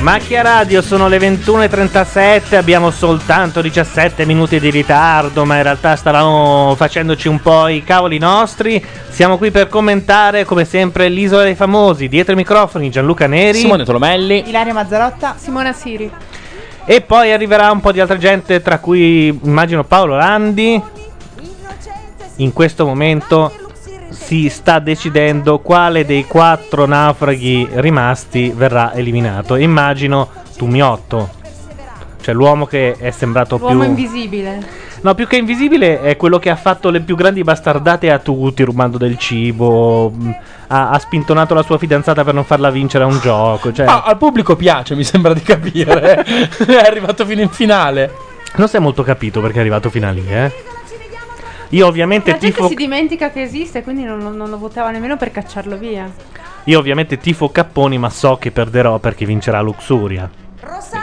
Macchia Radio, sono le 21.37, abbiamo soltanto 17 minuti di ritardo, ma in realtà stavamo facendoci un po' i cavoli nostri. Siamo qui per commentare, come sempre, l'isola dei famosi. Dietro i microfoni Gianluca Neri, Simone Tolomelli. Ilaria Mazzarotta, Simona Siri. E poi arriverà un po' di altra gente, tra cui immagino Paolo Landi. In questo momento si sta decidendo quale dei quattro naufraghi rimasti verrà eliminato. Immagino Tumiotto, cioè l'uomo che è sembrato L'uomo più. invisibile. No, più che invisibile è quello che ha fatto le più grandi bastardate a tutti, rubando del cibo. mh, Ha, ha spintonato la sua fidanzata per non farla vincere a un gioco. Cioè, Ah, al pubblico piace, mi sembra di capire. è arrivato fino in finale. non si è molto capito perché è arrivato fino a lì, eh. Io ovviamente La gente tifo si dimentica che esiste, quindi non, lo- non lo votava nemmeno per cacciarlo via. Io ovviamente tifo Capponi, ma so che perderò perché vincerà Luxuria.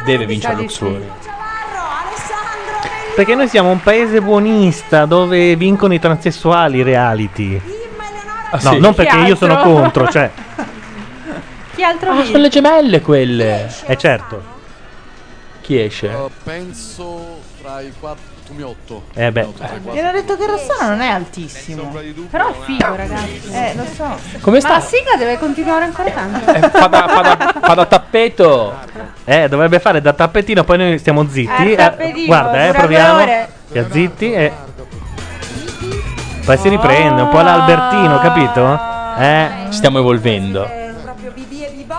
Deve vincere vincere sa di sì. Luxury. Luxury. Perché noi siamo un paese buonista dove vincono i transessuali i reality. Ah, no, non perché Chi io sono altro? contro, cioè, Chi altro Ah, vince? sono le gemelle quelle. è certo. Chi esce? Eh, penso tra i 4 Tumiotto. Eh beh. Mi hanno detto che Rossano non è altissimo. Però è figo, ragazzi. Eh, lo so. Come Ma la sta? sigla deve continuare ancora tanto. Eh, fa, da, fa da- fa da tappeto. Eh, dovrebbe fare da tappetino, poi noi stiamo zitti. Eh, tappetino, guarda, eh, dura proviamo. due ore. Stia zitti eh. e. Poi si riprende, un po' l'Albertino, capito? Eh. Ci stiamo evolvendo.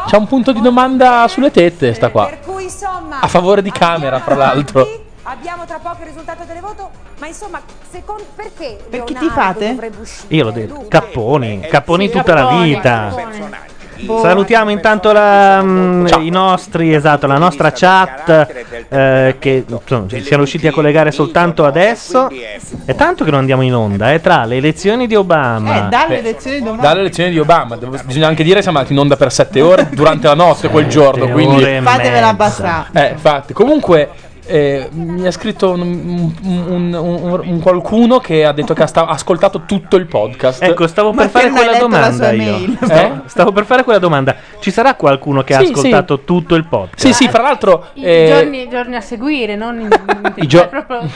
C'è un punto di domanda sulle tette, sta qua. Per cui insomma. A favore di camera, fra l'altro. Abbiamo tra poco il risultato del voto, ma insomma, secondo perché? Per chi Leonardo tifate? dovrebbe uscire? Io l'ho detto, Luca? capponi, capponi tutta la Eh, Capponi, vita. Capponi. Boh. Salutiamo intanto la, mm, i nostri, esatto, la nostra chat eh, che insomma, ci siamo riusciti a collegare soltanto adesso. È tanto che non andiamo in onda, eh, tra le elezioni di Obama. Eh, dalle elezioni domani. Dalle lezioni di Obama, devo- bisogna anche dire siamo andati in onda per 7 ore durante la notte quel giorno, Sette quindi ore e Fatevela mezza. abbassare. Eh, infatti, comunque eh, mi ha scritto un, un- un- un- un qualcuno che ha detto che ha sta- ha ascoltato tutto il podcast. Ecco, stavo per Ma fare che non hai quella letto la domanda sua io. mail. Eh? Stavo per fare quella domanda. Ci sarà qualcuno che ha Sì, sì. ascoltato tutto il podcast? Sì, sì, fra l'altro I eh, giorni, i giorni a seguire, non in, I gio- cioè, proprio-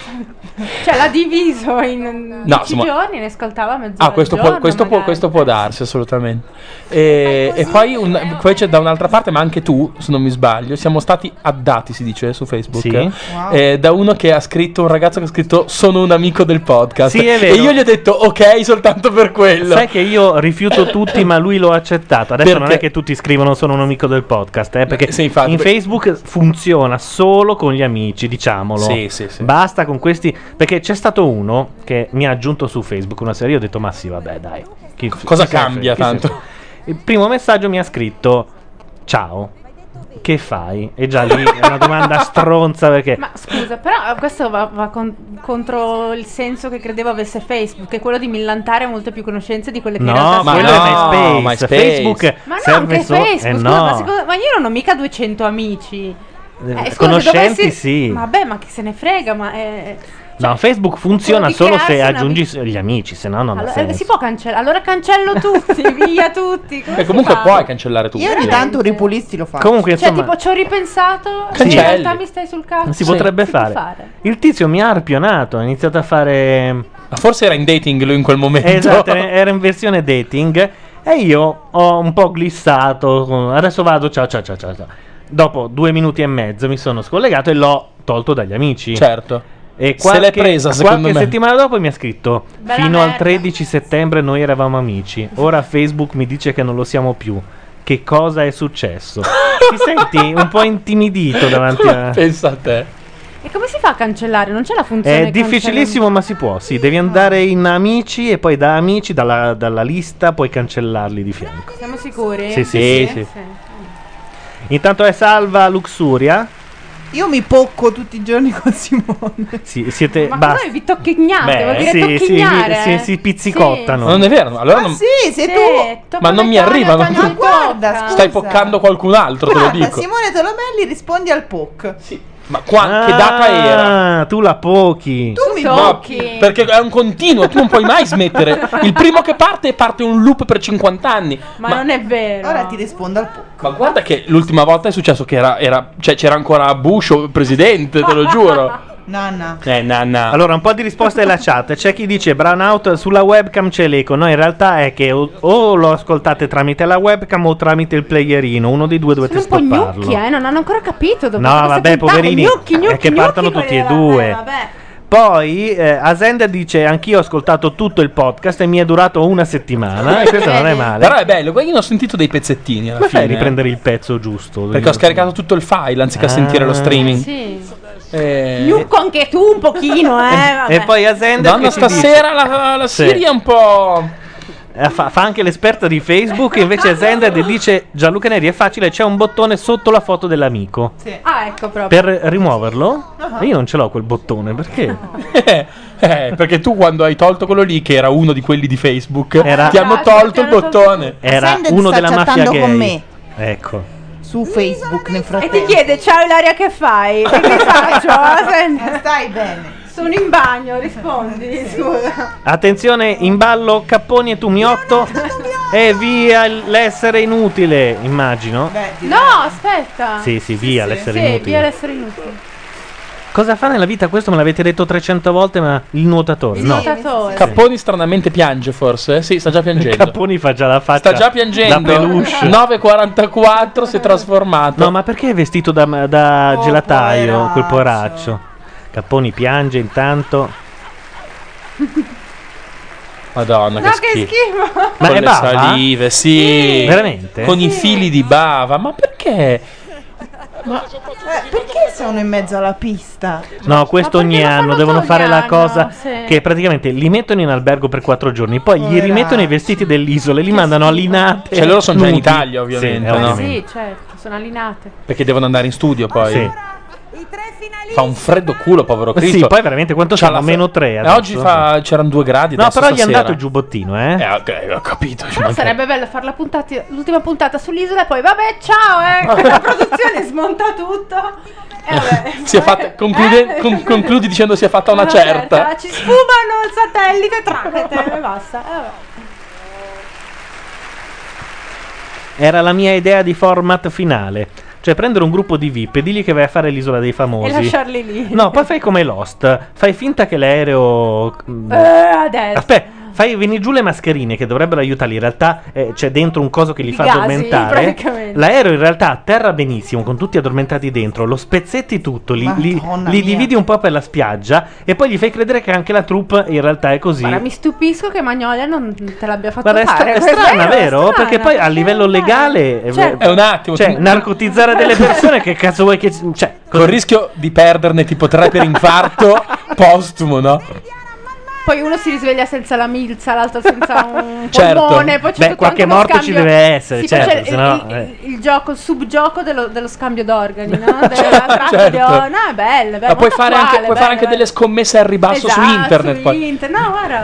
cioè l'ha diviso in No, 10 insomma- giorni e ne ascoltava mezz'ora. Ah, questo, al può, giorno, questo, può, magari. questo può darsi assolutamente. E, e poi, eh. un- poi c'è da un'altra parte, ma anche tu, se non mi sbaglio, siamo stati addati, si dice su Facebook. Sì. eh, Wow. eh, da uno che ha scritto, un ragazzo che ha scritto: Sono un amico del podcast. Sì, è vero. E io gli ho detto, ok, soltanto per quello. Sai che io rifiuto tutti, ma lui l'ho accettato. Adesso non è Perché? che tutti scrivono sono un amico del podcast, eh, perché Sì, infatti, in perché- Facebook funziona solo con gli amici, diciamolo. Sì, sì, sì. Basta con questi. Perché c'è stato uno che mi ha aggiunto su Facebook una serie. Io ho detto, ma sì, vabbè, dai. Chi- Cosa chi se ne frega, cambia chi se tanto? ne frega. Il primo messaggio mi ha scritto: Ciao, che fai? E già lì è una domanda stronza perché. Ma scusa, però eh, questo va, va con- contro il senso che credevo avesse Facebook, che è quello di millantare molte più conoscenze di quelle che in No, realtà ma sono. quello no, è MySpace. MySpace. Facebook Ma no, serve anche solo- Facebook, eh, scusa, no. ma, secondo- ma io non ho mica 200 amici. Eh, scusa, se conoscenti dovessi- sì. Vabbè, ma chi se ne frega, ma eh, No, Facebook funziona di solo crearsi se una aggiungi gli amici, se no non ha allora, eh, senso. si può cancellare. Allora cancello tutti, via tutti. come E si Eh, comunque fa? puoi cancellare tu. Io Eh. ogni tanto Ripulisti lo fa. Comunque, Cioè, insomma, tipo, ci ho ripensato. e Cancelli. In realtà mi stai sul cazzo. si Sì, potrebbe si può fare. Il tizio mi ha arpionato, ha iniziato a fare ehm, Ma Forse era in dating lui in quel momento. Esatto, era- era in versione dating e io ho un po' glissato. Adesso vado, ciao ciao ciao ciao. ciao. Dopo due minuti e mezzo mi sono scollegato e l'ho tolto dagli amici. Certo. E Se l'è presa, secondo qualche me. settimana dopo mi ha scritto: Bella Fino al merda." 13 settembre noi eravamo amici. Ora Facebook mi dice che non lo siamo più. Che cosa è successo? Ti senti un po' intimidito davanti a. Pensa a te. E come si fa a cancellare? Non c'è la funzione. È cancella- difficilissimo, ma si può. Sì, Ah. devi andare in amici e poi da amici, dalla, dalla lista, puoi cancellarli di fianco. Siamo sicuri? Sì, sì, sì. sì. Intanto è salva Luxuria. Io mi pocco tutti i giorni con Simone. Sì, Eh, siete. Ma basta. come vi tocchignate? Vuol Beh, dire sì, sì, tocchignare. Ah, sì, si pizzicottano. Ma non è vero, allora non- Sì, se Sì, tu. tocca ma non mi le tane, arriva, togli non- le Guarda, tocca. scusa. stai poccando qualcun altro, te lo Guarda, dico. Simone Tolomelli rispondi al poc. Ma qua, che data era? Ah, tu la pochi. Tu mi Tu pocchi. No, Tocchi. perché è un continuo, tu non puoi mai smettere. Il primo che parte parte un loop per 50 anni. Ma, non è vero. Ora ti rispondo al poc. Ma guarda che l'ultima volta è successo che era, era- cioè, c'era ancora Bush o presidente, te lo giuro. Nanna. Eh, nanna. Allora, un po' di risposta della chat. C'è chi dice Brownout sulla webcam c'è l'eco. No, in realtà è che o, o lo ascoltate tramite la webcam o tramite il playerino. Uno dei due dovete sono un po' stopparlo. gnocchi, eh, non hanno ancora capito. dopo No, questa vabbè, puntata. poverini, Gnocchi, è gnocchi, che partono gnocchi tutti e quelli della- due. eh, vabbè. Poi eh, Asenda dice: Anch'io ho ascoltato tutto il podcast e mi è durato una settimana. e eh, questo non è male. Però è bello, guarda, io ne ho sentito dei pezzettini alla Come fai a fine. eh. riprendere il pezzo giusto? Perché ho scaricato tutto il file anziché Ah. sentire lo streaming. Sì. Eh, Gnocco anche tu un pochino, eh. vabbè. E poi Asenda Donna, che ci dice- stasera la, la Sì. Siria è un po'. Eh, Fa, fa anche l'esperta di Facebook. Invece Zended dice: Gianluca Neri è facile, c'è un bottone sotto la foto dell'amico. Ah, ecco proprio. Per rimuoverlo? Ah. E Io non ce l'ho quel bottone perché Eh, eh, perché tu quando hai tolto quello lì, che era uno di quelli di Facebook, Era- ti hanno Ah, sì, tolto ti il hanno bottone. era Zended uno sta della mafia chattando gay. con me. Ecco. Su Facebook nel E frattempo. ti chiede, ciao Ilaria, che fai? E che faccio? Ah, Eh, senti, Stai bene. Sono in bagno, rispondi, scusa. Attenzione, in ballo Capponi e Tumiotto. E via il- l'essere inutile, immagino. Beh, ti- No, aspetta. Sì, sì, via l'essere Sì, inutile. via l'essere inutile. Cosa fa nella vita questo? Me l'avete detto 300 volte, ma il nuotatore. Il no. nuotatore. Nuotatore. Capponi stranamente piange forse? eh? Sì, sta già piangendo. Capponi fa già la faccia. Sta già Da piangendo. peluche. 9.44 si è trasformato. No, ma perché è vestito da, da Oh, gelataio quel poveraccio. poraccio? Capponi piange intanto. Madonna, No, che che schifo. schifo. Ma Con è le bava? salive, sì. Veramente? Con i fili di bava. Ma perché? eh, perché sono in mezzo alla pista? No, questo Cioè, Ma perché ogni lo anno fanno devono ogni fare la anno? cosa Sì. che praticamente li mettono in albergo per quattro giorni, poi gli Poveracci. rimettono i vestiti dell'isola e li mandano allinate. Cioè, loro sono già in nudi. Italia, ovviamente, Sì, no? Ma ovviamente. Eh, sì, certo, sono allinate. Perché devono andare in studio poi. Sì. I tre finalisti. Fa un freddo culo, povero Sì, Cristo. poi veramente quanto C'ha sono? la fe- Meno tre Eh, adesso. oggi fa- c'erano due gradi. No, adesso però gli è stasera. andato il giubbottino, eh? Eh, ok, ho capito. ci Però manca- sarebbe bello fare la puntata, l'ultima puntata sull'isola e poi vabbè, ciao, eh. La produzione smonta tutto. E vabbè. Si è fatta, conclude- Eh? con- concludi dicendo si è fatta una Una certa. Ci sfumano il satellite tramite e basta. Eh, vabbè. Era la mia idea di format finale. Cioè, prendere un gruppo di VIP e digli che vai a fare l'isola dei E famosi. lasciarli lì. No, poi fai come Lost. Fai finta che l'aereo. Eh, adesso. Aspetta. Fai venire giù le mascherine che dovrebbero aiutarli. In realtà eh, c'è dentro un coso che li Di fa gasi, addormentare. praticamente. L'aereo in realtà atterra benissimo, con tutti addormentati dentro. Lo spezzetti tutto, li, li- Madonna li mia. dividi un po' per la spiaggia e poi gli fai credere che anche la troupe in realtà è così. Guarda, mi stupisco che Magnolia non te l'abbia fatto Guarda, è, stra- fare. è strana, È vero? strana, Perché poi a perché livello non è- legale. eh, Certo. È un attimo. Cioè, tu- narcotizzare delle persone, che cazzo vuoi che. Cioè, Col rischio di perderne tipo 3 per infarto postumo, no? Poi uno si risveglia senza la milza, l'altro senza un Certo. polmone. Poi c'è Beh, tutto qualche anche uno morto ci scambio- deve essere, Sì, certo, poi c'è il- sennò, il, eh. il gioco, il subgioco dello, dello scambio d'organi, no? Della tratta certo. di or- No, è bello, è bello. Ma puoi molto fare anche, attuale, puoi fare anche delle bello, bello. scommesse al ribasso Esatto, su internet. su poi. internet. No, guarda.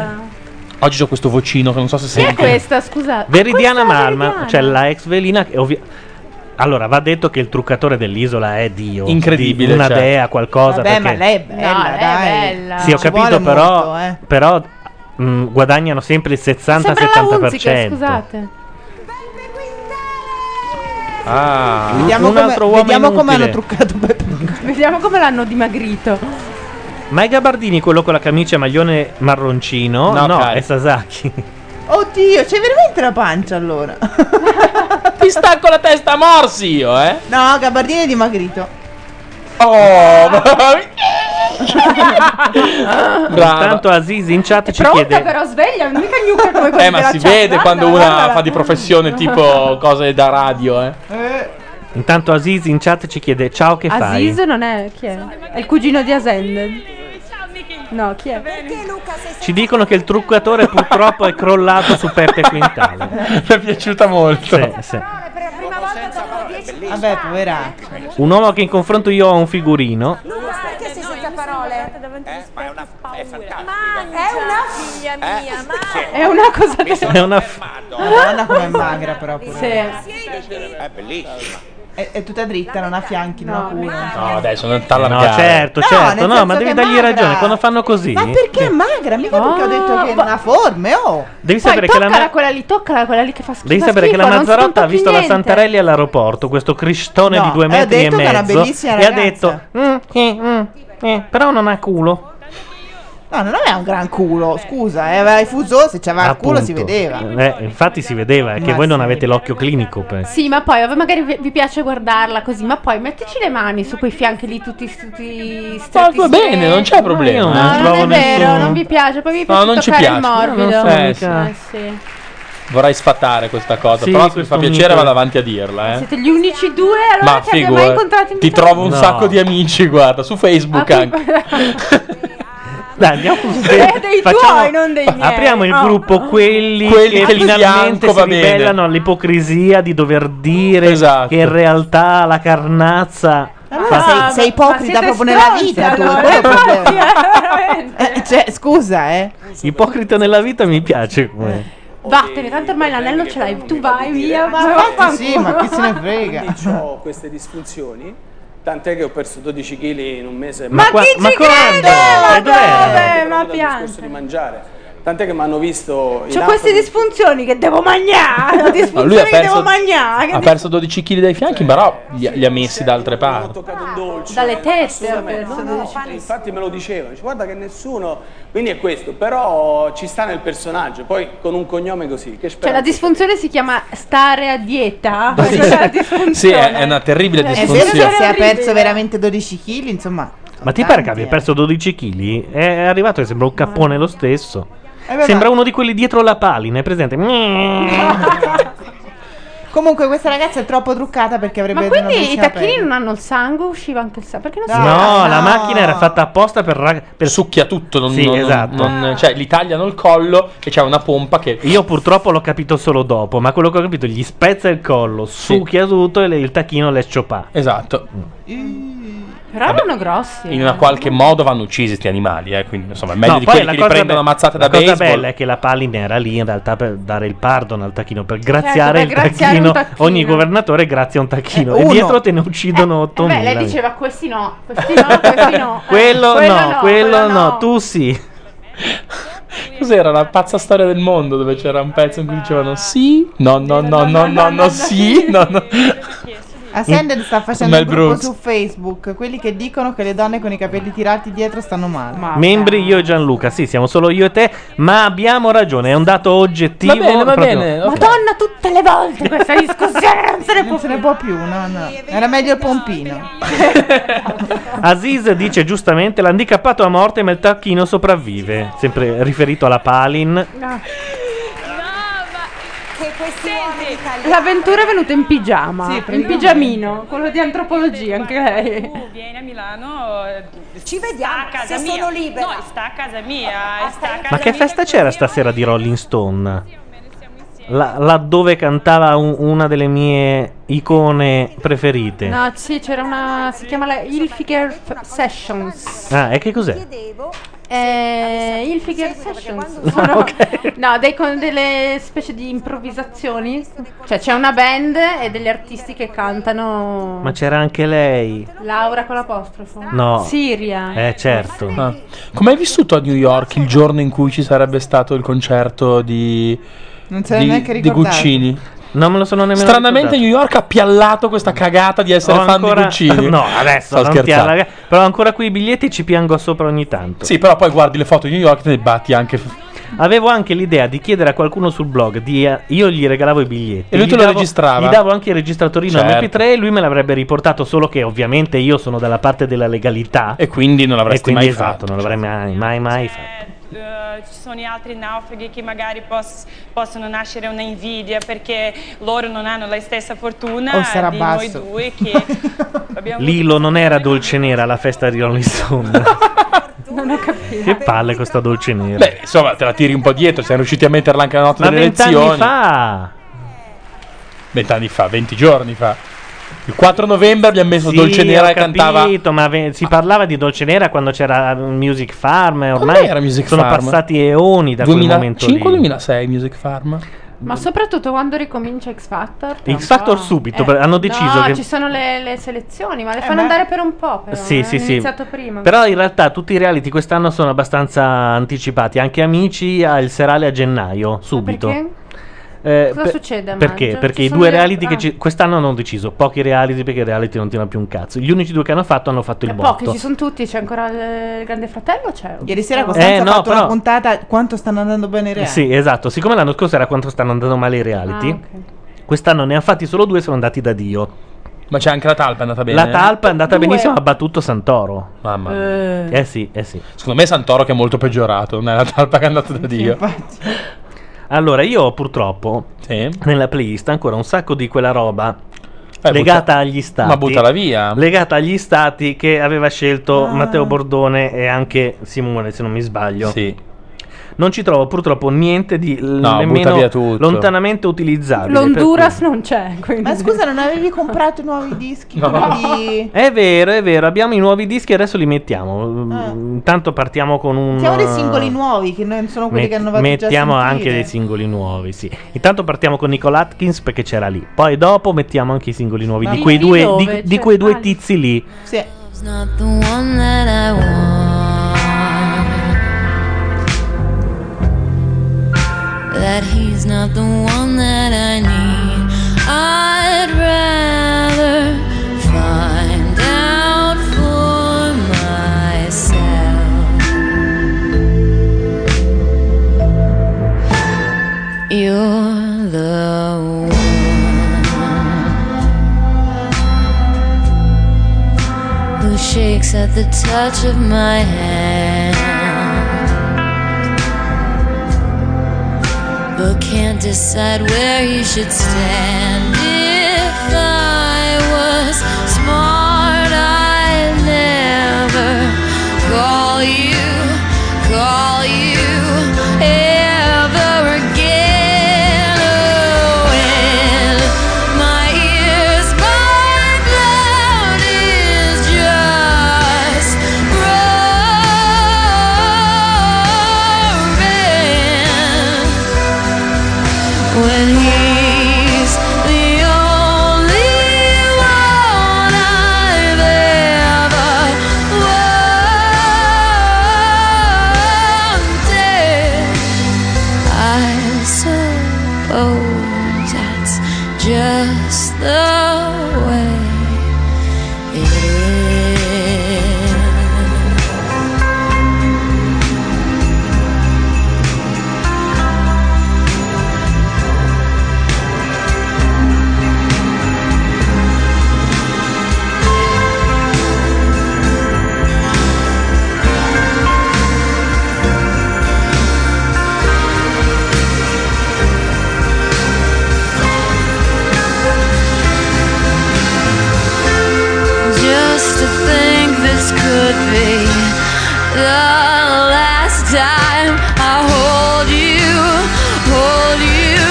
Oggi ho questo vocino che non so se Chi è senti. questa? Ah, Scusa. Veridiana Questa è Malma, Veridiana. cioè la ex velina che ovvi- allora, va detto che il truccatore dell'isola è Dio. Incredibile, di- Una cioè. dea, qualcosa. Vabbè, perché- ma lei è bella, No, lei è dai. bella. Sì, ho Ci capito, vuole però, molto, eh. però mh, guadagnano sempre il Sembra la 60-70%. Hunziker, scusate. Ah. Vediamo un come, altro uomo vediamo come inutile. hanno truccato Beppe. Vediamo come l'hanno dimagrito. Ma è Gabardini quello con la camicia e maglione marroncino? No, No, cari. è Sasaki. Oddio, c'è veramente la pancia allora. Ti stacco la testa a morsi io, eh. No, Gabardini è dimagrito. Oh, Esatto. brava. Intanto Aziz in chat ci Pronta chiede... però sveglia, mica gnocca come quella Eh, ma della si chat. vede Guarda, quando una guarda. fa di professione tipo cose da radio, eh. Intanto Aziz in chat ci chiede ciao che fai? Aziz non è chi è? È il cugino di Ascended. No, chi è? Perché Luca sei sempre Ci dicono che il truccatore purtroppo è crollato su Peppe Quintale. Mi è piaciuta molto. Sì, sì. per la prima volta dopo 10 Vabbè, poverà. Eh, Un uomo che in confronto io ho un figurino. Perché sei senza parole? Eh, ma è una è fantastica. È una figlia Eh? mia, ma Sì. È una cosa che... È una f- Madonna come è magra però pure. Sì. È bellissima. È, è tutta dritta, non ha fianchi, non ha No, culo. No, adesso non talla No, certo, No, certo. nel No, senso ma che devi è dargli magra. ragione. Quando fanno così. Ma perché è magra? Mica perché ho detto che ma- non ha forme, oh! Ah, Devi Poi sapere che la. toccala ma- quella lì, toccala quella lì che fa schifo. Devi fa sapere che la schifo, non Mazzarotta spunta ha più visto la niente. Santarelli all'aeroporto, questo cristone No, di due ha metri e detto che era una mezzo. bellissima e ha ragazza. detto: "Mm, eh, mm, eh, però non ha culo. No, non aveva un gran culo, scusa, eh, aveva il fuso, se c'aveva il culo si Appunto. vedeva. Eh, infatti si vedeva, è che Ma voi non sì. avete l'occhio clinico. per- Sì, ma poi vabbè, magari vi vi piace guardarla così, ma poi mettici le mani su quei fianchi lì tutti, tutti stretti. va bene, Eh, non c'è io problema. No, non, trovo è vero, nessuno. non vi piace, poi vi No, piace non ci toccare il piace. morbido. No, non so, Eh, mica. sì. Vorrei sfatare questa cosa, Sì, però se mi questo fa piacere mito. vado avanti a dirla, eh. Siete gli unici due allora Ma che abbiamo mai incontrato figura, in ti vita trovo un No. sacco di amici, guarda, su Ah, Facebook qui- anche. Dai, andiamo con Eh, dei tuoi, non dei miei. Apriamo il Oh. gruppo quelli, Quelli che, che finalmente bianco, si va bene. ribellano all'ipocrisia di dover dire Esatto. che in realtà la carnazza Allora sei, sei ipocrita proprio nella vita, tu, eh. quello è il problema. Eh, cioè, scusa, eh. ipocrita nella vita mi piace come. Vattene, tanto ormai l'anello ce l'hai, tu vai via, Ma ma infatti sì, ma chi se ne frega? ho queste disfunzioni, tant'è che ho perso 12 kg in un mese. Ma, qua- chi ma ci crede? quando? Ma E dov'è? dove? proprio ma dal discorso pianta. di mangiare. Tant'è che mi hanno visto in C'ho queste Africa- disfunzioni che devo mangiare, No, disfunzioni lui ha che devo perso, mangiare. che ha di- perso 12 kg dai Cioè, fianchi, però li, li ha messi da altre Ho parti. toccato un dolce. Dalle teste ho Assolutamente. perso No, no, 12 no, Infatti me lo dicevano, dice, guarda che nessuno... Quindi è questo, però ci sta nel personaggio, poi con un cognome così, che Cioè la speranza. disfunzione si chiama stare a dieta. Sì, Quella è la sì, disfunzione. sì, è, è una terribile Eh, È vero che disfunzione. se ha perso Orribile. veramente 12 kg, insomma. sono Ma ti pare che tanti, abbia eh. perso 12 kg? È arrivato che sembra un cappone lo stesso. Eh, beh, Sembra ma- uno di quelli dietro la palina, è presente? Comunque questa ragazza è troppo truccata perché avrebbe Ma una quindi i bellissima tacchini pelle. non hanno il sangue, usciva anche il sangue. Perché non si No. No, la no. macchina Ah. era fatta apposta per, ra- per Succhia tutto, non, Sì, non- esatto. non- cioè, gli tagliano il collo e c'è una pompa che Io purtroppo l'ho capito solo dopo, ma quello che ho capito gli spezza il collo, succhia tutto e le- il tacchino le sciopà. Esatto. Però Vabbè, erano grossi. In una qualche modo vanno uccisi questi animali, eh, quindi insomma, è meglio No, di poi quelli la che li cosa prendono be- ammazzate da La cosa baseball. bella è che la palina era lì in realtà per dare il pardon al tacchino, per Certo, graziare per il graziare tacchino. un tacchino. Ogni governatore grazia un tacchino Eh, e uno. dietro te ne uccidono Eh, beh, 8000. lei diceva questi no, questi no, questi no. Eh, Quello, no, quello no, tu sì. Cos'era la pazza storia del mondo dove c'era un pezzo in cui dicevano sì, no, no, no, no, no, no, sì, no, no. Ascended sta facendo Mel un gruppo Brooks. su Facebook, quelli che dicono che le donne con i capelli tirati dietro stanno male. Ma- Membri io e Gianluca, sì, siamo solo io e te, ma abbiamo ragione, è un dato oggettivo. Va bene, va proprio- bene. ok. Madonna, tutte le volte questa discussione non se ne può Non se ne può più, no, no. Era meglio il pompino. Aziz dice giustamente l'handicappato a morte ma il tacchino sopravvive, sempre riferito alla Palin. che questi uomini italiani... L'avventura è venuta in pigiama, Sì, in praticamente. pigiamino, quello di antropologia, anche lei. Vieni a Milano, eh, Ci sta a vediamo, casa se mia. sono libera. No, sta a casa mia, eh, Ah, sta a stai- casa Ma che mia festa così. c'era stasera di Rolling Stone? La- laddove cantava un- una delle mie icone preferite. No, sì, c'era una. si chiama la Hilfiger F- Sessions. Ah, e che cos'è? Chiedevo Eh, Hilfiger Seguito, perché Sessions. Ah, quando sono- No, dei, con delle specie di improvvisazioni. Cioè, c'è una band e degli artisti che cantano. Ma c'era anche lei. Laura con l'apostrofo. No. Siria. Eh, certo. Ah. Come hai vissuto a New York il giorno in cui ci sarebbe stato il concerto di, Non se ne è di, neanche di ricordato. Guccini? Non me lo sono nemmeno Stranamente ricordato. New York ha piallato questa cagata di essere Ho fan ancora- di Guccini. No, adesso Sto non ti scherzando. allaga- Però ancora qui i biglietti ci piango sopra ogni tanto. Sì, però poi guardi le foto di New York e te ne batti anche Avevo anche l'idea di chiedere a qualcuno sul blog di eh, io gli regalavo i biglietti E lui gli te lo davo- registrava? Gli davo anche il registratorino Certo. MP3 e lui me l'avrebbe riportato, solo che ovviamente io sono dalla parte della legalità E quindi non e l'avresti quindi mai esatto, fatto. non certo. l'avrei mai mai, mai fatto. Eh, ci sono gli altri naufraghi che magari poss- possono nascere una invidia perché loro non hanno la stessa fortuna Oh, sarà di basso. noi due che abbiamo Lilo non era dolce nera alla festa di Rolling Stone. non ho capito. Che palle questa dolce nera. Beh, insomma, te la tiri un po' dietro, siamo riusciti a metterla anche la notte Ma delle vent'anni elezioni. fa. Vent'anni fa, 20 giorni fa. Il 4 novembre abbiamo messo Dolce Nera ho e cantava. Ah. capito, ma ve- si parlava di Dolce Nera quando c'era Music Farm. e Ormai era Music sono Farm? passati eoni da quel momento lì. 2005-2006 Music Farm. Ma soprattutto quando ricomincia X Factor? tra un X Factor po'. subito, per- hanno deciso no, che- ci sono le, le selezioni, ma le fanno andare per un po'. Però, Sì, eh, sì, hanno sì. iniziato prima. Però in realtà tutti i reality quest'anno sono abbastanza anticipati. Anche Amici ha il serale a gennaio, subito. Perché? Eh, Cosa succede a Perché? maggio? Perché Ci i sono due le- reality ah. che ci- quest'anno hanno deciso, pochi reality perché i reality non tirano più un cazzo. Gli unici due che hanno fatto hanno fatto il Eh, Pochi, botto. ci sono tutti. C'è ancora il Grande Fratello? C'è. Ieri sera No. Costanza Eh, ha no, fatto però- una puntata quanto stanno andando bene i reali. Sì, esatto. Siccome l'anno scorso era quanto stanno andando male i reality, Ah, quest'anno ne hanno fatti solo due e sono andati da Dio. Ma c'è anche la talpa, è andata bene. La talpa è andata Due. benissimo, ha battuto Santoro. Mamma mia. Eh sì, eh sì. Secondo me è Santoro che è molto peggiorato. Non è la talpa che è andata da Dio. Allora, io purtroppo nella playlist ho ancora un sacco di quella roba Eh, legata butta- agli stati. ma buttala via. Legata agli stati che aveva scelto Ah. Matteo Bordone e anche Simone, se non mi sbaglio. Sì. Non ci trovo purtroppo niente di l- No, butta nemmeno via tutto. lontanamente utilizzabile. per L'Honduras non c'è. Quindi. Ma scusa, non avevi comprato i nuovi dischi? No. Quindi... cui- È vero, è vero, abbiamo i nuovi dischi e adesso li mettiamo. Intanto partiamo con un Siamo Ah. dei singoli nuovi, che non sono quelli Mm. Met- che hanno fatto già mettiamo anche sentire. dei singoli nuovi, sì. Intanto partiamo con Nicole Atkins perché c'era lì. Poi dopo mettiamo anche i singoli nuovi Ma di quei, di due, dove? di- di Cioè, quei due quali? tizi lì. Sì. Love's not the one that I want. That he's not the one that I need. I'd rather find out for myself. You're the one who shakes at the touch of my hand, but can't decide where you should stand. If I was smart, I'd never call you, call you ever again. Oh, and my ears, my blood is just roaring when he's the only one I've ever wanted. I suppose that's just the way it is. Just to think this could be the last time I hold you, hold you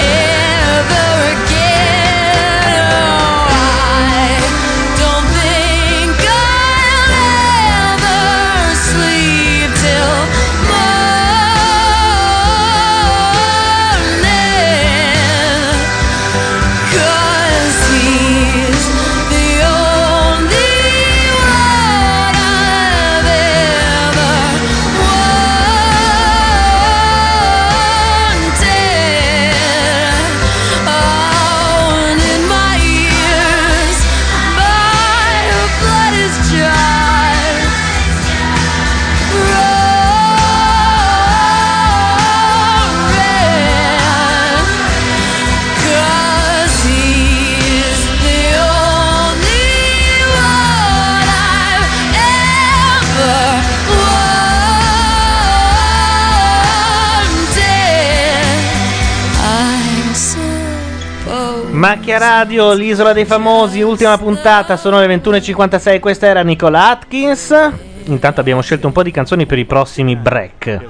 ever again. Oh, I don't think I'll ever sleep till morning. Cause he's the only one I've ever wanted. Oh, and in my ears, my blood is just roaring. Cause he's the only one I've ever wanted. I'm supposed Macchia Radio, l'isola dei famosi, ultima puntata, sono le 21.56, questa era Nicola Atkins. Intanto abbiamo scelto un po' di canzoni per i prossimi break.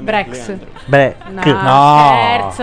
Brex. Break. No, Scherzo.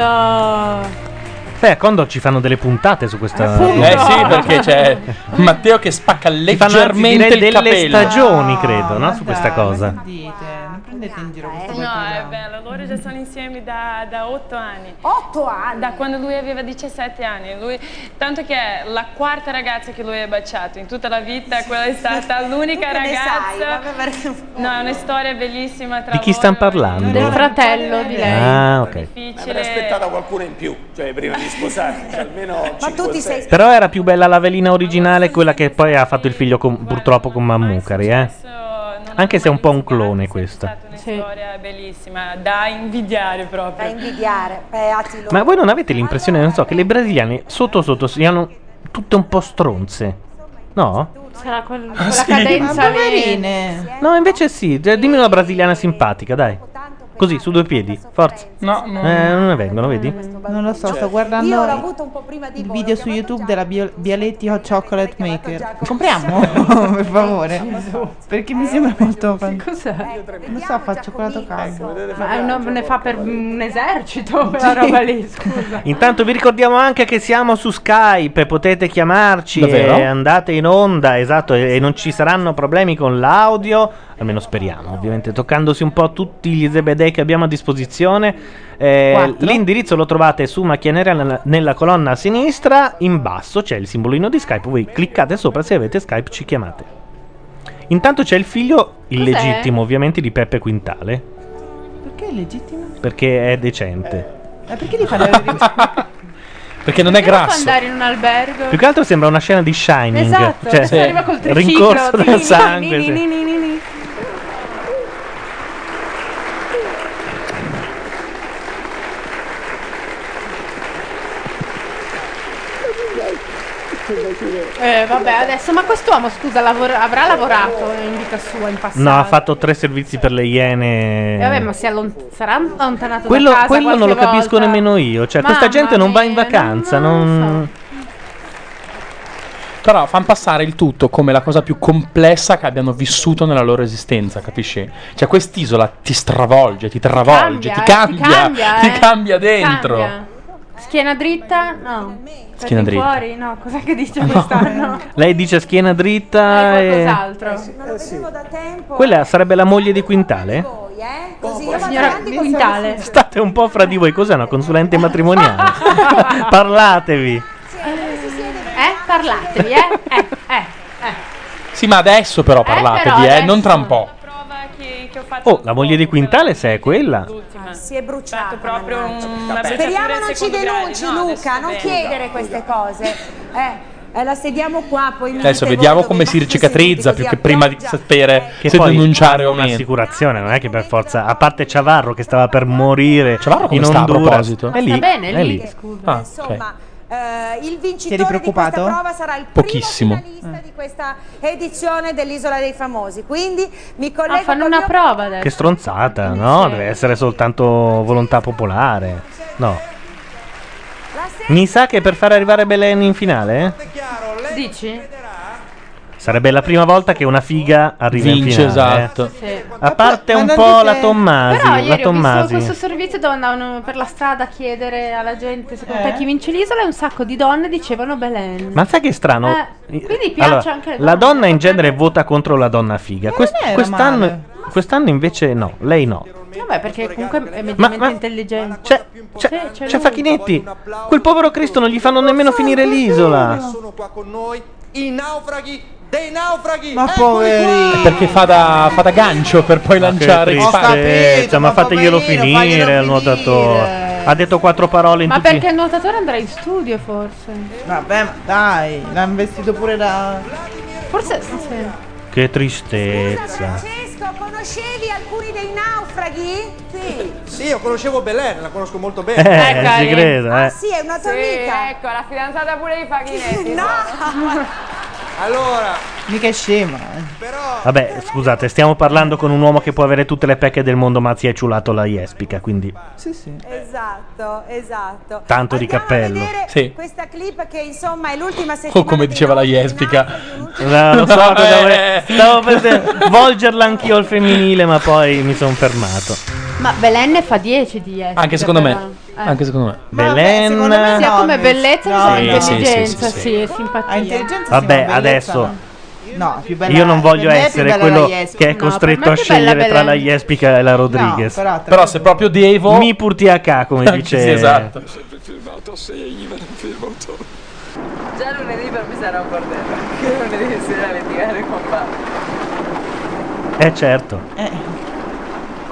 Sai, a Condor ci fanno delle puntate su questa. Eh sì, perché c'è Matteo che spacca Ci fanno anzi, direi, leggermente il delle capello. stagioni, credo, no? Su Ah, questa cosa. Dite, non prendete in giro Eh, questo No, è bello, loro già sono insieme da, da 8 anni. 8 anni? Da quando lui aveva 17 anni. Lui- tanto che è la quarta ragazza che lui ha baciato in tutta la vita, quella è stata l'unica Tu che ne sai? ragazza. no, è una storia bellissima tra Di chi stanno parlando? Del fratello di lei. Ah, ok. Ma Eh, avrei aspettato qualcuno in più, cioè prima di sposarsi, cioè, almeno Ma tu ti sei Però era più bella la velina originale, quella che poi ha fatto il figlio con- purtroppo con Mammucari, eh. Anche se è un po' un clone questa. Una storia bellissima, da invidiare proprio. Da invidiare. Eh, Attilo. Ma voi non avete l'impressione, non so, che le brasiliane sotto sotto siano tutte un po' stronze? No? Sarà quel, Ah, quella sì. cadenza Ma lì. poverine. No, invece sì. Cioè, Dimmi una brasiliana simpatica, dai. Così, su due piedi, forza. No, no. Eh, non ne vengono, vedi? Non lo so, sto Io l'ho guardando avuto un po' prima di il voi. video su YouTube della Bio- Bialetti Hot Chocolate Maker. Compriamo? per favore. Perché mi sembra molto fan- Eh, Cos'è? Non so, fa cioccolato Ecco, caldo. Ma eh, no, ne fa per un esercito quella roba lì, scusa. Intanto vi ricordiamo anche che siamo su Skype, potete chiamarci Davvero? e andate in onda, esatto, e e non ci saranno problemi con l'audio, almeno speriamo, ovviamente toccandosi un po' tutti gli zebedei che abbiamo a disposizione. Eh, Quattro. l'indirizzo lo trovate su Macchia Nera nella, nella colonna a sinistra, in basso c'è il simbolino di Skype, voi cliccate sopra se avete Skype ci chiamate. Intanto c'è il figlio illegittimo, ovviamente, di Peppe Quintale, Perché è legittimo? perché è decente. Ma perché li fanno Perché non è Può andare in un albergo. più che altro sembra una scena di Shining. Esatto, cioè, si arriva col triciclo. rincorso ni, ni, del ni, sangue. ni, sì. ni, ni, ni, ni. Eh, vabbè, adesso, ma quest'uomo, scusa, lavor- avrà lavorato in vita sua in passato? No, ha fatto tre servizi per le Eh, vabbè, iene. ma si allon- sarà allontanato Quello, da casa quello non qualche lo capisco volta? nemmeno io. Cioè, questa Mamma gente non va in mia, vacanza. non- Però fanno passare il tutto come la cosa più complessa che abbiano vissuto nella loro esistenza, capisci? Cioè, quest'isola ti stravolge, ti travolge, ti Cambia, eh, ti cambia, ti cambia, cambia, eh. dentro. Cambia. Schiena dritta? No. Schiena Petti dritta. Fuori? No, cos'è che dice quest'anno? Lei dice a schiena dritta. e- Cos'altro? Ah, eh. Eh Quella sarebbe la moglie di Quintale? La signora Quintale. State un po' fra di voi. Cos'è una consulente matrimoniale? Parlatevi. Eh, parlatevi, eh. Eh, eh, eh. Sì, ma adesso però parlatevi, eh, però adesso. non tra un po'. Oh, la moglie di Quintale, se è quella. Ah, Si è bruciato proprio una Speriamo bruciatura non al ci secondo denunci, grado. No, Luca. adesso Non bene. chiedere queste cose. Eh. eh, la sediamo qua, poi Cioè, mi dite Adesso voi vediamo dove come si va. ricicatrizza più che prima di sapere Che se poi denunciare o hanno meno. un'assicurazione, non è che per forza, a parte Ciavarro che stava per morire come in sta, a Honduras, proposito? è lì, Sta bene, è lì. scusa. Ah, Insomma, ok. eh, il Ti eri vincitore di questa preoccupato? prova sarà il Pochissimo. finalista di questa edizione dell'Isola dei Famosi. Quindi mi collego Ah, fanno col una mio- prova adesso. Che stronzata, no? Deve essere soltanto volontà popolare. No. Mi sa che per far arrivare Belen in finale eh, Dici? sarebbe la prima volta che una figa arriva in Vince, finale. esatto. eh. Sì. A parte Ma un non po' dite- la Tommasi, Però la ieri ho visto questo Tommasi. servizio dove andavano per la strada a chiedere alla gente secondo Eh? te chi vince l'isola e un sacco di donne dicevano Belen. Ma sai che strano? Eh, quindi piace Allora, anche alle la donne. donna in genere vota contro la donna figa. Quest- non era quest'anno, male. quest'anno invece no, lei no. Vabbè, perché comunque Ma- è mediamente ma- intelligente. C'è, c'è, Sì, c'è c'è lui. Facchinetti. Cioè, Quel povero Cristo non gli fanno nemmeno finire l'isola. Sono qua con noi i naufraghi dei naufraghi. Ma Eccoli poveri. qua. Perché fa da, fa da gancio per poi lanciare Che i tristezza, Cioè, pali. ma fateglielo finire al nuotatore. Ha detto quattro parole in Ma tutti perché il nuotatore andrà in studio forse? Vabbè, ma dai, l'hanno vestito pure da... Forse sì. Che tristezza. Francesco, conoscevi alcuni dei naufraghi? Sì. Sì, io conoscevo Belen, la conosco molto Eh, bene. ci credo, eh. Ecco, Ah, Sì, è una tua amica. ecco, la fidanzata pure di Faghinetti. Allora, Mica è scema. eh. Vabbè, scusate, stiamo parlando con un uomo che può avere tutte le pecche del mondo, ma si è ciulato la Jespica, quindi Sì, sì. Esatto, esatto. tanto di cappello. Oh, Sì. Questa clip che insomma è l'ultima settimana. O come diceva la Jespica. No, lo so, cosa Eh. stavo per volgerla anch'io al femminile, ma poi mi sono fermato. Ma Belen fa 10 di essere, Anche secondo però. me. Eh. Anche secondo me. Belen- secondo me Sia no, come mi- bellezza no, che come no. Sì, sì, intelligenza, sì, sì, sì, e simpatia. intelligenza Vabbè, adesso No, più bella io non voglio per me è più essere bella quello la Yes. che è No, costretto per me a è più bella scegliere tra Belen. la Jespica e la Rodriguez. No, però- se proprio devo. Mi purti a ca, come Sì, dice. esatto. sempre firmato, sei Ivan firmato. Già lunedì per me sarà un bordello. Che lunedì si deve litigare con papà. Eh, certo.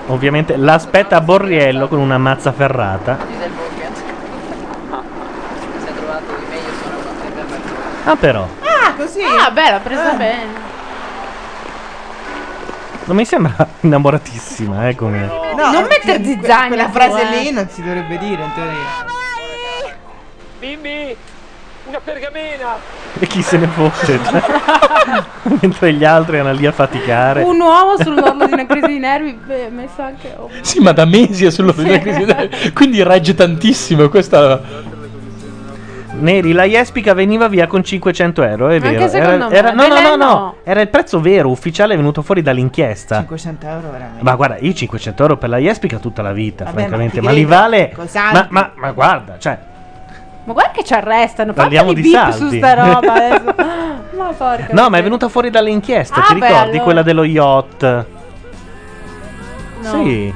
Ovviamente l'aspetta Borriello con una mazza ferrata. Di del Boccat. Si è trovato di meglio sono contenta per te. Ah, però. Ah, così. Ah, beh, l'ha presa bene. Non mi sembra innamoratissima, eh, come... No, non metter que- zizzania Quella tu, frase eh. lì non si dovrebbe dire, in teoria. Bimbi, una pergamena. E chi se ne fosse? cioè. Mentre gli altri erano lì a faticare. Un uomo sull'orlo di una crisi di nervi, beh, messo anche oh. Sì, ma da mesi è sulla Quindi regge tantissimo questa. Neri, la Jespica veniva via con 500 euro, è Ma anche vero. secondo Era, me. era- no, no, no, Belen no, no. era il prezzo vero, ufficiale, venuto fuori dall'inchiesta. 500 euro veramente. Ma guarda, io 500 euro per la Jespica tutta la vita, Vabbè, ma francamente. ti Ma, credo. li vale. Cosa- Ma, ma- ma guarda, cioè, Ma guarda che ci arrestano, Parliamo parliamo di di bip su saldi. sta roba adesso. Ma porca. no, ma è venuta fuori dall'inchiesta. Ah, ti beh, ricordi allora. quella dello yacht? No. Sì.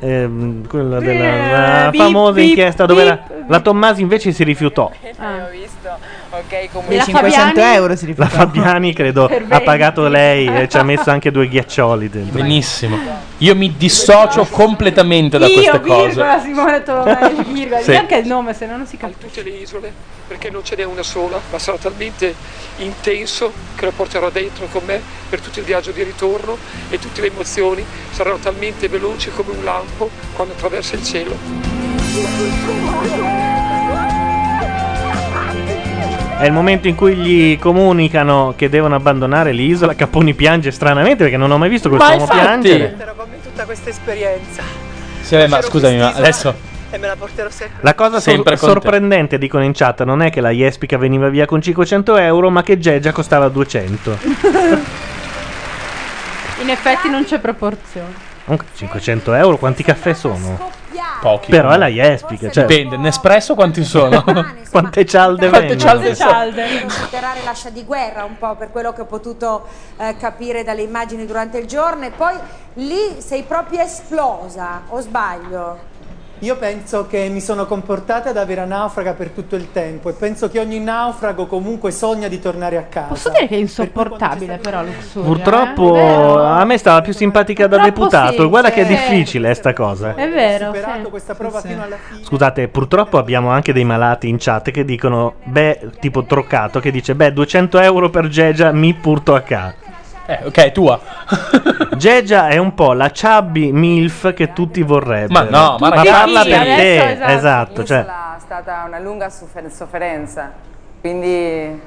Ehm, quella della Eh, la bip, famosa bip, inchiesta dove la, bip, la Tommasi invece si rifiutò. Ah. Ho visto, ok, E comunque. la 500 euro si La rifiuta. Fabiani credo Per ha 20. pagato lei e ci ha messo anche due ghiaccioli dentro. Benissimo. Io mi dissocio completamente da Io, queste virgola, cose. Simone Tolomei, virgola. Sì. Sì. Anche il nome, se no non si capisce. Tutte le isole, perché non ce n'è una sola, ma sarà talmente intenso che lo porterò dentro con me per tutto il viaggio di ritorno e tutte le emozioni saranno talmente veloci come un lampo quando attraversa il cielo. È il momento in cui gli comunicano che devono abbandonare l'isola. Caponi piange stranamente perché non ho mai visto Ma quest'uomo infatti! piangere. Porterò con me tutta questa esperienza Sì, vabbè, ma scusami, ma adesso. e me la porterò sempre. La cosa sor- Sempre con te. sorprendente, dicono in chat, non è che la Jespica veniva via con 500 euro, ma che Geggia costava 200. In effetti non c'è proporzione. Comunque, 500 euro, quanti caffè sono? Pochi. Però è la Jespica. Cioè, Dipende, Nespresso quanti sono? Quante cialde Quante cialde sono? considerare l'ascia di guerra un po' per quello che ho potuto eh, capire dalle immagini durante il giorno e poi lì sei proprio esplosa o sbaglio? Io penso che mi sono comportata da vera naufraga per tutto il tempo e penso che ogni naufrago comunque sogna di tornare a casa. Posso dire che è insopportabile, però, Luxuria. Purtroppo a me stava più simpatica da Purtroppo deputato. sì, Guarda sì. che è difficile eh, sta cosa. È vero. Ho questa prova fino alla fine. Scusate, purtroppo abbiamo anche dei malati in chat che dicono, beh, tipo Troccato che dice, beh, 200 euro per Geggia, mi purto a ca. Eh, ok, tua. Geggia è un po' la chubby milf che tutti vorrebbero. Ma no, ma ma ragazzi- parla Sì, per adesso, te, esatto. esatto. cioè, Ecco, È stata una lunga soffer- sofferenza, quindi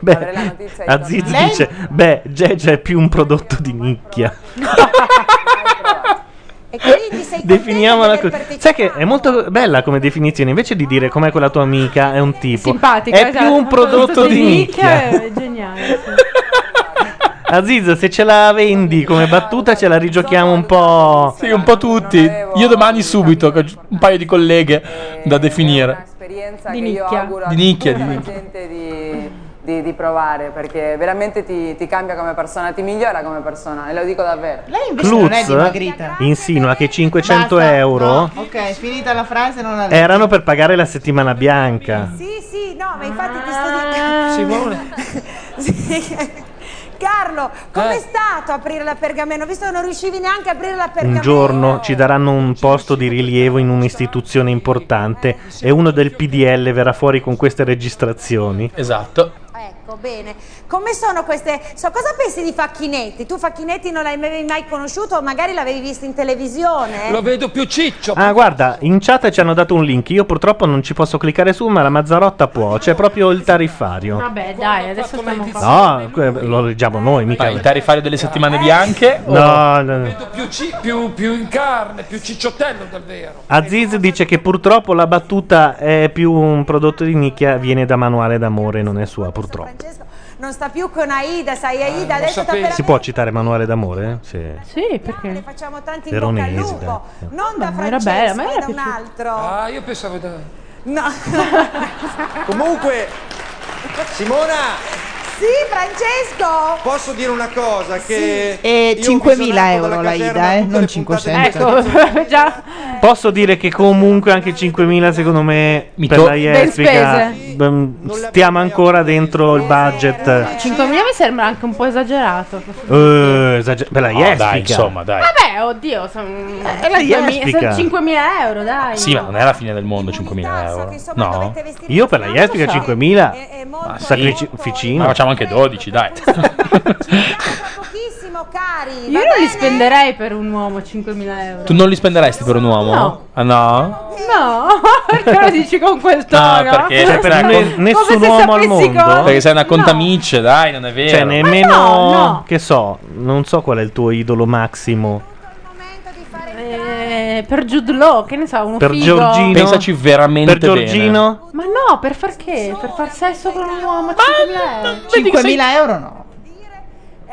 beh, avrei la notizia di Aziz tornare. dice, beh, Geggia è più un prodotto di nicchia. E quindi sei Definiamola così. Sai che è molto bella come definizione, invece di dire com'è quella tua amica, è un tipo. Simpatica. È esatto. più un prodotto di nicchia. È geniale. Aziz, "Ah, se ce la vendi come battuta, ce la rigiochiamo un po'. Sì, un po' tutti. Io domani subito, che ho un paio di colleghe da definire. esperienza Di che io nicchia. auguro a Di nicchia, tutta di la nicchia. gente di, di- di provare, perché veramente ti, ti cambia come persona, ti migliora come persona, e lo dico davvero. Lei Cluz insinua che 500 Basta, euro no, ok, finita la frase, non la leggo. erano per pagare la settimana bianca. Sì, sì, no, ma infatti ti sto Ah. dicendo. Sì. Carlo, com'è stato aprire la pergamena? Ho visto che non riuscivi neanche a aprire la Eh. pergamena. Un giorno ci daranno un posto di rilievo in un'istituzione importante e uno del PDL verrà fuori con queste registrazioni. Esatto. Ecco, bene. Come sono queste... so- cosa pensi di Facchinetti? Tu Facchinetti non l'hai mai, mai conosciuto o magari l'avevi visto in televisione? Lo vedo più ciccio. Ah, guarda, in chat ci hanno dato un link. Io purtroppo non ci posso cliccare su, ma la Mazzarotta può. C'è proprio il tariffario. Vabbè, dai, adesso stiamo qua. No, que- lo leggiamo noi, mica. Ah, il tarifario delle settimane bianche? No, no, no. Più, ci- più- più in carne, più cicciottello del vero. Aziz dice che purtroppo la battuta è più un prodotto di nicchia, viene da manuale d'amore, non è sua, purtroppo. non sta più con Aida, Ah, sai Aida, adesso sta Si veramente può citare Manuale d'amore? Sì. Sì, perché? facciamo tanti in bocca al Veronesi, lupo, dai. non da ma era Francesco, bella, ma ma era da un piaciuta. altro. Ah, io pensavo da. No. Comunque, Simona, Sì, Francesco! posso dire una cosa che... E io 5.000 euro la Ida, eh, non 500. Ecco, già. Posso dire che comunque anche 5.000 secondo me per to- la Ben Jespica spese. Eh, bem, stiamo ancora dentro il budget. 5.000 mi sembra anche un po' esagerato. Eh, esager- per la No, Ah, dai, Jespica. insomma, dai. Vabbè, oddio, son- la sono Jespica. 5.000 euro, dai. Sì, ma non è la fine del mondo 5.000 euro. No. Io per la Jespica 5.000 Ma sacrificino. Ma facciamo anche 12, dai. Pochissimo, cari. Io non li spenderei per un uomo 5.000 euro. Tu non li spenderesti per un uomo? No. Ah, no? No, perché lo dici con quel No, tono? perché Cioè, per sei ne- una con- nessun se uomo al sapessi mondo. cosa- Perché sei una contamice, dai, non è vero. Cioè, nemmeno no, no. che so, non so qual è il tuo idolo massimo. Eh, per Jude Law, che ne so, uno Per figo. Giorgino. Pensaci veramente Per Giorgino? Ma no, per far che? Per far sesso con un uomo a 5.000 euro? 5.000 euro no. Sai cosa c'è? Fuori mercato.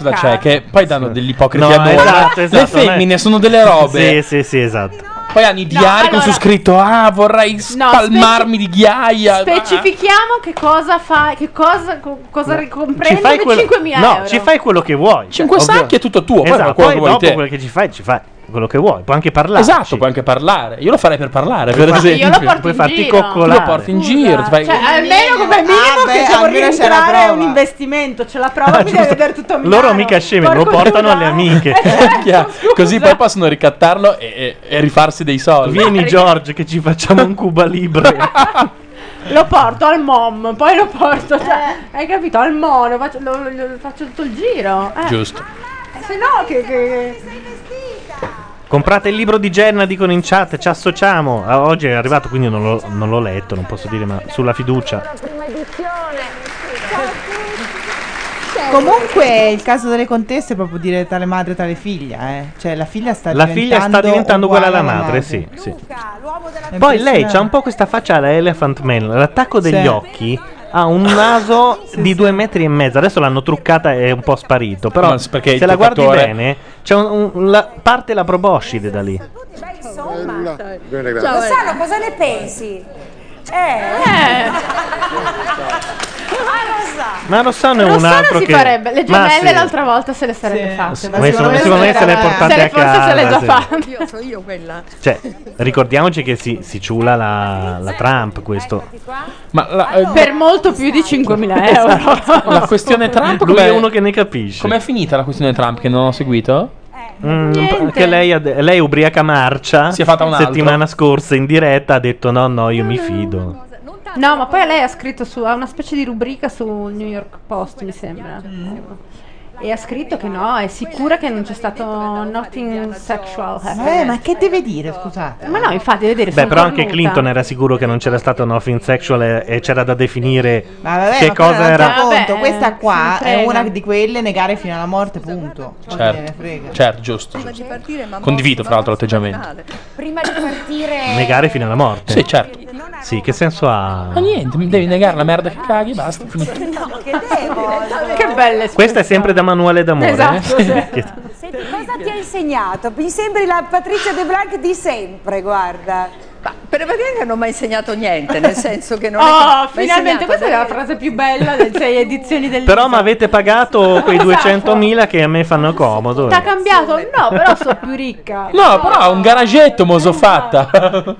Cioè, esatto, Che poi danno dell'ipocrisia No, a noi. esatto, Le esatto, femmine eh. sono delle Sì, robe. sì, sì, esatto. Poi hanno i diari con su scritto: Ah, vorrei spalmarmi di ghiaia. Specifichiamo che cosa fa, che cosa, co- cosa ricomprende per Ah, quello- 5.000 no, euro. ci fai quello che vuoi. Cinque Ovvio. sacchi è tutto tuo, poi fai Esatto, quello poi che vuoi dopo te. quello che ci fai, ci fai quello che vuoi. Puoi anche parlare. Esatto, puoi anche parlare. Io lo farei per parlare, Puoi per farti- esempio. io lo porto puoi in giro. Lo porti in giro. ti fai- Cioè, almeno come minimo Ah, beh, che devo almeno c'è la rientrare è un prova. investimento. Ce la Ah, prova, mi deve vedere tutto a Milano. Loro mica scemi, lo Porco portano Giuda. alle amiche. Eh, Chiaro. Così poi possono ricattarlo e, e- e rifarsi dei soldi. Vieni, George, che ci facciamo un Cuba Ah, Libre. Lo porto al mom, poi lo porto, cioè, hai capito? Al mono, faccio, lo- lo- lo- faccio tutto il giro. Eh, Giusto. eh, Se no, che... che... Comprate il libro di Jenna, dicono in chat, ci associamo. Ah, oggi è arrivato, quindi non l'ho, non l'ho letto, non posso dire, ma sulla fiducia. Prima Ecco. edizione. Comunque il caso delle contesse è proprio dire tale madre tale figlia, eh. Cioè la figlia sta La diventando figlia sta diventando uguale alla uguale madre, sì. sì. È Poi lei impressionante. ha un po' questa faccia alla Elephant Man, l'attacco degli Sì. occhi ha un naso di due metri e mezzo. Adesso l'hanno truccata e è un po' sparito. Però Ma perché il se la guardi truccatore- bene, c'è un- un- la- parte la proboscide da lì. Beh, insomma. Ciao, Rossano, cosa ne pensi? Eh. Ma Rossano è un Rossana altro si che. farebbe, le Ma gemelle sì. l'altra volta se le sarebbe fatte. ma secondo me- secondo me se le ha portate se le a forse se le casa, già sì. fatte. Io so io quella. Cioè, ricordiamoci che si, si ciula la, la Trump questo. Ma la, eh, Per molto più di 5.000 Esatto. euro. la questione Trump. Lui com'è- è uno che ne capisce. Com'è finita la questione Trump che non ho seguito? Mm, Niente. che lei, ha de- lei ubriaca marcia Si è fatta un altro. settimana scorsa in diretta ha detto no no io mi fido No, ma poi lei ha scritto su, ha una specie di rubrica sul New York Post, mi sembra. E ha scritto che no, è sicura che non c'è stato nothing sexual Eh, ma happening. che deve dire, scusate? Ma no, infatti, deve vedere beh però anche Clinton era sicuro che non c'era stato nothing sexual e, e c'era da definire Ma vabbè, che ma quello cosa è un altro era Conto. Vabbè, eh, Questa qua se ne frega. è una di quelle negare fino alla morte, punto. Poi me ne frega. Certo, certo, giusto. giusto. Condivido, fra l'altro, l'atteggiamento. Prima di partire negare fino alla morte Sì, certo. sì che senso ha Ma niente, mi devi negare la merda che caghi, basta. finito. Che belle questa è sempre da manuale d'amore Esatto, eh? sì. Che- Senti, cosa ti ha insegnato? Mi sembri la Patrizia De Blanc di sempre, guarda. Ma per che non mi ha insegnato niente, nel senso che Oh, finalmente, questa è la frase più bella delle sei edizioni del però mi avete pagato quei 200.000 che a me fanno comodo eh. T'ha cambiato? No, però sono più ricca. No, però ha un garagetto moso fatta.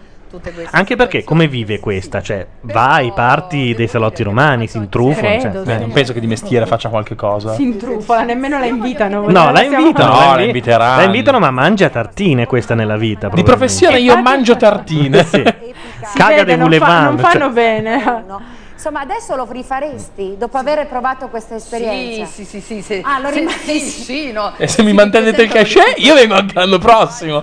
Anche perché come vive questa? Cioè, va ai parti dei salotti romani, si intrufano. Credo, cioè. sì. Eh, non penso che di mestiere faccia qualche cosa. Si intrufola, nemmeno la invitano. voglio No, dire, la siamo- invitano. No, la, la invi- inviteranno. la invitano, ma mangia tartine questa nella vita. Di professione io mangio tartine. sì. Caga Vede, dei non, fa- non boulevard. fanno cioè. bene. Insomma, adesso lo rifaresti dopo aver provato questa esperienza? Sì, sì, sì, sì. Ah, lo Sì, rimani no. E se mi mantenete il cachet, io vengo anche l'anno prossimo.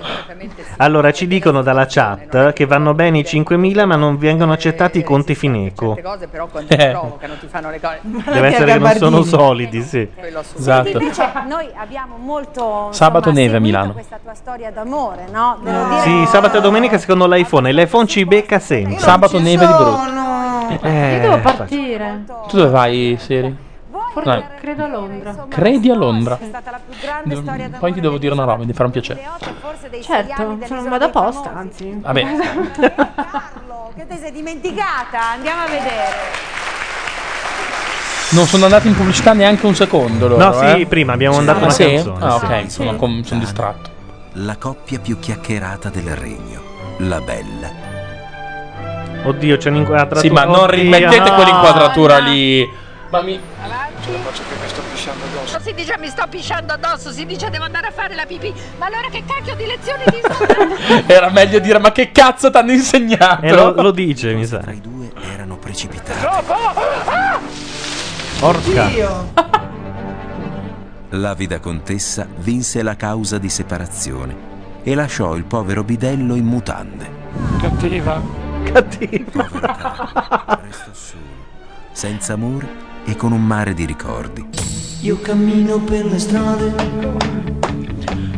Allora, ci dicono dalla chat che vanno bene i 5.000, ma non vengono accettati i conti Fineco. cose però quando ti Eh. provocano ti fanno le cose. Deve essere che non sono solidi, sì. Quello assurdo. Senti, Esatto. invece, noi abbiamo molto Sabato insomma, neve a seguito Milano. questa tua storia d'amore, no? Devo dire Sì, sabato e domenica secondo l'iPhone. E L'iPhone ci becca sempre. Sabato neve di brutto. No, Eh, Io devo infatti. partire. Tu dove vai, Siri? Dai, Credo a Londra. credi a Londra. Mm, Poi ti devo dire una roba, mi farà un piacere. Certo, sono vado apposta, anzi. Vabbè. Oh, Che te sei dimenticata? Andiamo a vedere. Non sono andati in pubblicità neanche un secondo. Loro, No, sì, eh? prima abbiamo mandato Ah, una sì? canzone, Ah, sì. ok, Sì. sono, com- sono distratto. La coppia più chiacchierata del regno, la bella. Oddio, c'è un'inquadratura. Sì, ma non Oddio, rimettete no. quell'inquadratura lì. Ma mi. Avanti. Faccio che mi sto pisciando addosso. Non si dice mi sto pisciando addosso, si dice devo andare a fare la pipì. Ma allora che cacchio di lezioni ti sto dando? Era meglio dire, ma che cazzo t'hanno insegnato? E Eh, lo, lo dice, mi sa. Erano precipitati. Porca. L'avida contessa vinse la causa di separazione e lasciò il povero bidello in mutande, Cattiva. Cattiva. senza amore e con un mare di ricordi. Io cammino per le strade.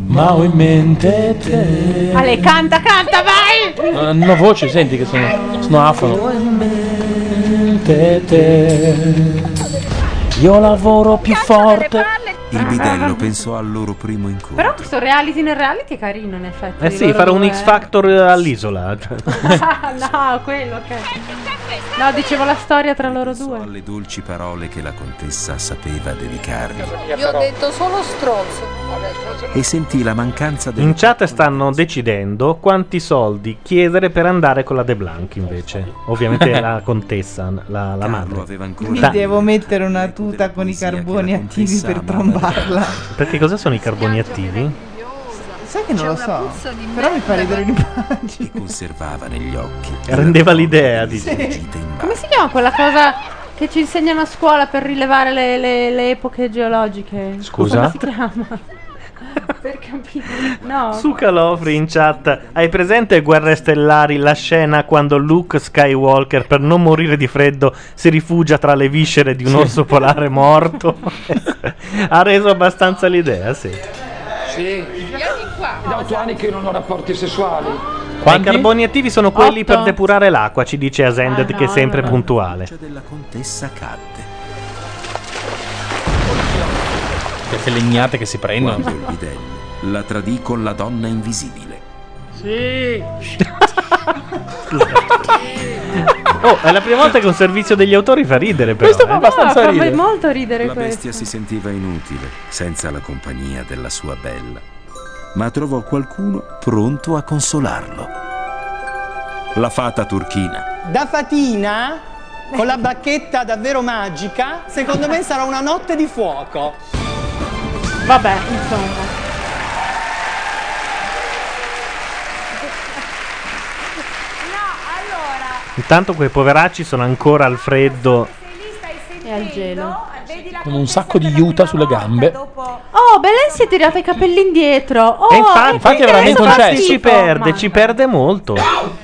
Ma ho in mente te. Ale, canta, canta, vai! Eh, Non ho voce, senti che sono. Sono afono. Te, te. Io lavoro più forte. Il bidello pensò al loro primo incontro. Però questo reality nel reality è carino, in effetti. Eh sì, fare un X Factor all'isola. Ah, no, quello, ok. No, dicevo la storia tra loro due. Le dolci parole che la contessa sapeva dedicargli Io ho detto solo stronzo. e sentì la mancanza del In chat stanno decidendo quanti soldi chiedere per andare con la De Blanc invece. Ovviamente la contessa, la, la madre. Mi Ta- devo mettere una tuta con i carboni attivi per trombarla. perché cosa sono i carboni attivi? Sai che non lo so. Però mi fa ridere l'immagine. conservava negli occhi. Rendeva l'idea di... Come si chiama quella cosa che ci insegnano a scuola per rilevare le, le- le epoche geologiche? Scusa? Come si chiama? per capire. No. Su Calofri in chat, hai presente Guerre Stellari, la scena quando Luke Skywalker, per non morire di freddo, si rifugia tra le viscere di un orso polare morto? ha reso abbastanza l'idea, sì. Sì. È da otto anni che io non ho rapporti sessuali. I carboni attivi sono quelli Otto? per depurare l'acqua, ci dice Ah, Asended che è sempre puntuale. della contessa cadde. Queste legnate che si prendono. Quando il bidello la tradì con la donna invisibile. Sì. Oh, è la prima volta che un servizio degli autori fa ridere, però. Questo fa eh. Ah, abbastanza No, fa ridere. molto ridere La questo. bestia si sentiva inutile senza la compagnia della sua bella, ma trovò qualcuno pronto a consolarlo. La fata turchina. Da fatina, con la bacchetta davvero magica, secondo me sarà una notte di fuoco. Vabbè, insomma. Intanto quei poveracci sono ancora al freddo. E al gelo. Con un sacco di juta sulle gambe. Oh, Belen si è tirata i capelli indietro. Oh, e infatti, che adesso fa infatti schifo. ci perde, ci perde molto.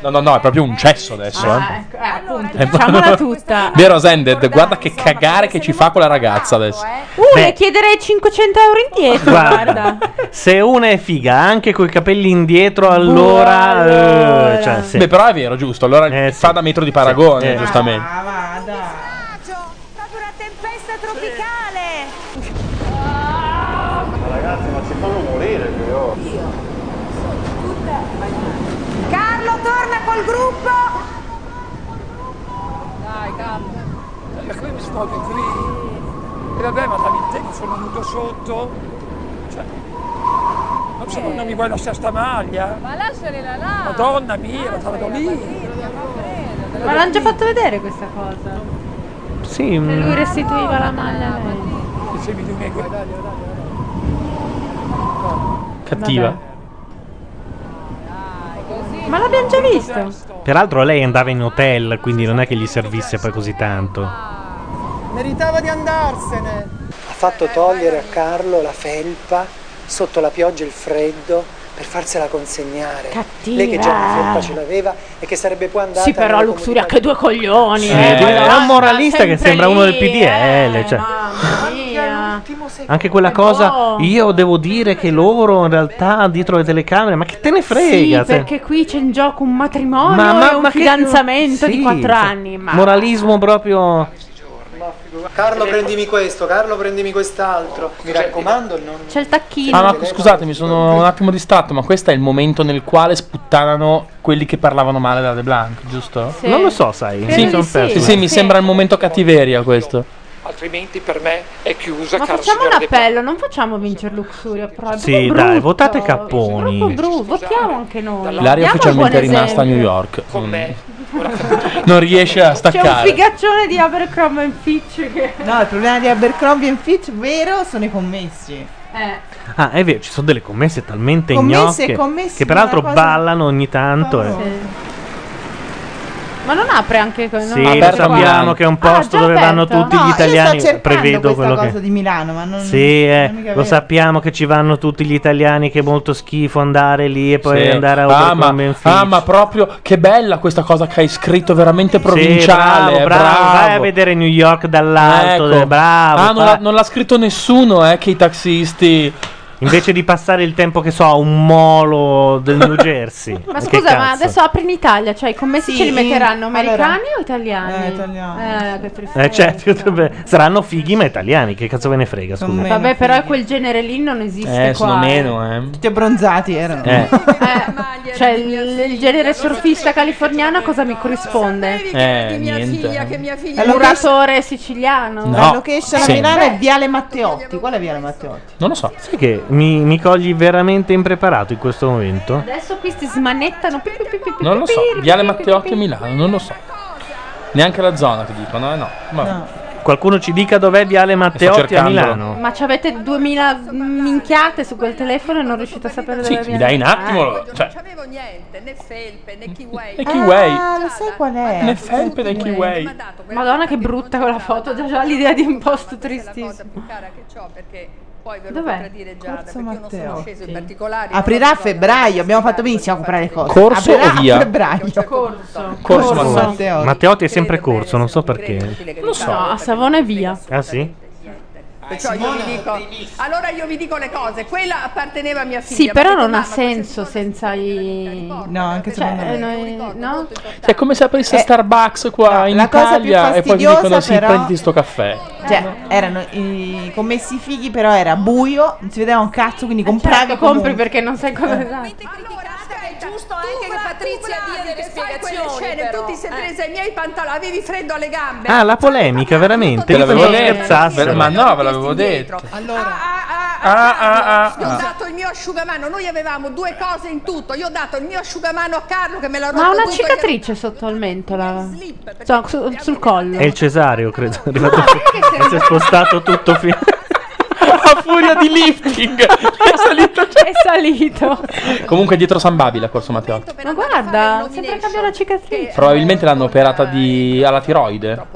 No, no, no, è proprio un cesso adesso. Ah, eh. ecco, eh, appunto, È diciamo diciamola proprio- tutta. Vero Zended, guarda che cagare che ci fa quella ragazza adesso. Uh, le chiederei 500 euro indietro, Guarda. guarda. Se una è figa anche coi capelli indietro, allora. eh, cioè, sì. Eh, Beh, però è vero, giusto. Allora fa da metro di paragone, Sì, eh. giustamente. Ah, Ragazzi, ma ci fanno morire qui Carlo torna col gruppo. Dai, Carlo. Ma come mi sfoglio qui? E vabbè, ma dammi il tempo, sono nudo sotto. Cioè, non, so, non mi vuoi lasciare sta maglia? Ma lascialela là. Madonna mia, la vado lì. Ma l'hanno già fatto vedere questa cosa. Sì, Se lui mm. restituiva la maglia. a lei. Dicevi di me Cattiva. Ma l'abbiamo già visto. Peraltro lei andava in hotel, quindi non è che gli servisse poi così tanto. Meritava di andarsene. Ha fatto togliere a Carlo la felpa sotto la pioggia e il freddo per farsela consegnare. Cattiva. Lei che già una felpa ce l'aveva e che sarebbe poi andata Sì, però nella Luxuria ha che due coglioni. Sì, eh, è madonna, un moralista che sempre eh, sembra uno del lì, PDL. cioè. Mamma mia. Anche quella cosa, io devo dire che loro in realtà dietro le telecamere, ma che te ne frega? Sì, te- perché qui c'è in gioco un matrimonio Ma- ma- e un ma che- fidanzamento sì, di quattro cioè, anni. Ma Moralismo proprio... Carlo prendimi questo, Carlo prendimi quest'altro. Mi raccomando, non... c'è il tacchino. Ah, ma scusatemi, sono un attimo distratto, ma questo è il momento nel quale sputtanano quelli che parlavano male della De Blanc, giusto? Sì. Non lo so, sai, mi Credo son di sì. perso. Sì, sì, mi Sì. sembra il momento cattiveria questo. altrimenti per me è chiusa. Ma caro facciamo un signore De appello, non facciamo vincere Luxuria, però è Sì, proprio dai, brutto. votate È proprio Capponi. brutto, votiamo anche noi. L'aria Diamo un ufficialmente è buon rimasta a esempio. New York. Mm. non riesce a C'è un staccare. figaccione di Abercrombie and Fitch che... No, il problema di Abercrombie and Fitch, vero, sono i commessi. Eh. Ah, è vero, ci sono delle commesse talmente Commesse, gnocche commesse, Oh, che peraltro una cosa- ballano ogni tanto. eh. Ma non apre anche con Sì, lo sappiamo che è un Ah, posto dove vanno tutti gli italiani. Prevedo quello cosa che. di Milano, ma non Sì, eh, mica lo vero. sappiamo che ci vanno tutti gli italiani, che è molto schifo andare lì e poi Sì. andare a ah, Overcom ma, ah, ma proprio che bella questa cosa che hai scritto, veramente bravo, provinciale. bravo, vai a bravo. vedere New York dall'alto, Ecco. eh, bravo. Ah, non fa- l'ha, non l'ha scritto nessuno, eh, che i taxisti. Invece di passare il tempo che so a un molo del New Jersey. Eh, Ma che scusa, ma cazzo? adesso apri in Italia, cioè i commessi Sì, ce li metteranno allora- americani o italiani? Eh, italiani. cioè, Eh, che tristezza. Eh, certo, saranno fighi ma italiani, che cazzo ve ne frega, scusa. Vabbè, però quel genere lì non esiste Eh, qua. sono meno, eh. Tutti abbronzati erano. Eh. Cioè, il, il genere surfista californiano a cosa mi corrisponde? Eh, niente. mia figlia- È l'uratore siciliano? No. La location a Sì. Milano è Viale Matteotti. Qual è Viale Matteotti? Non lo so. Sai che mi, mi cogli veramente impreparato in questo momento? Adesso questi smanettano. pi- pi- pi- pi- Non lo so. pi- pi- Viale pi- Matteotti pi- a Milano, non lo so. Neanche la zona che dicono, eh no. Vabbè. Qualcuno ci dica dov'è Viale Matteotti a cercandolo. Milano? Ma ci avete 2000 minchiate su quel telefono e non riuscite a sapere Sì, dove mi dai un attimo, Ah, lo- cioè. eh, Non avevo niente, né felpe né kiwi. E Kiwi. Ah, lo sai qual è? Né felpe né Kiwi. Madonna che brutta quella foto, già, già l'idea di un posto tristissimo. Dov'è? Corso Matteotti. in particolare. Aprirà a febbraio, abbiamo fatto benissimo a comprare le cose. Corso Aprirà o via? a febbraio. Corso. Corso, Corso Matteotti. Matteotti. Matteotti è sempre corso, non so perché. Non so, a Savona e via. Ah sì? Perciò io vi dico, allora io vi dico le cose, quella apparteneva a mia figlia. Sì, ma però detto, non ha "Mamma, senso senza i... No, anche Cioè, secondo Eh, me. noi- no? Cioè, è come se aprisse Starbucks qua in eh, la cosa più Italia e poi mi fastidiosa, dicono sì, però- prendi sto caffè. Cioè, erano i commessi fighi, però era buio, non si vedeva un cazzo, quindi compravi. Eh. Certo, compri comunque. perché non sai cosa... È giusto anche che Patrizia dia delle spiegazioni, Scene, però. tu eh. ti sei presa i miei pantaloni, avevi freddo alle gambe. Ah, la polemica, veramente? Te Io l'avevo pensavo detto. scherzassero. Ma no, ve l'avevo detto. Ah, ah, ah, Io ho ah. dato il mio asciugamano, noi avevamo due cose in tutto. Io ho dato il mio asciugamano a Carlo che me l'ha rotto. Ma ha una tutto, cicatrice sotto il mento, la... Insomma, su- sul collo. È il Cesario, credo. È arrivato e si è spostato Eh. tutto fino. a furia di lifting è salito. È salito. Comunque dietro San Babila, Corso Matteotti. Ma guarda, sempre cambia la cicatrice. Probabilmente l'hanno operata di... alla tiroide. io-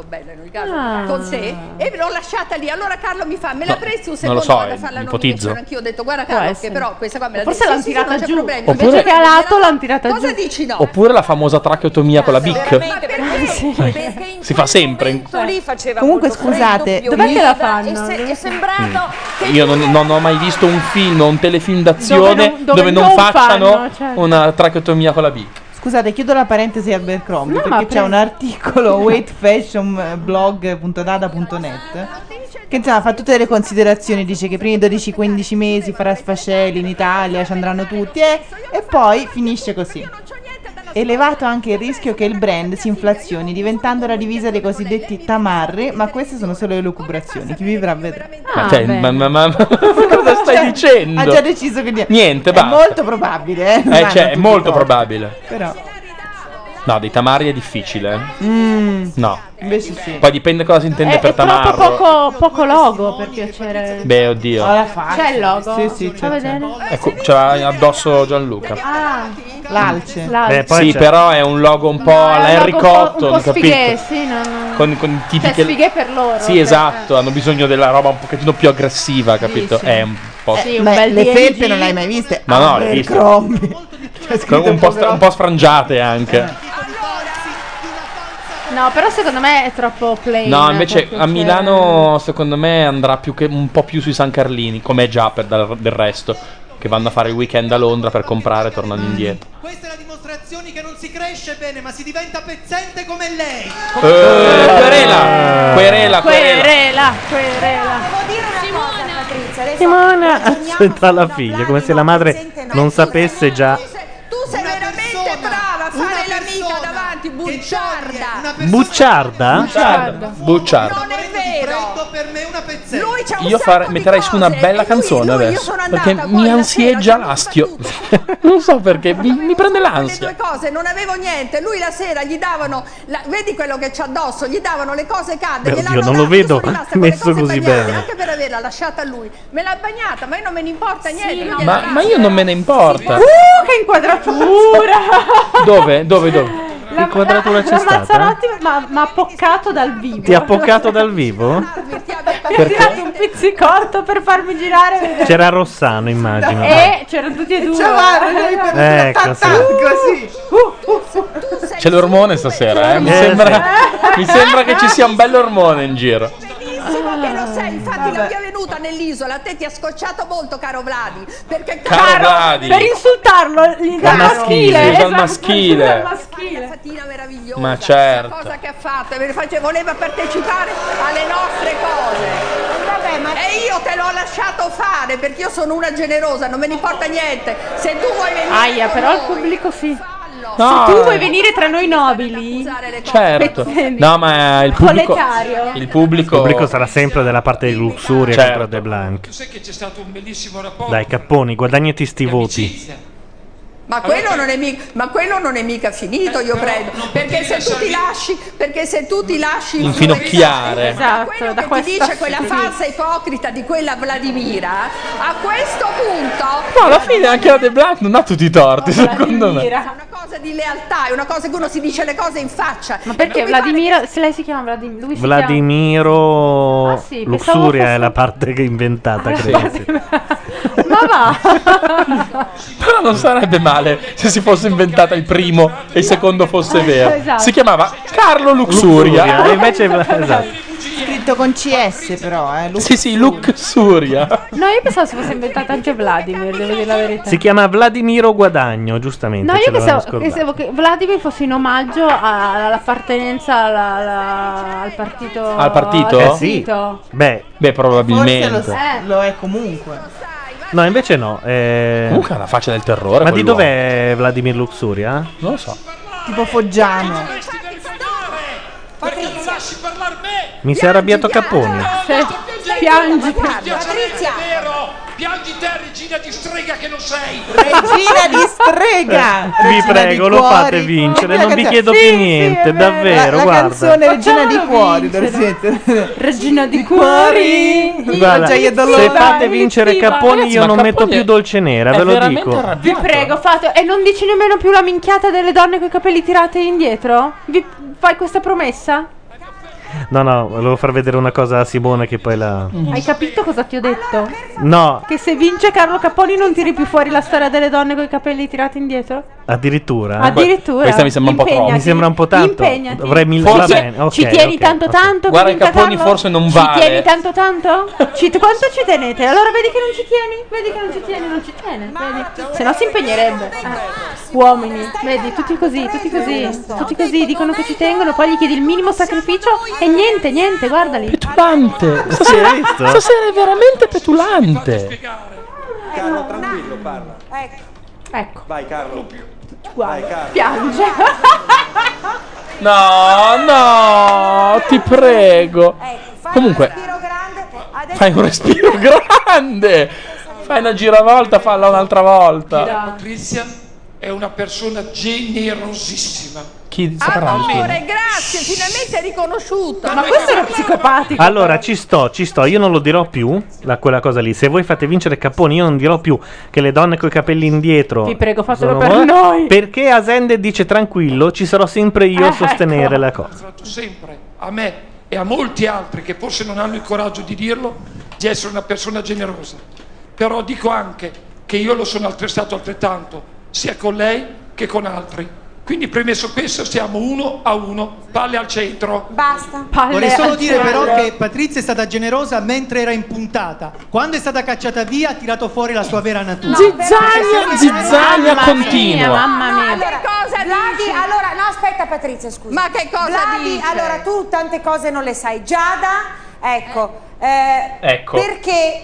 Ah. Con sé e l'ho lasciata lì. Allora Carlo mi fa: Me la No, presti un non lo secondo so, vado a eh, farla ipotizzo. nomination. Anch'io ho detto: Guarda, Può Carlo, che essere. però questa qua me la Forse devi- l'hanno sì, sì, sì, tirata non c'è giù. problema. Invece Oppure- che a lato l'hanno tirata Cosa giù. dici no? Oppure la famosa tracheotomia con la Vic. Perché? Si fa sempre. lì faceva Comunque, scusate, Dov'è che la e fanno? se- è sembrato Mm. Io non, non ho mai visto un film o un telefilm d'azione Dove dove non- non, dove non facciano fanno, certo. una tracheotomia con la Vic. Scusate, chiudo la parentesi Abercrombie No, ma perché c'è pre- un articolo eh, weightfashionblog.dada.net che insomma fa tutte le considerazioni, dice che i primi 12-15 mesi farà sfascelli in Italia, ci andranno tutti eh, e poi finisce così. Elevato anche il rischio che il brand si inflazioni diventando la divisa dei cosiddetti tamarri, ma queste sono solo le lucubrazioni, chi vivrà vedrà. Ah, Ma cioè, ma- ma- ma- cosa stai Ah, Cioè, dicendo? Ha già deciso che Niente, è basta. molto probabile, eh. non Eh, hanno cioè, è tutti molto torto, probabile. Però No, dei tamari è difficile. Mm, No. invece sì. Poi dipende cosa si intende È, per Eh, è troppo tamarro. poco, Eh. poco logo per piacere. Beh, oddio. Ho la faccia. C'è il logo? Ah, Sì, sì, Fa c'è, c'è. vedere. Ecco, ce l'ha addosso Gianluca. Ah, l'alce. Eh, Beh, sì, però è un logo un po' alla Harry un po', Cotton, un po' capito? sfighe, sì, no, no. Con, con i tipi Cioè, che- sfighe per loro. Sì, cioè, esatto, hanno bisogno della roba un pochettino più aggressiva, capito? sì. È un po'. Eh, Sì, un Beh, bel le DNG. felpe non le hai mai viste? Ah, Ma no, le hai viste. Abercrombie. C'è un, scritto Eh, po stra- un po' sfrangiate anche. No, però secondo me è troppo plain. No, invece proprio, a cioè- Milano secondo me andrà più che, un po' più sui San Carlini, come è già per dal- del resto, che vanno a fare il weekend a Londra per comprare tornando indietro. Dimostrazioni che non si cresce bene, ma si diventa pezzente come lei. Eh. querela, Eh, querela, querela. Querela, querela. Simona aspetta la figlia, come se la madre non sapesse già. Tu sei veramente brava a fare l'amica davanti, bugiarda. Bucciarda? Bucciarda. Bucciarda. Non è vero. Lui c'ha un Io sacco fare- metterei su una bella canzone adesso, perché mi ansieggia l'astio. non so perché, mi, mi prende l'ansia. due cose, non avevo niente. Lui la sera gli davano, la- vedi quello che c'ha addosso, gli davano le cose cadde, Beh, gliel'hanno oddio, non lo dato, vedo sono rimasta con le messo cose così bagnate, bene. Anche per averla lasciata a lui. Me l'ha bagnata, ma io non me ne importa niente. lui gliela Ma, dà. ma io non me ne importa. Oh, Uh, che inquadratura! Dove? Dove? Dove? La- inquadratura c'è la stata? Mazzarotti ma ma poccato dal vivo. Ti ha poccato dal vivo? Mi ha Perché? tirato un pizzicotto per farmi girare. e vedere. C'era Rossano, immagino. E Eh, c'erano tutti e due. Eh, Giovanni, noi Ecco, sì. Così. Uh, C'è l'ormone stasera, eh? Mi, Eh, sembra, mi sembra che ci sia un bell'ormone in giro. Benissimo che lo sei, infatti la mia venuta nell'isola, a te ti ha scocciato molto, caro Vladi. Perché Caro Vladi. Per insultarlo gli dà Al maschile, maschile. usa il esatto, maschile. usa il maschile. Ma certo. cosa che ha fatto, ve ne face- voleva partecipare alle nostre cose. E io te l'ho lasciato fare perché io sono una generosa, non me ne importa niente. Se tu vuoi venire, Aia, con però il noi, pubblico sì. No. Se tu vuoi venire tra noi nobili, Certo. pezzenti. No, ma il pubblico. Proletario. Il pubblico. Il pubblico sarà sempre della parte di Luxuria Certo. contro De Blanc. Sai che c'è stato un bellissimo rapporto. Dai, capponi, guadagnati sti voti. Ma quello, non è mica, ma quello non è mica Eh, finito, io credo. Perché se tu ti lasci, perché se tu ti lasci Infinocchiare. influenzare da quello Esatto, da che ti questa- dice quella falsa ipocrita di quella Vladimira, a questo punto No, alla fine anche la De Blanc non ha tutti i torti, secondo me. è una cosa di lealtà, è una cosa che uno si dice le cose in faccia. Ma perché Vladimiro, se lei si chiama Vladimiro, lui si Vladimiro Ah, sì, pensavo Luxuria fosse- è la parte che è inventata, Ah, credo. sì. chiama... Ma va! Però non sarebbe male se si fosse inventata il primo e il secondo Ah, fosse vero. Esatto. Si chiamava Carlo Luxuria. E invece esatto. Scritto con CS però, eh. Sì, sì, Luxuria. No, io pensavo si fosse inventata anche Vladimir, devo dire la verità. Certo. Si chiama Vladimiro Guadagno, giustamente. No, ce io l'avevamo pensavo, scordato. pensavo che Vladimir fosse in omaggio a- all'appartenenza alla- alla- al partito. Al partito? al Eh, sì. partito. Beh, Beh, Forse lo, probabilmente. sa- lo è comunque. No, invece no. eh. Comunque ha la faccia del terrore. Ma di quell'uomo. dov'è Vladimir Luxuria? Non lo so. Tipo Foggiano. Perché non lasci parlare me? Mi si è arrabbiato Capponi. piangi. Patrizia. È vero. Piangi te, regina di strega che non sei. Regina di strega! Eh, vi Regina prego, di lo cuori. fate vincere, Quella non vi canzone- chiedo Sì, più sì, niente, è vero. davvero, La, guarda. la canzone Regina di Facciamolo cuori, vincere. Dorsetta. Regina di Cuori. cuori. Guarda, Gioia e dolore. se fate vincere Ragazzi, Capponi, io ma non Capponi metto più è- dolce nera, è ve lo veramente dico. Vi prego, fate. E non dici nemmeno più la minchiata delle donne con i capelli tirati indietro? Vi fai questa promessa? No, no, volevo far vedere una cosa a Simone che poi la. Hai capito cosa ti ho detto? No, Che se vince Carlo Caponi non tiri più fuori la storia delle donne con i capelli tirati indietro? addirittura. Addirittura. Questa mi sembra un po' troppo. Impegnati. Ah, Mi sembra un po' tanto. Impegnati. Dovrei mil- Forse- va bene, ok, ci tieni ok. tanto tanto? Guarda, che vinca i Caponi Carlo? forse non Ci vale. tieni tanto tanto? Ci- quanto ci tenete? Allora vedi che non ci tieni? Vedi che non ci tieni, non ci tiene. Vedi? Se no si impegnerebbe. Eh. Uomini, vedi, tutti così, tutti così, tutti così, dicono che ci tengono, poi gli chiedi il minimo sacrificio e niente, niente, guardali. Petulante. Stasera, stasera è veramente petulante. Carlo, tranquillo, parla. Ecco, Vai Carlo. Vai, Carlo. piange. No, no, ti prego. Comunque, fai un respiro grande. Fai una giravolta, falla un'altra volta. Patrizia è una persona generosissima. Chi Ah, saprà di Amore, chi? grazie, finalmente è riconosciuto. Ma questo era psicopatico. Allora, ci sto, ci sto, io non lo dirò più, la- quella cosa lì. Se voi fate vincere Capponi, io non dirò più che le donne coi capelli indietro. Vi prego, sono fatelo per mo- noi. Perché Asende dice tranquillo, ci sarò sempre io a Eh. Ecco. sostenere la cosa. fatto sempre a me e a molti altri che forse non hanno il coraggio di dirlo, di essere una persona generosa. Però dico anche che io lo sono altre- stato altrettanto, sia con lei che con altri. Quindi premesso questo siamo uno a uno, palle al centro. Basta. Vorrei solo dire però che Patrizia è stata generosa mentre era impuntata. Quando è stata cacciata via ha tirato fuori la sua vera natura. Zizzania, zizzania Mamma mia, continua. mamma mia. Allora, cosa Vladi, allora, no, aspetta Patrizia, scusa. Ma che cosa dice? allora tu tante cose non le sai. Giada, ecco, eh, Ecco. perché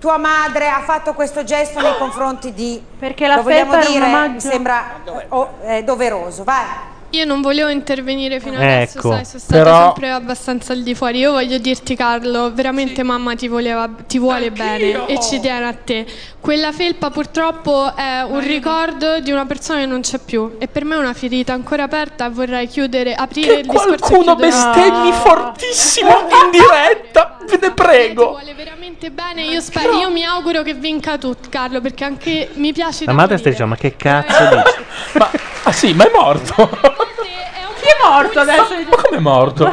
tua madre ha fatto questo gesto nei confronti di Perché la lo vogliamo felpa era un dire, mi omaggio. sembra eh, oh, eh, doveroso, vai. Io non volevo intervenire fino adesso, Ecco, sai, sono stata però- sempre abbastanza al di fuori. Io voglio dirti, Carlo, veramente mamma ti, voleva, ti vuole bene e ci tiene a te. Quella felpa purtroppo è un ricordo di una persona che non c'è più e per me è una ferita ancora aperta e vorrei chiudere, aprire Che il discorso. e qualcuno chiudere- Ah. bestemmi fortissimo in diretta, ve ne prego. veramente bene. Io, spero, io mi auguro che vinca tu, Carlo, perché anche mi piace La madre sta dicendo, ma che cazzo dici? Ah sì, ma è morto. Chi è morto adesso? Ma come è morto?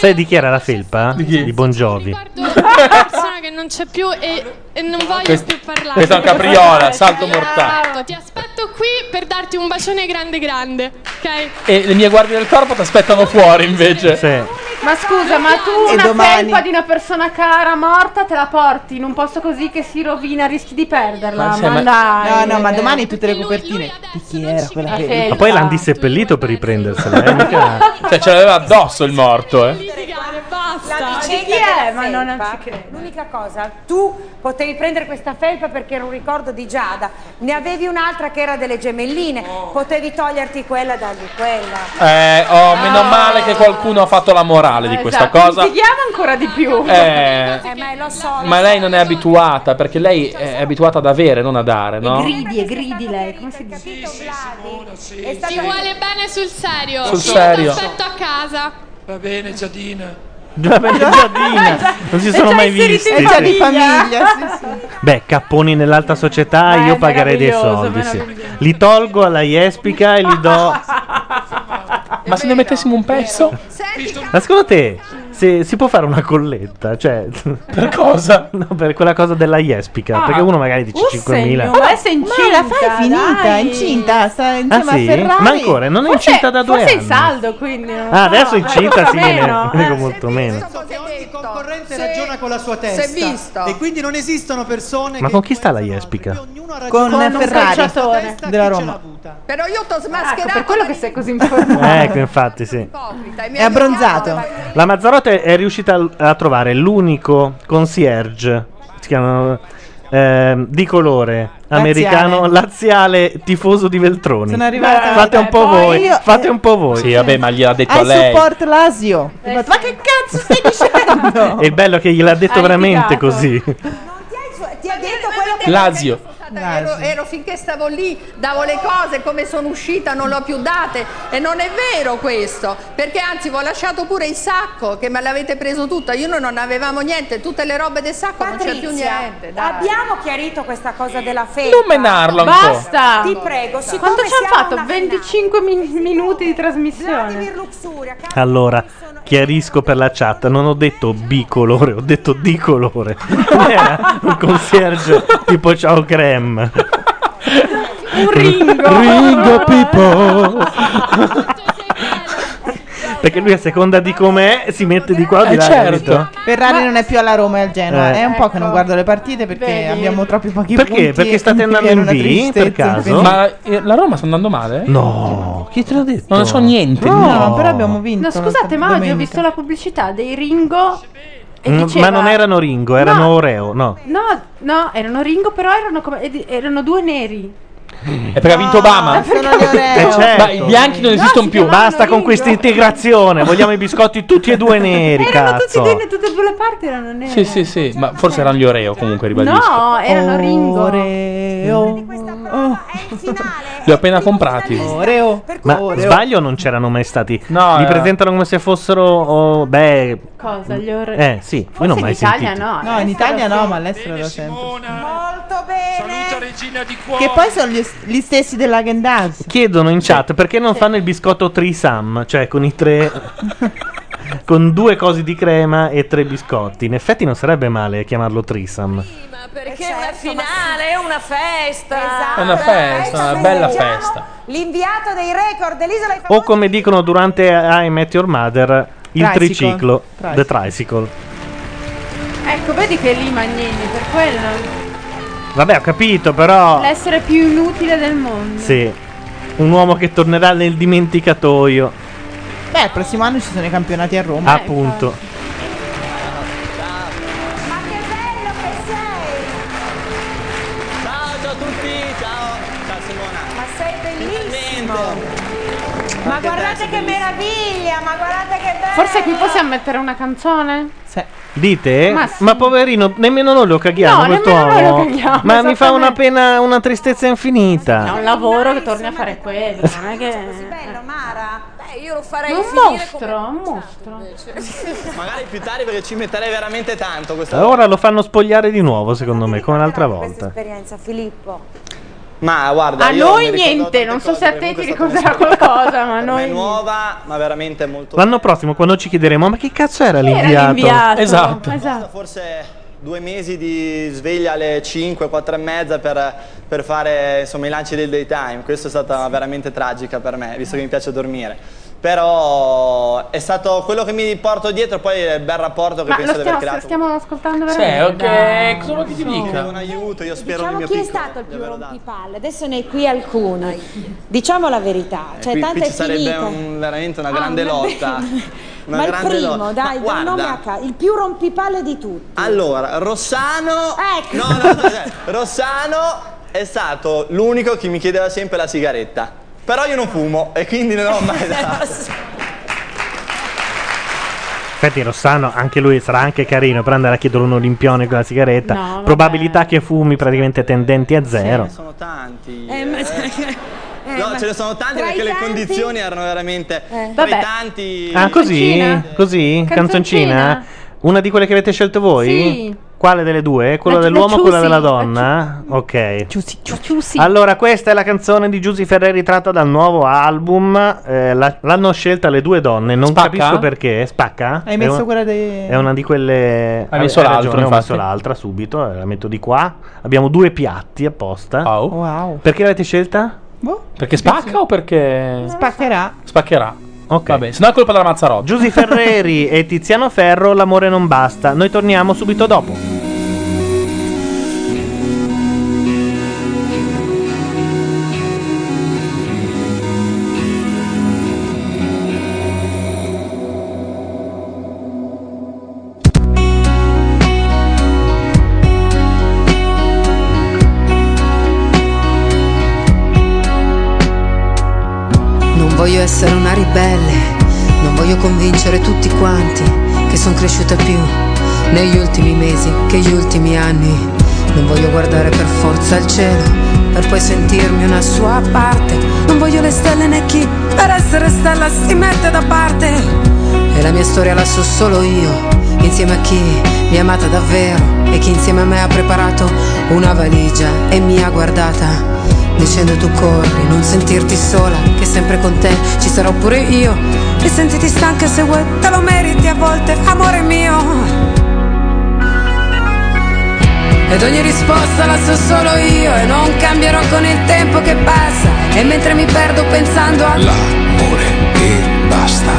Sai di chi era la felpa? Di, Bongiovi Bon Jovi. una persona che non c'è più e, e non voglio Quest- più parlare. Questa è un capriola, salto mortale. Esatto, ti aspetto qui per darti un bacione grande grande, ok? E le mie guardie del corpo ti aspettano fuori invece. Ma scusa, ma tu E una domani? felpa di una persona cara morta te la porti in un posto così che si rovina, rischi di perderla. Ma Ma, sì, ma- dai. No, no, ma domani tutte le copertine. Di chi era quella crede. che. Ma poi l'hanno disseppellito per riprendersela. eh, mica- Cioè, ce l'aveva addosso il morto, eh. La Ma vicenda di chi è? della Ma non- non felpa, ci credo. L'unica cosa, tu potevi prendere questa felpa perché era un ricordo di Giada, ne avevi un'altra che era delle gemelline, potevi toglierti quella e dargli quella. Eh, oh, meno Ah. male che qualcuno ha fatto la morale di questa Esatto. cosa. Esatto. Litighiamo ancora di più. Eh. Eh, ma lo so. Ma lei non è abituata, perché lei è abituata ad avere, non a dare, no? Gridi e gridi lei, come si dice? Ti vuole bene sul serio. Sul Io serio. Ti aspetto a casa. Va bene, Giadina. Già per il giardino, non si sono mai visti. Già di sì. famiglia, sì, sì. Beh, capponi nell'alta società Ma è io pagherei dei meraviglioso, soldi. sì. meraviglioso. Li tolgo alla Jespica e li do. Ma se ne mettessimo un pezzo? Ma secondo te se, si può fare una colletta? Cioè, per cosa? No, per quella cosa della Jespica. Ah. perché uno magari dice Un 5.000. segno, ma se incinta, la fai finita, dai. è incinta, sta Ah, insieme sì? a Ferrari. Ma ancora, non è Forse- incinta da due forse anni. il Saldo, quindi. Ah, adesso è incinta, sì, ne meno. eh. ne- ne- molto meno. Corrente ragiona con la sua testa. si è visto. E quindi non esistono persone Ma che con chi sta la Jespica? Con, Con un Ferrari calciatore. della Roma. Però io t'ho smascherato. per quello che sei così informato. Eh, Ecco, infatti, sì. È abbronzato. La Mazzarotta è riuscita a a trovare l'unico concierge si chiamano, ehm, di colore americano laziale tifoso di Veltroni. Sono arrivata- fate un po' Poi voi, io- fate un po' voi. Sì, vabbè, ma gliel'ha detto I a lei. support Lazio. Ho fatto, Ma che cazzo stai dicendo? E il bello è che gliel'ha detto Hai veramente litigato. così. Ti ha detto quello che Lazio. Ero, ero finché stavo lì, davo le cose come sono uscita, non le ho più date e non è vero questo, perché anzi vi ho lasciato pure il sacco che me l'avete preso tutta, io non non avevamo niente, tutte le robe del sacco non c'è più Patrizia, niente. Dai. Abbiamo chiarito questa cosa della felpa. Non menarla un po'. Basta. Ti prego, siccome Quanto ci hanno siamo fatto? 25 min- minuti di trasmissione. Allora, chiarisco per la chat, non ho detto bicolore, ho detto di colore. Non era un concierge tipo ciao creme. Un Ringo. Ringo Pippo. Perché lui a seconda di com'è si mette di qua o di Eh, là. certo. capito? Ferrari non è più alla Roma e al Genoa. Eh. È un po' che non guardo le partite perché Vedi? abbiamo troppi pochi Perché? punti. Perché state andando È in una B, per tristezza caso? infinita. Ma eh, la Roma sta andando male? Oh, No, chi te l'ha detto? Non ne so niente. No, no. però abbiamo vinto. No, scusate, ma oggi ho domenica. visto la pubblicità dei Ringo. E Mm, diceva- Ma non erano Ringo, erano Oreo, no. No, no, erano Ringo, però erano, come- ed- erano due neri. È perché ha vinto Obama. Eh, certo. Ma i bianchi non No, esistono si più. chiamavano Basta con questa integrazione, vogliamo i biscotti tutti e due neri, Erano tutti cazzo. e due, tutte e due le parti erano neri. Sì, sì, sì, ma forse erano gli Oreo comunque, ribadisco. No, erano Ringo. oh. Li ho appena comprati. Oreo. Ma sbaglio non c'erano mai stati. Li era- presentano come se fossero oh, beh Cosa? Gli or- Eh, sì, io non ho mai sentito. No, in Italia no, ma all'estero lo sento. Che poi sono gli, gli stessi della Gendaz. Chiedono in chat perché non fanno il biscotto Trisam, cioè con i tre con due cosi di crema e tre biscotti. In effetti non sarebbe male chiamarlo Trisam. Perché Eh, è una certo, finale, è una festa. Esatto. È Cioè, una festa, una bella festa. diciamo L'inviato dei record dell'isola è O come dicono durante I Met Your Mother, il Tricycle. triciclo, Tricycle. The Tricycle. Ecco, vedi che è lì Magnini, per quello. Vabbè, ho capito, Ah. però... L'essere più inutile del mondo. Sì, un uomo che tornerà nel dimenticatoio. Beh, il prossimo anno ci sono i campionati a Oh Roma. Appunto. Ciao, ciao a tutti, ciao, ciao Simona. Ma sei bellissimo! Ma Ma che guardate bello, che bellissimo. meraviglia, ma guardate che bello! Forse qui possiamo mettere una canzone? Dite? Ma Ma, sì. poverino, nemmeno noi lo caghiamo No, questo nemmeno noi lo uomo. caghiamo, Ma mi fa una esattamente. pena, una tristezza infinita. È un lavoro che torni a fare quello, non è che... Bello, Mara! Beh, io lo farei È un finire mostro, un mostro. Magari più tardi perché ci metterei veramente tanto questa Ora lo fanno spogliare di nuovo, secondo me, come l'altra volta. esperienza, Filippo. Ma guarda, A io noi mi ricordo niente, tante non so cose, se a te perché ti comunque è ricorderà stato qualcosa, ma un- È noi... nuova, ma veramente molto L'anno prossimo, quando ci chiederemo, ma che cazzo era Chi era l'inviato? l'inviato? Esatto. Forse due mesi di sveglia alle 5, 4 e mezza per, per fare insomma, i lanci del daytime. Questa è stata veramente tragica per me, visto che mi piace dormire. Però è stato quello che mi porto dietro, poi è il bel rapporto che Ma lo penso di aver stiamo, creato. stiamo ascoltando Sì, veramente? ok, dai. cosa vuoi che ti No. dica? Un aiuto, io spero Diciamo nel mio chi è piccolo stato il di più aver dato. rompipalle, adesso ne è qui alcuni. Diciamo la verità, Eh, cioè qui, tanta qui ci è sarebbe finita. un- veramente una Ah, grande una lotta. Una Ma il grande primo, lotta. Ma dai, dal nome guarda, a caso, il più rompipalle di tutti. Allora, Rossano. Ecco. Ah, No, no, no, cioè, Rossano è stato l'unico che mi chiedeva sempre la sigaretta. Però io non fumo e quindi non ho Eh, mai dato. Infatti, Rossano, anche lui sarà anche carino per andare a chiedere un olimpione con la sigaretta. No, vabbè. Probabilità che fumi praticamente tendenti a zero. sono tanti. Eh, ma- Eh, No, ce ne sono tanti Tra i perché le tanti- Eh. condizioni erano veramente. Tra i Vabbè. tanti. ah, così? Così? Canzoncina. Canzoncina? Una di quelle che avete scelto voi? Sì. Quale delle due? Quella La- la dell'uomo o quella Giusy. della donna? Ok. Ciusi. Allora, questa è la canzone di Giusy Ferreri tratta dal nuovo album. Eh, la- l'hanno scelta le due donne, non Spacca? capisco perché. Spacca? Hai È messo un- quella dei... È una di quelle. Hai messo ragione, l'altro, Ho messo infatti. l'altra subito, eh, la metto di qua. Abbiamo due piatti apposta. Wow. Perché l'avete scelta? Boh. Perché spacca o perché. Spaccherà. Spaccherà. Ok. Vabbè, se no è colpa della Mazzarotto. Giusy Ferreri e Tiziano Ferro, l'amore non basta. Noi torniamo subito dopo. Non voglio essere una ribelle, non voglio convincere tutti quanti che sono cresciuta più negli ultimi mesi che gli ultimi anni. Non voglio guardare per forza al cielo, per poi sentirmi una sua parte. Non voglio le stelle né chi per essere stella si mette da parte. E la mia storia la so solo io, insieme a chi mi ha amata davvero e chi insieme a me ha preparato una valigia e mi ha guardata. Dicendo tu corri, non sentirti sola, che sempre con te ci sarò pure io. E sentiti stanca se vuoi, te lo meriti a volte, amore mio. Ed ogni risposta la so solo io e non cambierò con il tempo che passa. E mentre mi perdo pensando a... L'amore e basta.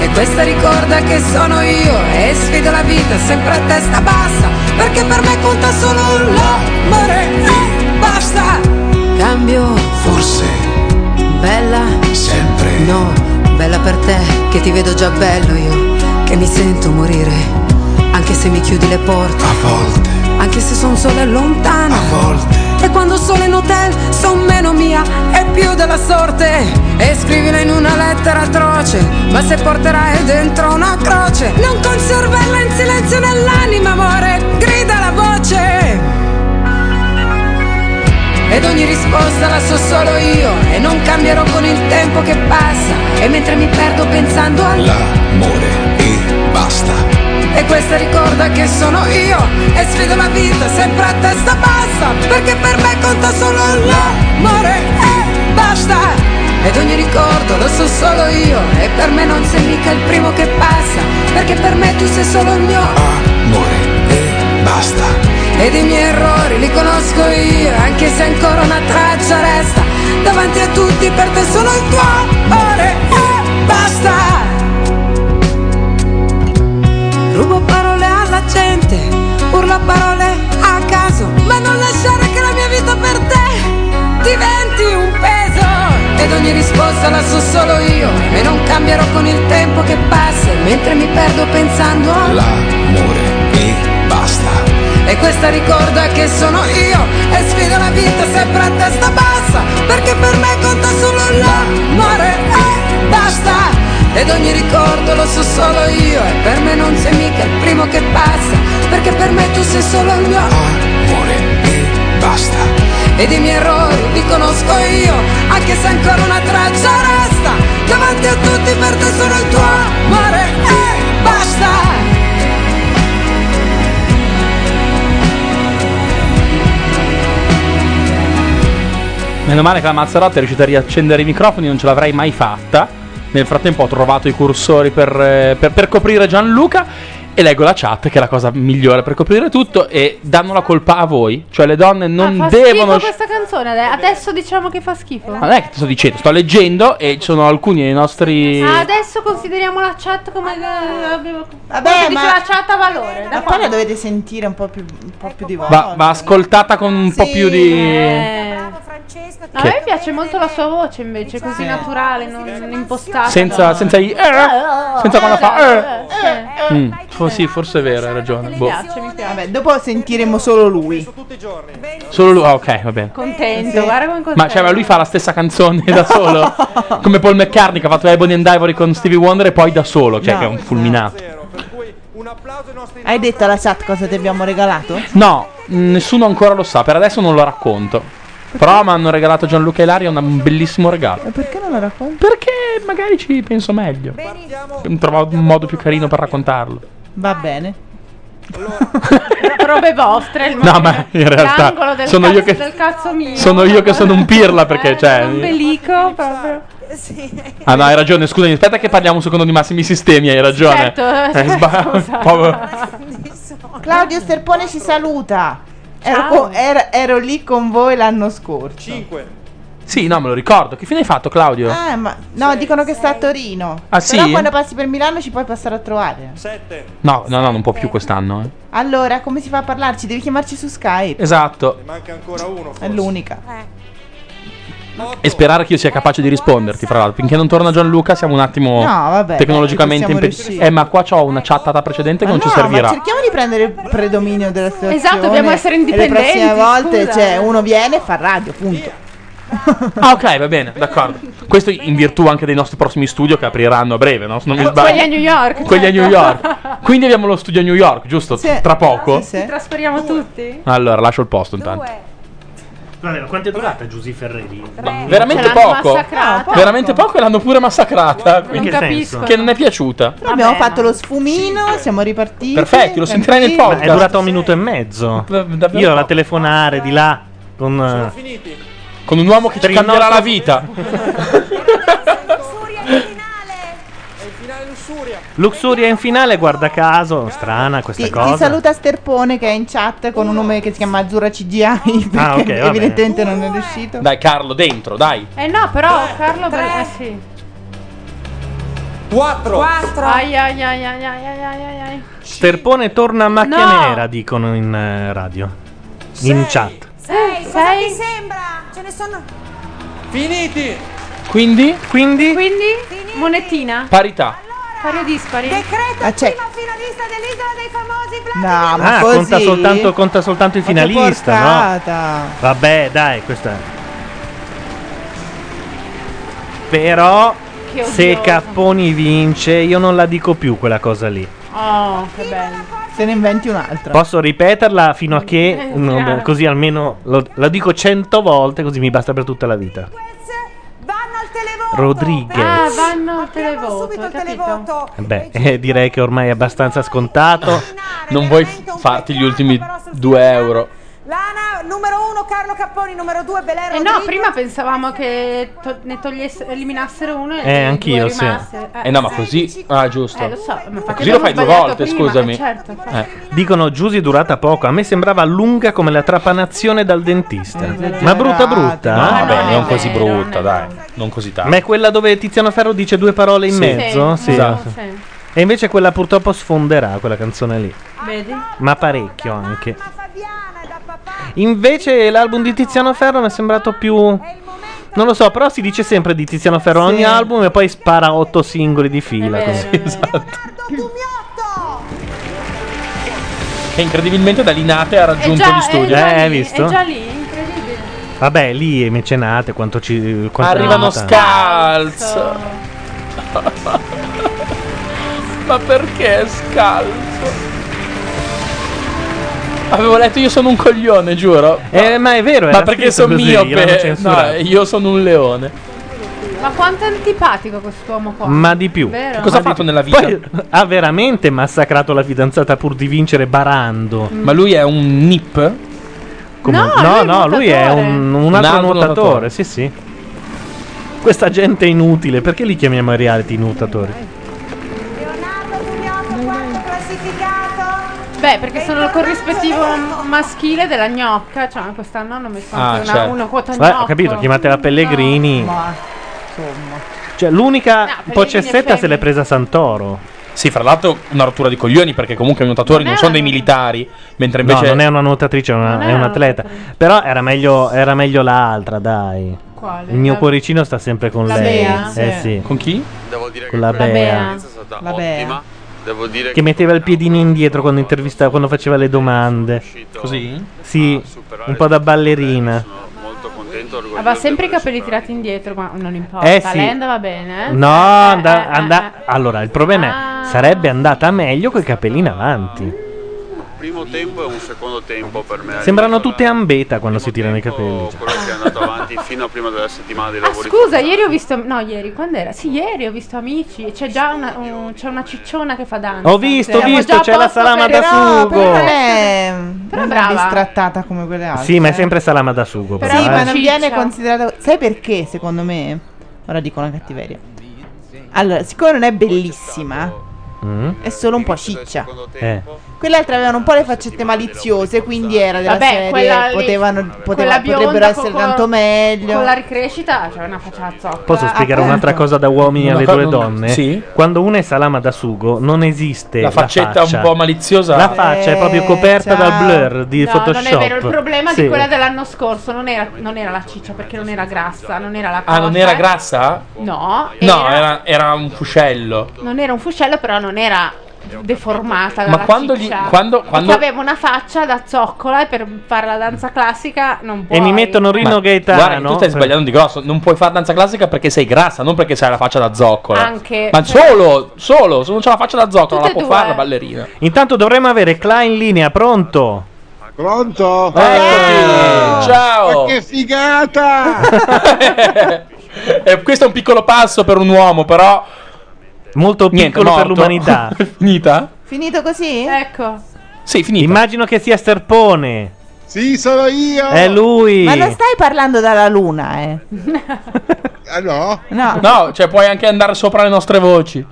E questa ricorda che sono io e sfido la vita sempre a testa bassa, perché per me conta solo l'amore e basta. Cambio. Forse. Bella. Sempre. No, bella per te, che ti vedo già bello io, che mi sento morire, anche se mi chiudi le porte. A volte. Anche se sono sola e lontana. A volte. E quando sono in hotel son meno mia e più della sorte. E scrivila in una lettera atroce, ma se porterai dentro una croce, non conservarla in silenzio nell'anima, amore, grida la voce. Ed ogni risposta la so solo io e non cambierò con il tempo che passa. E mentre mi perdo pensando a L'amore e basta. e questa ricorda che sono io e sfido la vita sempre a testa bassa perché per me conta solo l'amore e basta. ed ogni ricordo lo so solo io e per me non sei mica il primo che passa perché per me tu sei solo il mio amore e basta ed i miei errori li conosco io anche se ancora una traccia resta davanti a tutti per te sono il tuo amore e basta rubo parole alla gente urlo parole a caso ma non lasciare che la mia vita per te diventi un peso ed ogni risposta la so solo io e non cambierò con il tempo che passa mentre mi perdo pensando l'amore e basta e questa ricorda che sono io e sfido la vita sempre a testa bassa perché per me conta solo l'amore e basta ed ogni ricordo lo so solo io e per me non sei mica il primo che passa perché per me tu sei solo il mio amore e basta ed i miei errori li conosco io, anche se ancora una traccia resta, davanti a tutti per te sono il tuo amore e basta. Meno male che la Mazzarotta è riuscita a riaccendere i microfoni, non ce l'avrei mai fatta. Nel frattempo ho trovato i cursori per, eh, per- per coprire Gianluca e leggo la chat, che è la cosa migliore per coprire tutto, e danno la colpa a voi. Cioè le donne non Ah, Fa devono... schifo questa canzone, eh. adesso diciamo che fa schifo. Ma non è che ti sto dicendo, sto leggendo e ci sono alcuni dei nostri... Ah, adesso consideriamo la chat come abbiamo Vabbè, dice ma- la chat a valore. da Ma poi la dovete sentire un po' più, un po' più di Ecco volte. Va, va ascoltata con un po' più di... eh. eh. No, a Che- diciamo me piace molto la sua voce invece, così Sì. naturale, non non impostata. Senza- senza i- eh, senza quando fa, eh, eh. Mm, for- sì, forse è vero, hai ragione. boh. Vabbè, dopo sentiremo solo lui. Solo lui... ah, ok, va bene. Contento, guarda come contento. Ma cioè, ma lui fa la stessa canzone da solo? Come Paul McCartney che ha fatto Ebony and Ivory con Stevie Wonder e poi da solo, cioè No. esatto. che è un fulminato. Hai detto alla chat cosa ti abbiamo regalato? No, mm, nessuno ancora lo sa, per adesso non lo racconto. Però mi hanno regalato Gianluca e Ilaria un bellissimo regalo. Perché non lo racconti? Perché magari ci penso meglio. Trovavo un modo più carino per raccontarlo. Va bene. Robe vostre. il No, ma in L'angolo realtà del sono cazzo, io che del cazzo mio. sono io che sono un pirla perché Eh, un cioè belico proprio. Sì. Ah no, hai ragione, scusami, aspetta che parliamo un secondo di massimi sistemi, hai ragione. Certo, eh, sba- scusa. povero- Claudio Sterpone ci saluta. Ero, Ciao. co- er- ero lì con voi l'anno scorso. 5. Sì, no, me lo ricordo. Che fine hai fatto, Claudio? Ah, ma no, dicono che sta a Torino. Ah, Però sì? quando passi per Milano ci puoi passare a trovare. No, no, no, non può più quest'anno. eh. Allora, come si fa a parlarci? Devi chiamarci su Skype. Esatto. Manca ancora uno. È l'unica. Eh. E sperare che io sia capace di risponderti, fra l'altro. Finché non torna Gianluca, siamo un attimo No, vabbè, tecnologicamente dai, ci impe- possiamo riuscire. Eh, ma qua c'ho una chattata precedente che non Ah, No, ci ma servirà. cerchiamo di prendere il predominio della situazione. Esatto, dobbiamo essere E indipendenti, Le prossime volte, scusa. cioè, uno viene e fa radio, punto. Ah, ok, va bene, d'accordo. Questo in virtù anche dei nostri prossimi studio che apriranno a breve, no? Se non mi sbaglio. Quelli a New York. Quelli a certo. New York. Quindi abbiamo lo studio a New York, giusto? Sì. Tra poco. Ci trasferiamo tutti? Allora, lascio il posto intanto. Vabbè, ma quanto è durata Giusy Ferreri? Veramente Ce l'hanno poco. massacrata. poco. Veramente poco e l'hanno pure massacrata. quindi- capisco. Che non è piaciuta. Però abbiamo fatto lo sfumino, siamo ripartiti. Perfetto, lo sentirai nel tranquilli. podcast. È durato un minuto e mezzo. davvero Io la telefonare di là con eh, con un uomo che ci cambierà la vita. È il finale Lussuria. Luxuria in finale, guarda caso, strana questa Ti, ti cosa. saluta Sterpone che è in chat con un nome che si chiama Azzurra CGI. Ah, Perché ok, va bene. evidentemente non è riuscito. Dai, Carlo, dentro, dai. Eh no, però Carlo Bel- eh, sì. 4. Ai ai ai ai ai ai ai ai ai. Sterpone torna a macchia No. nera, dicono in eh, radio. In chat. Sei, cosa ti sembra? Ce ne sono... Finiti! Quindi? Quindi? Quindi? Monetina. Parità. Pari o dispari? Decreto Ma c'è- prima finalista dell'Isola dei Famosi, Vlad. Ah, cioè, No, ma Ah, così? conta soltanto, conta soltanto il Ma che finalista, no? porcata. Vabbè, dai, questa è. Però, Che se odioso. Capponi vince, io non la dico più quella cosa lì. Oh, che bello. Se ne inventi un'altra. Posso ripeterla fino a che, Eh, non- chiaro. così almeno lo, la dico cento volte, così mi basta per tutta la vita. Rodriguez. Ah, vanno al televoto, hai capito? Eh Beh, eh, direi che ormai è abbastanza scontato. Non vuoi farti gli ultimi 2 euro. Lana, numero uno Carlo Capponi, numero due Belen Eh Rodriguez. no, prima pensavamo che to- ne togliesse, eliminassero uno e Eh, anch'io, sì. Eh, no, ma così. Ah, giusto. Eh, lo so, ma fa- Così lo fai due abbiamo volte, sbagliato prima, scusami. eh, certo, Dicono Giusy è durata poco. A me sembrava lunga come la trapanazione dal dentista. Ma brutta, brutta. No, eh? vabbè, non così brutta, dai. Non così tanto. Ma è quella dove Tiziano Ferro dice due parole in Sì. mezzo? Sì, esatto. Sì. E invece quella purtroppo sfonderà quella canzone lì. Vedi? Ma parecchio anche. Invece l'album di Tiziano Ferro mi è sembrato più. Non lo so, però si dice sempre di Tiziano Ferro ogni album e poi spara otto singoli di fila. È vero, Così. esatto. è vero. Che incredibilmente da lì nate ha raggiunto gli studi. Eh, hai visto? È già lì, incredibile. Vabbè, lì e mecenate quanto ci. Quanto Arrivano tanto. scalzo. Ma perché scalzo? Avevo letto io sono un coglione, giuro. Eh, ma è vero, Ma era scritto perché sono così, l'hanno miope. No, eh, censurato. io sono un leone. Ma quanto è antipatico quest'uomo qua. Ma di più. Vero? Cosa ha fatto nella vita? Poi ha veramente massacrato la fidanzata pur di vincere barando. Mm. Ma lui è un nip? no, No, lui è un no, lui è nuotatore. un, un Un altro altro nuotatore, nuotatore. sì, sì. Questa gente è inutile, perché li chiamiamo reality nuotatori? Beh, perché sono il corrispettivo maschile della gnocca. Cioè, quest'anno hanno messo anche una, una quota Beh, gnocca. Ah, certo. ho capito, chiamatela Pellegrini. Ma, Cioè, l'unica Pellegrini pocessetta è se l'è presa Santoro. Sì, fra l'altro una rottura di coglioni perché comunque i nuotatori non sono dei militari, mentre invece no, non è una nuotatrice, è, una- Non è è un una atleta. Però era meglio, era meglio l'altra, dai. Quale? Il mio La- cuoricino sta sempre con La lei. Bea? Eh, Sì. sì. Con chi? Devo dire Con la quella Bea. esperienza è stata La Bea. ottima. Devo dire Che metteva il piedino indietro quando intervistava, quando faceva le domande. Così? Sì, un po' da ballerina. molto Ah, contento e orgoglioso. va sempre i capelli tirati indietro, ma non importa. Eh, sì. Lenda va bene. eh? No, Eh, anda- eh, Ah. anda- allora il problema è sarebbe andata meglio coi capelli in avanti. Primo tempo e un secondo tempo per me. Sembrano tutte ambeta quando si tirano i capelli. Quello che è andato avanti fino a prima della Ah, settimana dei lavori. Scusa, ieri ho visto. No, ieri, quando era? Sì, ieri ho visto Amici. e C'è già una, un- c'è una cicciona che fa danza. Ho visto, ho Siamo visto, già a c'è la posto salama da per- Però- sugo. però- Eh, Però non è brava. distrattata come quelle altre. eh. Sì, ma è sempre salama da sugo. Sì, ma eh. non viene considerata. Sai perché, secondo me? Ora dico una cattiveria. Allora, siccome non è bellissima, Mm? è solo un po' ciccia. Eh. Quell'altra avevano un po' le faccette maliziose, quindi era della Vabbè, quella serie. lì- Potevano, poteva- quella bionda potrebbero con- essere con- tanto meglio. Con la ricrescita, cioè una faccia da zoccola. Posso spiegare ah. un'altra cosa da uomini Una alle co- due non- donne? sì. Quando una è salama da sugo, non esiste La faccetta faccia. un po' maliziosa. La faccia è proprio coperta dal blur di Eh, no, Photoshop. non è vero. Il problema Sì. di quella dell'anno scorso non era, non era la ciccia perché non era grassa, non era la Ah, non coscia, era eh. grassa? No, No, era- era, era un fuscello. non era un fuscello, però non era deformata. Ma dalla quando gli- ciccia. quando- Perché quando- aveva una faccia da zoccola e per fare la danza classica non può. E mi mettono Rino Ma Gaetano. Guarda, che tu stai sbagliando di grosso. Non puoi fare danza classica perché sei grassa, non perché hai la faccia da zoccola. Anche- cioè, Ma solo, solo, se non c'è la faccia da zoccola, Tutte la può e due. fare la ballerina. Intanto dovremmo avere Klein in linea, pronto? Pronto? Eh! Eccoci! Eh, Ciao! Ma che figata! Eh, questo è un piccolo passo per un uomo, però. Molto piccolo per l'umanità. Finita? Finito così? Ecco. Sì, finita. Immagino che sia Sterpone. Sì, sono io. È lui. Ma non stai parlando dalla luna, eh. Ah no? No. No, cioè puoi anche andare sopra le nostre voci.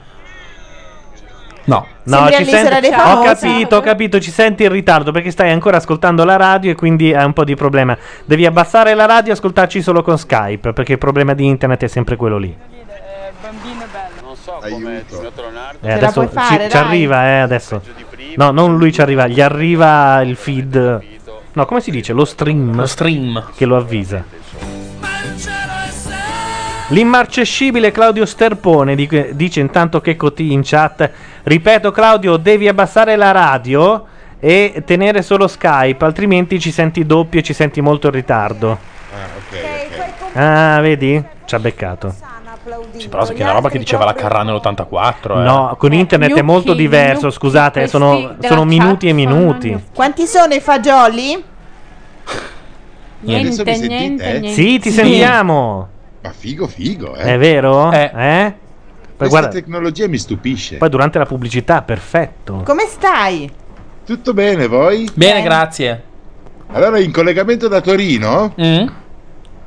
No. No, Sembri ci all'isola senti... dei ho famosi. capito, ho capito, ci senti in ritardo perché stai ancora ascoltando la radio e quindi hai un po' di problema. Devi abbassare la radio e ascoltarci solo con Skype perché il problema di internet è sempre quello lì. Non so come il signor Leonardo. Eh, adesso ci, ci arriva, eh, adesso. No, non lui ci arriva, gli arriva il feed. No, come si dice? Lo stream. Lo stream. Che lo avvisa. L'immarcescibile Claudio Sterpone di- dice intanto che Cotì in chat. Ripeto Claudio, devi abbassare la radio e tenere solo Skype, altrimenti ci senti doppio e ci senti molto in ritardo. Ah, ok, ok. Ah, vedi? Ci ha beccato. Sì, però che è una roba che diceva la Carrà nell'84. No, con internet è molto gnocchi, diverso, gnocchi, scusate, questi sono, della sono chat minuti e minuti. Quanti sono i fagioli? Adesso mi sentite? Sì, ti sentiamo. Ma figo, figo, eh. È vero? Eh? Poi, Questa guarda, tecnologia mi stupisce. poi durante la pubblicità, perfetto. Come stai? Tutto bene, voi? Bene, grazie. Allora, in collegamento da Torino,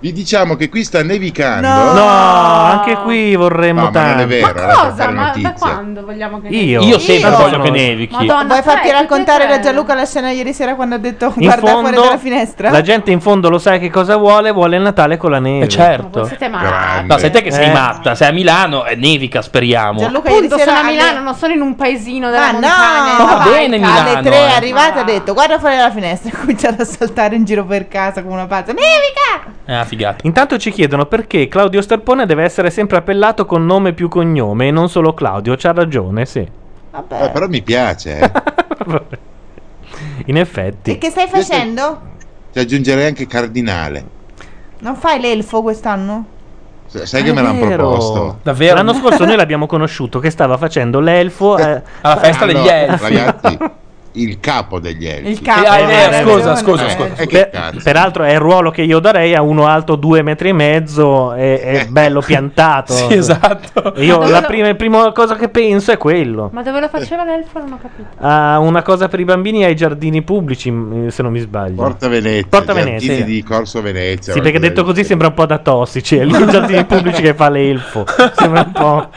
vi diciamo che qui sta nevicando. Mm? No, anche qui vorremmo No, ma non tanto. è vero, era per fare Cosa? Ma notizia. da quando vogliamo che Io, Io sempre sono- voglio che nevichi. Vuoi farti tutte e raccontare tre. da Gianluca la scena ieri sera quando ha detto In guarda fuori fondo, dalla finestra? La gente in fondo lo sa che cosa vuole, vuole il Natale con la neve. certo. Ma voi siete matti. Grande. No, sei te che sei Eh. matta, sei a Milano e nevica, speriamo. Gianluca ieri Appunto, sera sono a alle- Milano, non sono in un paesino della Ah, no! montagna. Va Vai, bene Milano, alle tre eh. è arrivata ha detto guarda fuori dalla finestra e ha cominciato a saltare in giro per casa come una pazza. Nevica! Ah, figata. Intanto ci chiedono perché Claudio Sterpone deve essere sempre appellato con nome più cognome e non solo Claudio. C'ha ragione, sì. Vabbè. però mi piace. eh. In effetti. E che stai facendo? Ci aggiungerei anche Cardinale. Non fai l'elfo quest'anno? Sa- Sai che me l'hanno Ah, Vero. proposto? L'anno scorso noi l'abbiamo conosciuto che stava facendo l'elfo eh, Allora, Ragazzi, il capo degli elfi. Il capo, Eh, eh, hai ragione. scusa, scusa, Eh, scusa. eh, che Per- cazzo. peraltro è il ruolo che io darei a uno alto due metri e mezzo e, Eh. e bello piantato. Sì, esatto. Io Ma la dove- prima, prima cosa che penso è quello. Ma dove lo faceva l'elfo? Non ho capito. Ah, una cosa per i bambini ai giardini pubblici, m- eh, se non mi sbaglio. Porta Venezia, Porta giardini Venezia. di Corso Venezia. Sì, perché qualcosa detto del così sembra un po' da tossici. È lui i giardini pubblici che fa l'elfo. Sembra un po'.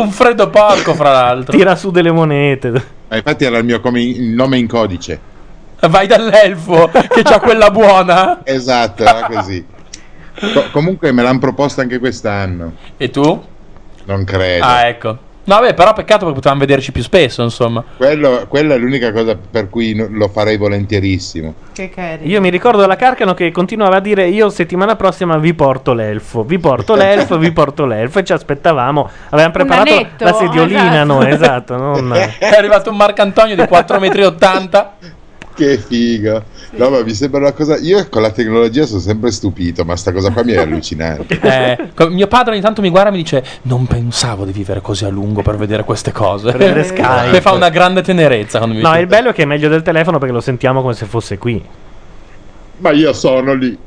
Un freddo porco, fra l'altro. Tira su delle monete. Ma infatti era il mio come- il nome in codice. Vai dall'elfo Oh, che c'ha quella buona. Esatto, era così. Co- comunque me l'hanno proposta anche quest'anno. E tu? Non credo. Ah, ecco. No, vabbè, però peccato perché potevamo vederci più spesso, insomma. Quello- quella è l'unica cosa per cui no- lo farei volentierissimo. Che carino. Io mi ricordo la Carcano che continuava a dire: Io settimana prossima vi porto l'elfo, vi porto l'elfo, vi porto l'elfo. E ci aspettavamo. Avevamo preparato anetto, la sediolina esatto. noi, esatto. non- È arrivato un Marcantonio di 4,80 metri. Che figo. No, ma mi sembra una cosa. Io con la tecnologia sono sempre stupito, ma sta cosa qua mi è allucinante. Eh, co- mio padre ogni tanto mi guarda e mi dice: Non pensavo di vivere così a lungo per vedere queste cose. Per vedere Sky. Mi fa una grande tenerezza quando mi No, dice. il bello è che è meglio del telefono perché lo sentiamo come se fosse qui. Ma io sono lì.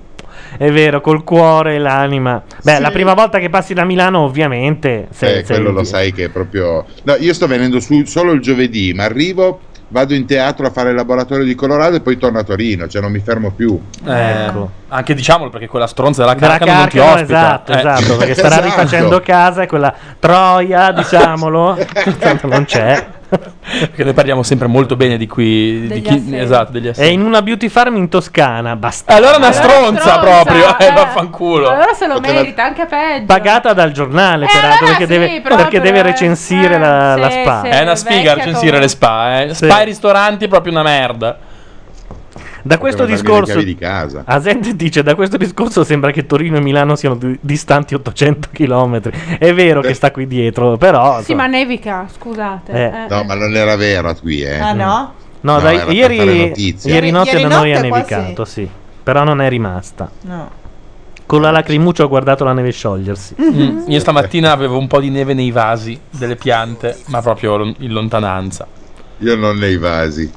È vero, col cuore e l'anima. Beh, Sì. la prima volta che passi da Milano, ovviamente. se- Eh, se- quello lo sai che è proprio. No, io sto venendo su solo il giovedì, ma arrivo, vado in teatro a fare il laboratorio di Colorado e poi torno a Torino, cioè non mi fermo più. Eh, Anche diciamolo perché quella stronza della Della carca non ti Carcano, ospita. esatto, Eh. esatto, perché starà Esatto. rifacendo casa e quella troia, diciamolo, tanto non c'è. Perché noi parliamo sempre molto bene di qui. Di chi, esatto, degli È in una beauty farm in Toscana, basta. Allora una stronza, stronza, proprio. Eh, eh. vaffanculo. Allora se lo Poteva- merita, anche peggio. Pagata dal giornale, peraltro, perché, deve, Eh, proprio, Eh, perché deve recensire la, la sì, spa. sì, È una sfiga recensire le spa. Eh. Spa e ristoranti, proprio una merda. Da questo darmi le discorso, chiavi di casa. Asente dice: Da questo discorso sembra che Torino e Milano siano di- distanti 800 km. È vero che sta qui dietro, però. Sì, ma nevica, scusate. Eh. eh. No, ma non era vera qui, eh. Ah, no? No, No, dai, era per ieri, fare notizie. ieri notte Ieri- ieri da noi ha notte qua nevicato, sì. Però non è rimasta. No. Con Ah, la lacrimuccia ho guardato la neve sciogliersi. Mm, Io stamattina avevo un po' di neve nei vasi delle piante, ma proprio lon- in lontananza. Io non nei vasi.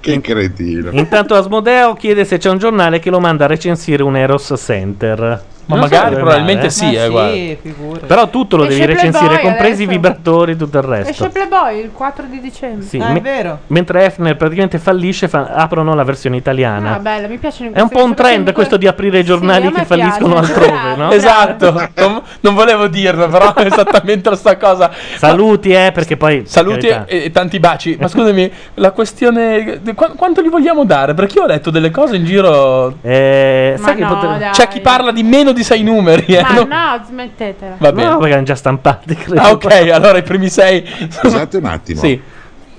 che cretino. Intanto Asmodeo chiede se c'è un giornale che lo manda a recensire un Eros Center. Ma Non so magari, come probabilmente male. sì, eh, guarda. Però tutto lo Esce devi Playboy recensire, compresi i adesso. vibratori e tutto il resto. Esce Playboy Ah, il 4 di dicembre. Ah, Sì, me- Mentre Hefner praticamente fallisce, fa- aprono la versione italiana. Ah, bella, mi piacciono Eh. È un po' un trend questo di aprire i giornali a me che falliscono piace. altrove, no? Esatto, non, non volevo dirlo, però è esattamente la stessa cosa. Saluti, eh, perché poi. Saluti per e, carità. e tanti baci. Ma scusami, la questione. di qua- quanto li vogliamo dare? Perché io ho letto delle cose in giro. Eh, Ma sai che no, potre- dai. C'è chi parla di meno di sei numeri. Eh? Ma non- no, smettetela. Va bene. No, perché erano già stampati, credo. Ah, ok, allora i primi sei. Scusate Esatto, un attimo. Sì.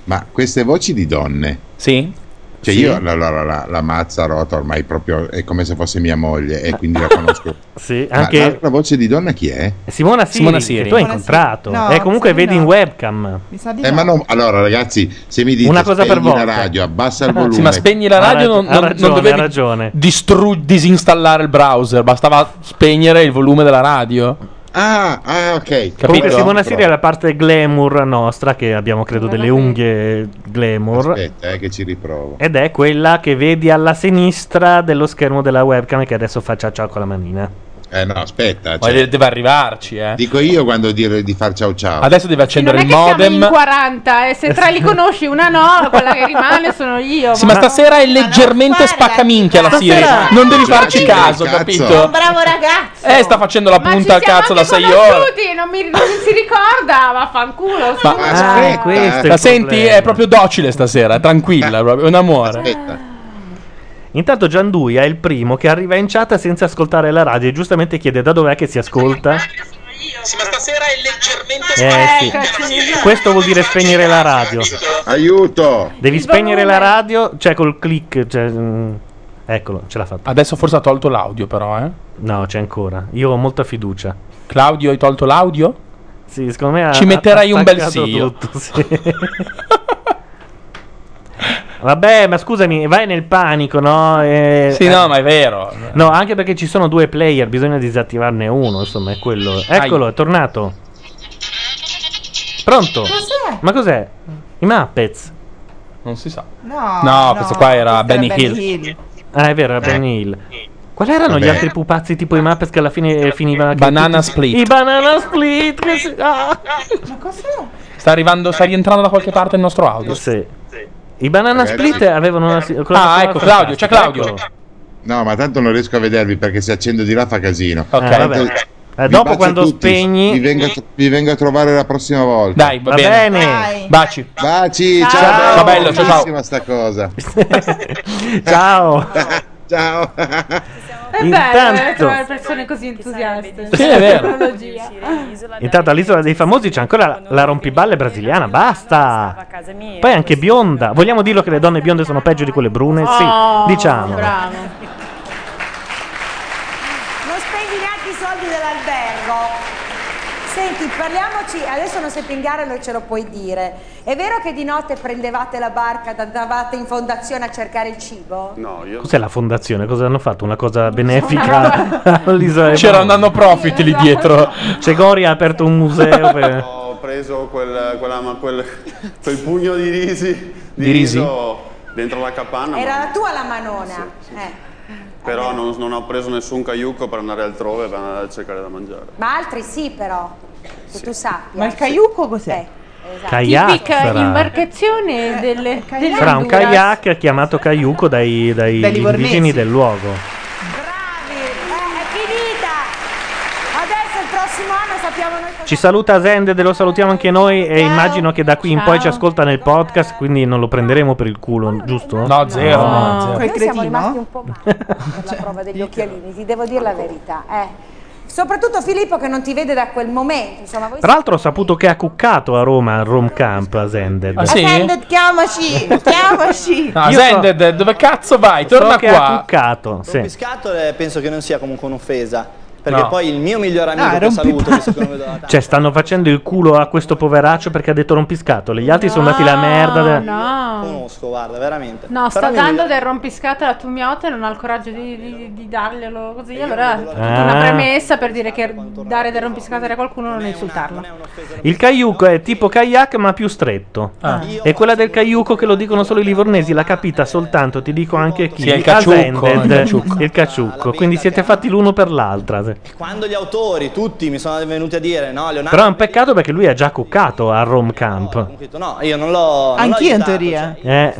Ma queste voci di donne. Sì. Cioè Sì. io la, la, la- la- la mazza rota ormai proprio è come se fosse mia moglie e quindi la conosco. sì, Ma anche- l'altra voce di donna chi è? Simona Siri, Simona che Siri. tu hai Simona Siri. incontrato. No, eh, comunque sì, vedi no. in webcam. Mi sa di Eh, ma no, allora ragazzi, se mi dite Una cosa per spegni la volta. radio, abbassa il volume. Sì, ma spegni la radio, non, non- ha non ragione, dovevi ha ragione. distru- disinstallare il browser, bastava spegnere il volume della radio. Ah, ah ok. Comunque Simona Siri è la parte glamour nostra, che abbiamo credo delle unghie glamour. Aspetta, eh, che ci riprovo. Ed è quella che vedi alla sinistra dello schermo della webcam e che adesso fa ciao ciao con la manina. Eh no, aspetta. Poi de- deve arrivarci, eh. Dico io quando dire di far ciao ciao. Adesso deve accendere Non è che siamo in 40 e se tre li conosci una no, quella che rimane sono io. Sì, ma stasera è leggermente spaccaminchia la Stasera- serie. Non devi Cioè, farci sì, caso, cazzo. capito? Bravo ragazzo. Eh, sta facendo la punta al Siamo cazzo da anche 6 ore. conosciuti, non, mi, non si ricorda, vaffanculo. Ma scusa. Ah, Ah, eh, questo è la il senti, problema. è proprio docile stasera, è tranquilla, Ah. è proprio un amore. Intanto Gianduia è il primo che arriva in chat senza ascoltare la radio e giustamente chiede da dov'è che si ascolta. Eh sì. Questo vuol dire spegnere la radio. Aiuto! Devi spegnere la radio, cioè col click. cioè, mm, eccolo, ce l'ha fatta. Adesso forse ha tolto l'audio, però, eh. No, c'è ancora. Io ho molta fiducia. Claudio, hai tolto l'audio? Sì, secondo me ha- Ci metterai ha un bel staccato sì, io. tutto, sì. Vabbè, ma scusami, vai nel panico, no? Eh, Sì, eh, no, ma è vero. No, anche perché ci sono due player, bisogna disattivarne uno, insomma, è quello. Eccolo, è tornato. Pronto? Cos'è? Ma cos'è? I Muppets. Non si sa. No, No, questo qua era questo Benny Hill. Ah, è vero, era Benny Hill. Quali erano gli Vabbè. altri pupazzi tipo i Muppets che alla fine eh, finiva che Banana tutti- Split. I Banana Split. che si- ah! Ma cos'è? Sta arrivando, sta rientrando da qualche parte il nostro audio. Sì. I Eh, Banana Magari- Split avevano una si- colonna Ah, sonora ecco, Claudio, c'è fantastica, Claudio. eccolo. No, ma tanto non riesco a vedervi perché se accendo di là fa casino. Ok. Eh, vabbè. Tanto- Eh, vi dopo bacio quando spegni- Vi vengo, a- vi vengo a trovare la prossima volta. Dai, va Va bene. bene. Dai. Baci. Baci, ciao. Ciao. Ciao, bello, ciao, ciao. Bellissima sta cosa. ciao. ciao. È bello eh, Intanto- trovare persone così entusiaste. Sì, è vero. Tecnologia. Intanto all'isola dei famosi c'è ancora la, la rompiballe brasiliana, basta. Poi anche bionda. Vogliamo dirlo che le donne bionde sono peggio di quelle brune? Eh, Sì, Oh, diciamo. bravo. Non spendi neanche i soldi dell'albergo. Senti, parliamoci, adesso non sai pingare, non ce lo puoi dire. È vero che di notte prendevate la barca ed andavate in fondazione a cercare il cibo? No, io Cos'è la fondazione? Cosa hanno fatto? Una cosa benefica all'isola? dei C'era un famosi? profit lì dietro. Cegori ha aperto un museo per... ho preso quel, quella- ma quel- quel pugno di risi, di Di risi? riso dentro la capanna, Era ma- la tua la manona. Eh. però non, non ho preso nessun caiucco per andare altrove per andare a cercare da mangiare. Ma altri sì però, che tu sappia. Ma il caiucco cos'è? Esatto. Kayak Tipica sarà. Eh, imbarcazione delle, delle Sarà un Honduras. kayak chiamato Caiuco dai, dai Dai livornesi. indigeni del luogo. È finita! Adesso il prossimo anno sappiamo noi Ci saluta Zende, lo salutiamo anche noi e immagino che da qui in poi ci ascolta nel podcast, quindi non lo prenderemo per il culo, giusto? No, zero, no, zero. Noi siamo rimasti un po' male per la prova degli Certo. occhialini, ti devo dire la verità. eh. Soprattutto Filippo che non ti vede da quel momento. Insomma, voi Tra l'altro ho saputo che ha cuccato a Roma al Rom Camp a Zended. Attended, chiamaci, chiamaci. Ah, No, Io so- Zended, dove cazzo vai? Torna so che ha qua. cuccato, sì. Scatole eh, penso che non sia comunque un'offesa. Perché No. poi il mio miglior amico Ah, che rompi saluto, che secondo me dalla Cioè, stanno facendo il culo a questo poveraccio perché ha detto rompiscatole. Gli altri sono andati la merda. de- No, conosco, guarda, veramente. no Però sta mi- dando del rompiscatole a Tumiote e non ha il coraggio di, di, di darglielo così. Allora, tutta una Ah. premessa per dire che dare del rompiscatole a qualcuno non è insultarlo. Il caiuco è tipo kayak ma più stretto. Ah. E quella del caiuco che lo dicono solo i livornesi l'ha capita soltanto, ti dico anche chi. Sì, è il A caciucco, Zended. il caciucco. Il caciucco. Quindi siete fatti l'uno per l'altra. sì. Quando gli autori, tutti mi sono venuti a dire, no, Leonardo, Però è un peccato perché lui ha già cuccato a Rom Camp. ho detto, no, io non l'ho... Anch'io in non l'ho aiutato, teoria. Eh.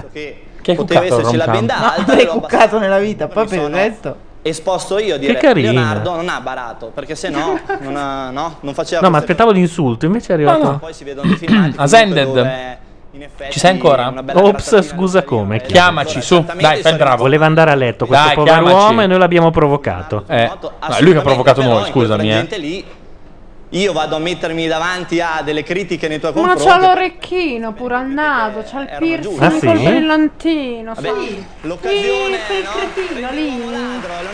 Che poteva esserci la benda No, alta, avrei l'ho cuccato nella vita, poi per il resto. esposto io a dire, carina. Leonardo non ha barato, perché se no, non, ha- no, non faceva... No, ma queste aspettavo l'insulto, invece è cioè, No, no, arrivato. poi si vedono i filmati A comunque Zended. dove, in effetti, Ci sei ancora? Oh. una bella Ops, scusa come. Chiamaci, su. Dai, fai il bravo. Voleva andare a letto questo Dai, povero chiamaci. uomo e noi l'abbiamo provocato. Eh, no, è lui che ha provocato noi, scusami, eh. gente lì io vado a mettermi davanti a delle critiche nei tuoi Ma confronti c'ha l'orecchino pure al naso, c'ha il piercing giusti. Ah, col sì? brillantino. Vabbè, sì. l'occasione, Sì, quel cretino lì.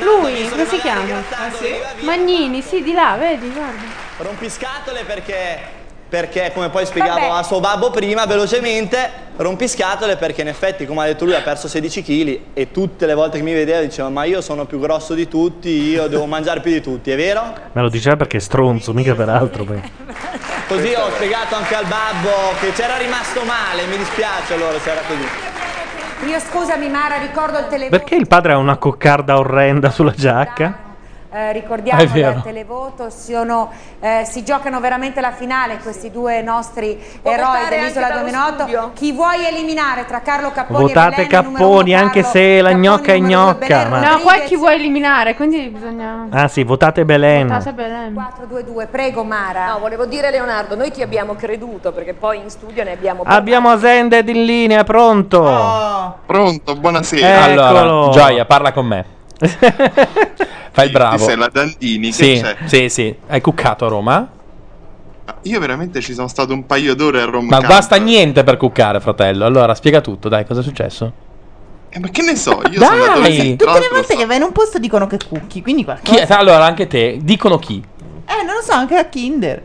Lui, come si chiama? Ah, Magnini, sì, di là, vedi, guarda. rompiscatole perché perché come poi spiegavo a suo babbo prima velocemente rompiscatole perché in effetti come ha detto lui ha perso 16 kg e tutte le volte che mi vedeva diceva ma io sono più grosso di tutti io devo mangiare più di tutti è vero? Me lo diceva perché è stronzo, mica peraltro. poi. Così ho spiegato anche al babbo che c'era rimasto male, mi dispiace allora se era così. Io scusami Mara, ricordo il telefono. Perché il padre ha una coccarda orrenda sulla giacca? eh, ricordiamo È vero. dal televoto, sono, eh, si giocano veramente la finale questi due nostri eroi votare dell'isola anche dallo 2008. Chi vuoi eliminare tra Carlo Capponi Votate e Belen, numero Capponi, anche se la gnocca è gnocca. ma- No, qua è chi vuoi eliminare, quindi bisogna... Ah sì, votate Ah, Belen. 422, prego Mara. No, volevo dire Leonardo, noi ti abbiamo creduto perché poi in studio ne abbiamo Abbiamo Zended in linea, pronto? Pronto, buonasera. Eccolo. Allora, Gioia, parla con me. Fai il bravo. Ti sei la Dandini, che Sì, c'è? sì, sì. Hai cuccato a Roma? Io veramente ci sono stato un paio d'ore a Roma. Ma basta niente per cuccare, fratello. Allora, spiega tutto, dai, cosa è successo? ma che ne so, io Dai! sono andato lì, Sì, Tutte tra le volte che vai in un posto dicono che cucchi, quindi qualcosa. Chi è? Allora, anche te. Dicono chi? Eh, non lo so, anche a Kinder.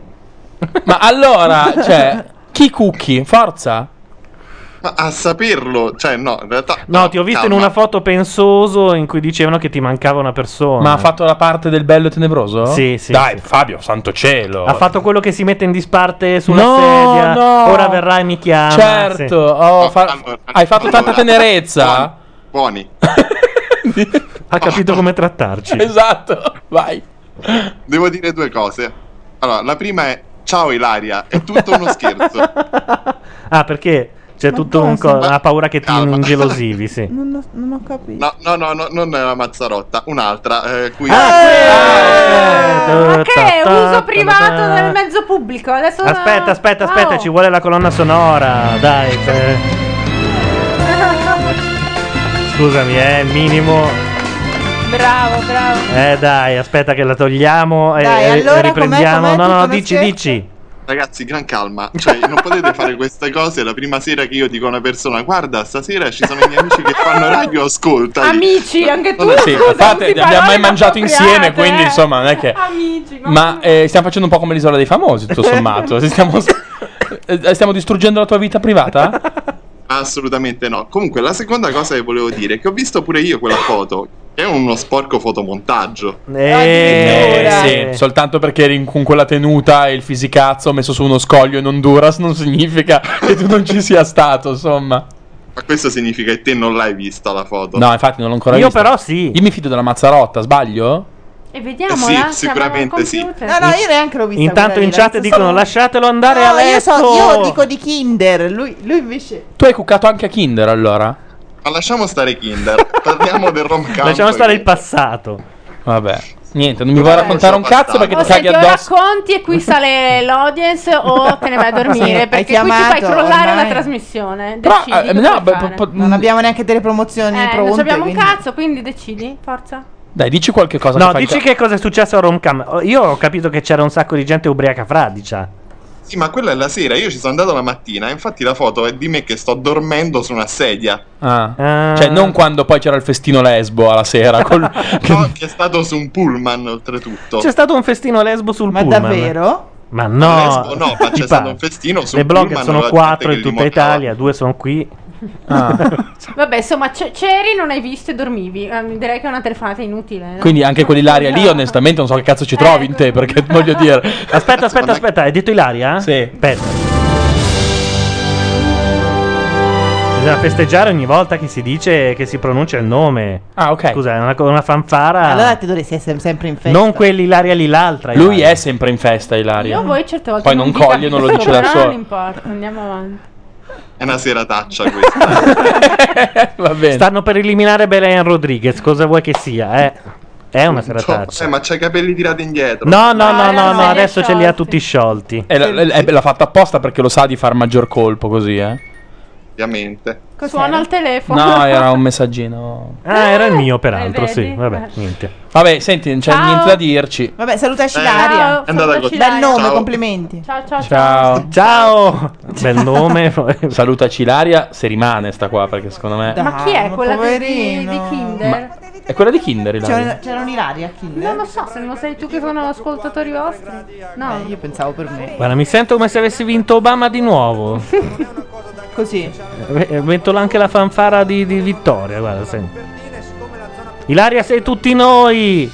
Ma allora, cioè, chi cucchi? Forza. Ma a saperlo, cioè no, in realtà... No, ti ho visto calma. in una foto pensoso in cui dicevano che ti mancava una persona. Ma ha fatto la parte del bello e tenebroso? Sì, sì, Dai, Fabio, santo cielo. Ha fatto quello che si mette in disparte sulla No, sedia. no. Ora verrà e mi chiama. Certo, sì. oh, fa- hai fatto tanta tenerezza. Buoni. Ha capito come trattarci. Esatto, vai. Devo dire due cose. Allora, la prima è... Ciao Ilaria, è tutto uno scherzo. Ah, perché c'è tutto un co- ha paura che ti ingelosivi, sì. Non ho, non ho capito. No, no, no, no, non è la Mazzarotta, un'altra. eh, qui... Eh! Ma Che è uso privato nel mezzo pubblico. Adesso Aspetta, aspetta, aspetta, Oh. ci vuole la colonna sonora. Dai, eh, scusami, eh, minimo. bravo, bravo. Eh, dai, aspetta che la togliamo e Dai, e allora com'è, riprendiamo. com'è, no, no, tutto no, uno dici, scherzo? dici. Ragazzi, gran calma, cioè non potete fare queste cose la prima sera che io dico a una persona guarda, stasera ci sono i miei amici che fanno radio, ascolta. Amici, anche tu. Vabbè, Sì, scusa, infatti, usi li abbiamo mai parole mangiato inappropriate, insieme, quindi eh. insomma, non è che. Amici, ma- Ma eh, stiamo facendo un po' come l'isola dei famosi, tutto sommato. Stiamo, eh, stiamo distruggendo la tua vita privata? Assolutamente no. Comunque, la seconda cosa che volevo dire è che ho visto pure io quella foto, che è uno sporco fotomontaggio. Eh, sì, soltanto perché eri in- con quella tenuta e il fisicazzo messo su uno scoglio in Honduras non significa che tu non ci sia stato, insomma. Ma questo significa che te non l'hai vista la foto. No, infatti non l'ho ancora Io vista. però sì. Io mi fido della Mazzarotta, sbaglio? E vediamo, Sì, eh, siamo sicuramente al sì. computer. No, no, io neanche l'ho vista. Intanto in chat dicono lasciatelo andare no, a letto. io, so, io dico di Kinder, lui, lui invece... Tu hai cuccato anche a Kinder allora? Ma lasciamo stare Kinder, parliamo del rom camp. Lasciamo stare il passato. Vabbè, niente, non mi vuoi raccontare un cazzo perché O ti se caghi te lo addosso. racconti e qui sale l'audience o te ne vai a Sì, dormire hai perché chiamato, qui ci fai crollare ormai. la trasmissione. Però, Decidi eh, cosa no, beh, vuoi mm. fare. Non abbiamo neanche delle promozioni Eh, pronte. non ci abbiamo quindi- un cazzo, quindi decidi, forza. Dai, dici qualche cosa. No, che fa il dici ca- che cosa è successo a Romcam. Io ho capito che c'era un sacco di gente ubriaca fradicia. Sì, ma quella è la sera, io ci sono andato la mattina, infatti la foto è di me che sto dormendo su una sedia. Ah. Cioè, non quando poi c'era il festino lesbo alla sera. col- No, che è stato su un pullman oltretutto. C'è stato un festino lesbo sul Ma pullman. davvero? Ma no, Lesbo no, ma Ti c'è stato pare? un festino sul Le blogger pullman, sono la gente quattro che in tutta limonava. Italia, due sono qui. Vabbè, insomma, c- c'eri, non hai visto e dormivi. Eh, direi che è una telefonata inutile. no? Quindi anche quell'Ilaria lì, onestamente, non so che cazzo ci trovi Eh, in te. Perché voglio dire. Aspetta, aspetta, aspetta, hai detto Ilaria? Sì. Aspetta. Bisogna festeggiare ogni volta che si dice che si pronuncia il nome. Ah, ok. Scusa, è una, co- una fanfara. Allora ti dovresti essere sempre in festa. non quell'Ilaria lì, l'altra. Lui è sempre in festa, Ilaria. Io voi certe volte Poi non vi coglie, non lo capisco, dice da però solo. Non importa, andiamo avanti. È una serataccia questa. Va bene. Stanno per eliminare Belen Rodriguez, cosa vuoi che sia? Eh? È una serataccia. Eh, ma c'hai i capelli tirati indietro. No, no, Eh, no, no, no, adesso ce li ha tutti sciolti. E l- l- eh, l'ha fatta apposta perché lo sa di far maggior colpo così, eh. Ovviamente. Suona il telefono. No, era un messaggino. Ah, era il mio, Eh, peraltro, vedi? sì. Vabbè, niente. Vabbè, senti, non c'è Ciao. niente da dirci. Vabbè, salutaci Eh, Ilaria. è andata così. Bel nome, Ciao. complimenti. Ciao, ciao, Ciao. Ciao. Bel nome. Salutaci Ilaria, se rimane sta qua perché secondo me Ma chi è ma quella di- di, poverino. di Kinder? è quella di Kinder C'era, Ilaria. c'era un'Ilaria a Kinder? Non lo so, se non sei tu che sono ascoltatori vostri. No. Eh, Io pensavo per me. Guarda, mi sento come se avessi vinto Obama di nuovo. Così. Eh, Metto anche la fanfara di, di vittoria, guarda, senti. Ilaria, sei tutti noi!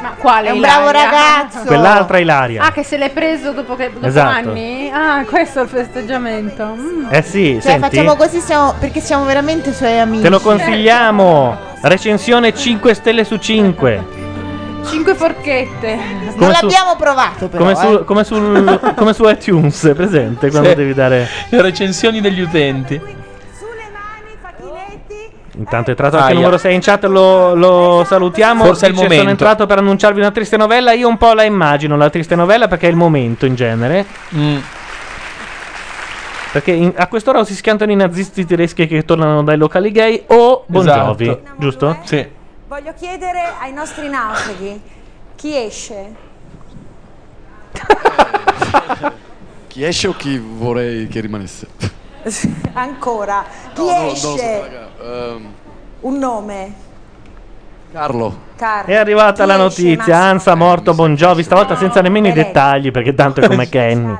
Ma quale? È un bravo Ilaria? ragazzo. Quell'altra Ilaria. Ah, che se l'è preso dopo che dopo Esatto. anni? Ah, questo è il festeggiamento. Mm. Eh sì, Cioè, senti. facciamo così siamo, perché siamo veramente suoi amici. Te lo consigliamo. Recensione 5 stelle su 5. 5 Eh, forchette. Come su- provato eh. Come su, come sul- come su iTunes, è presente quando eh. Sì. devi dare. Le recensioni degli utenti. Intanto è entrato anche Aia. il numero 6 in chat, lo, lo salutiamo. Forse è il Dice, momento." Sono entrato per annunciarvi una triste novella. Io un po' la immagino la triste novella perché è il momento in genere. Mm. Perché in- a quest'ora o si schiantano i nazisti tedeschi che tornano dai locali gay o Bon Esatto. Jovi, giusto? Sì. Voglio chiedere ai nostri naufraghi chi esce. Chi esce o chi vorrei che rimanesse? Ancora. Chi No, no, non lo so, esce? raga. Ehm, Un nome. Carlo. Carlo. È arrivata la Chi esce, notizia, Massimo? Ansa morto Bon Jovi, stavolta senza nemmeno i Belen. dettagli perché tanto è come Kenny.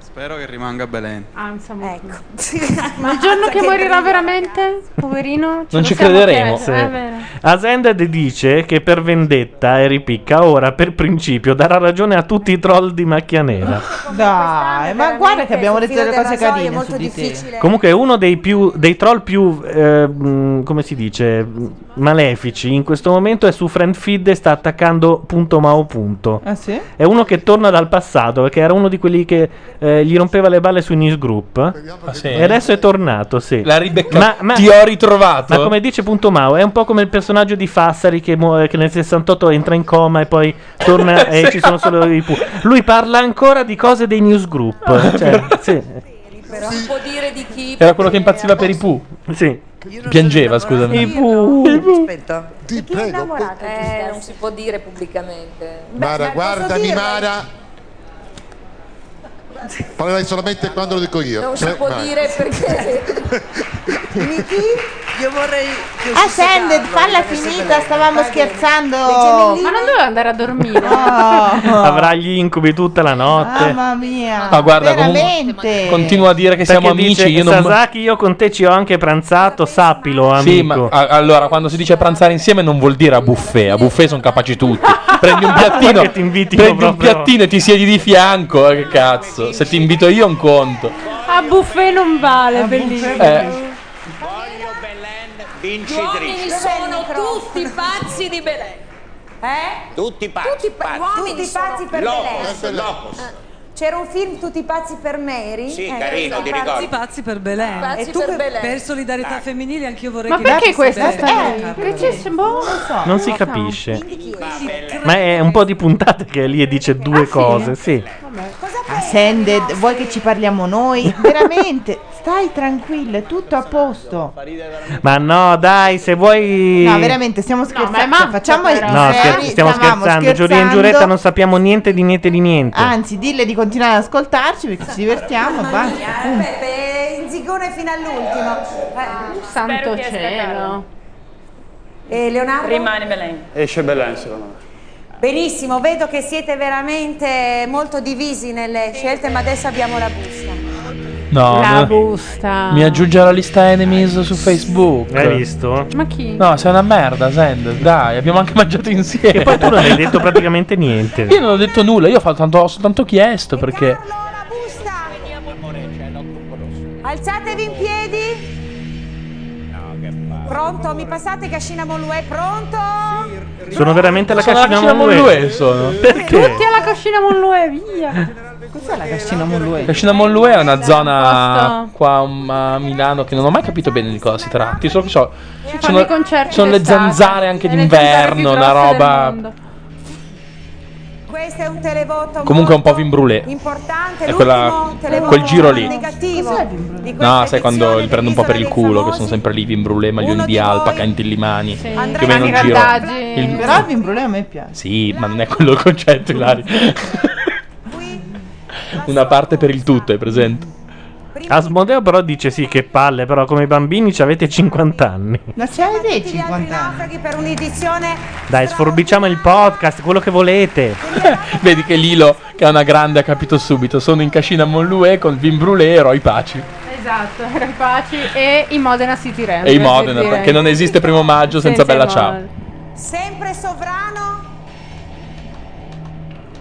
Spero che rimanga a Belen. Ah, Ansa Ecco. Ma il giorno che che morirà veramente, poverino, ce Non lo ci siamo crederemo. chiesti. Ah, Sì. È vero. Asended dice che per vendetta e ripicca ora per principio darà ragione a tutti i troll di macchia nera. Dai, ma guarda che abbiamo sul detto filo le del cose rasoio è carine molto su di difficile. te. Comunque è uno dei, più, dei troll più, eh, mh, come si dice, mh, malefici in questo momento è su Friend Feed e sta attaccando punto mao punto. Ah sì? È uno che torna dal passato perché era uno di quelli che eh, gli rompeva le balle su News Group. sì? E adesso è tornato, sì. La Rebecca, ti ho ritrovato. Ma come dice punto Mao, è un po' come il personaggio di Fassari che, muo- che nel 68 entra in coma e poi torna e Sì. ci sono solo i pu. Lui parla ancora di cose dei news Ah. group. Cioè, sì. Non può dire di chi. Era quello che impazziva per i Pooh. Sì. Piangeva, scusami. Aspetta. Ti prego. Eh, non si può dire pubblicamente. Mara, ma posso guardami, dirlo? Mara. Parlerai solamente quando lo dico io. Non si Cioè, può mai. dire perché. Io vorrei. Ascended, Ah, falla finita, stavamo scherzando. Ma non dovevo andare a dormire. Avrà gli incubi tutta la notte. Oh. Mamma mia. Ma guarda, veramente. Continua a dire che siamo amici, Dice, io non- Sasaki, io con te ci ho anche pranzato, sappilo, amico. Sì, ma ah, a- allora quando si dice pranzare insieme non vuol dire a buffet, a buffet sono capaci tutti. Prendi un piattino, Che ti invitino prendi un proprio. piattino e ti siedi di fianco, eh, che cazzo. Se ti invito io è un conto. A buffet non vale, bellissimo. Eh. Gli uomini sono tutti pazzi di Belen. Eh? Tutti pazzi. Tutti pazzi. Tutti pazzi per Belen. C'era un film Tutti pazzi per Mary. Eh, Sì, carino, ti pazzi- ricordi? Pazzi per Belen. Pazzi e tu per per, Belen. per solidarietà Ah. femminile anch'io vorrei Ma che perché Belen questa sapesse. storia? Precisa, boh, non so. Non si lo so. capisce. Ma è un po' di puntate che è lì e dice Ah, due cose. Sì. Ascended, Ah, vuoi che ci parliamo noi? Veramente, stai tranquillo, è tutto a posto. Ma no, dai, se vuoi. No, veramente, stiamo scherzando. Cioè, facciamo i No, seri, scher- stiamo stavamo scherzando. Giuria in scherzando. giuretta non sappiamo niente di niente di niente. Ah. Anzi, dille di continuare ad ascoltarci perché ci divertiamo. eh, basta. Peppe, in zigone Eh, fino all'ultimo. Eh, Santo cielo. E Eh, Leonardo? Rimane Belen. Esce Belen, secondo me. Benissimo, vedo che siete veramente molto divisi nelle scelte, ma adesso abbiamo la busta. No, La no. busta. mi aggiunge alla lista enemies su Facebook. Hai visto? Ma chi? No, sei una merda, Send. Dai, abbiamo anche mangiato insieme. E poi tu non hai detto praticamente niente. Io non ho detto nulla, io ho, fatto tanto, ho soltanto chiesto perché. Alzatevi in piedi. Pronto? Mi passate Cascina Molue? Pronto? Sono veramente la Sono la cascina cascina Monlue, Monlue. sono. Perché? Tutti alla cascina Monlue, via. Cos'è la cascina Monlue? Cascina Monlue è una zona Posto. qua um, a Milano che non ho mai capito bene di cosa si tratti. Solo che so. Ci fanno Sono, i concerti sono le d'estate. zanzare anche È le zanzare d'inverno, più una grosse del roba. mondo. Questo è un televoto Comunque è un po' molto vin brûlé. Importante, È quella- l'ultimo televoto quel giro lì. negativo. di questa No, sai quando edizione li prendo un po' per il culo, che sono sempre lì, vin brûlé, maglioni di alpaca, intillimani. Sì. Più o meno il giro. il- Però il vin brûlé a me piace. Sì, ma non è quello il concetto, Ilario. Una parte per il tutto, hai presente? Asmodeo però dice sì, che palle, però come bambini ci avete 50 anni. Ma c'hai dei Altri 50 anni? naufraghi per un'edizione Dai, sforbiciamo il podcast, quello che volete. Vedi che Lilo, che è una grande, ha capito subito. Sono in cascina Monlue con il vin brûlé e eroi paci. Esatto, era i Paci e i Modena City Ramp. E i Modena, perché non esiste primo maggio senza, bella ciao. sempre sovrano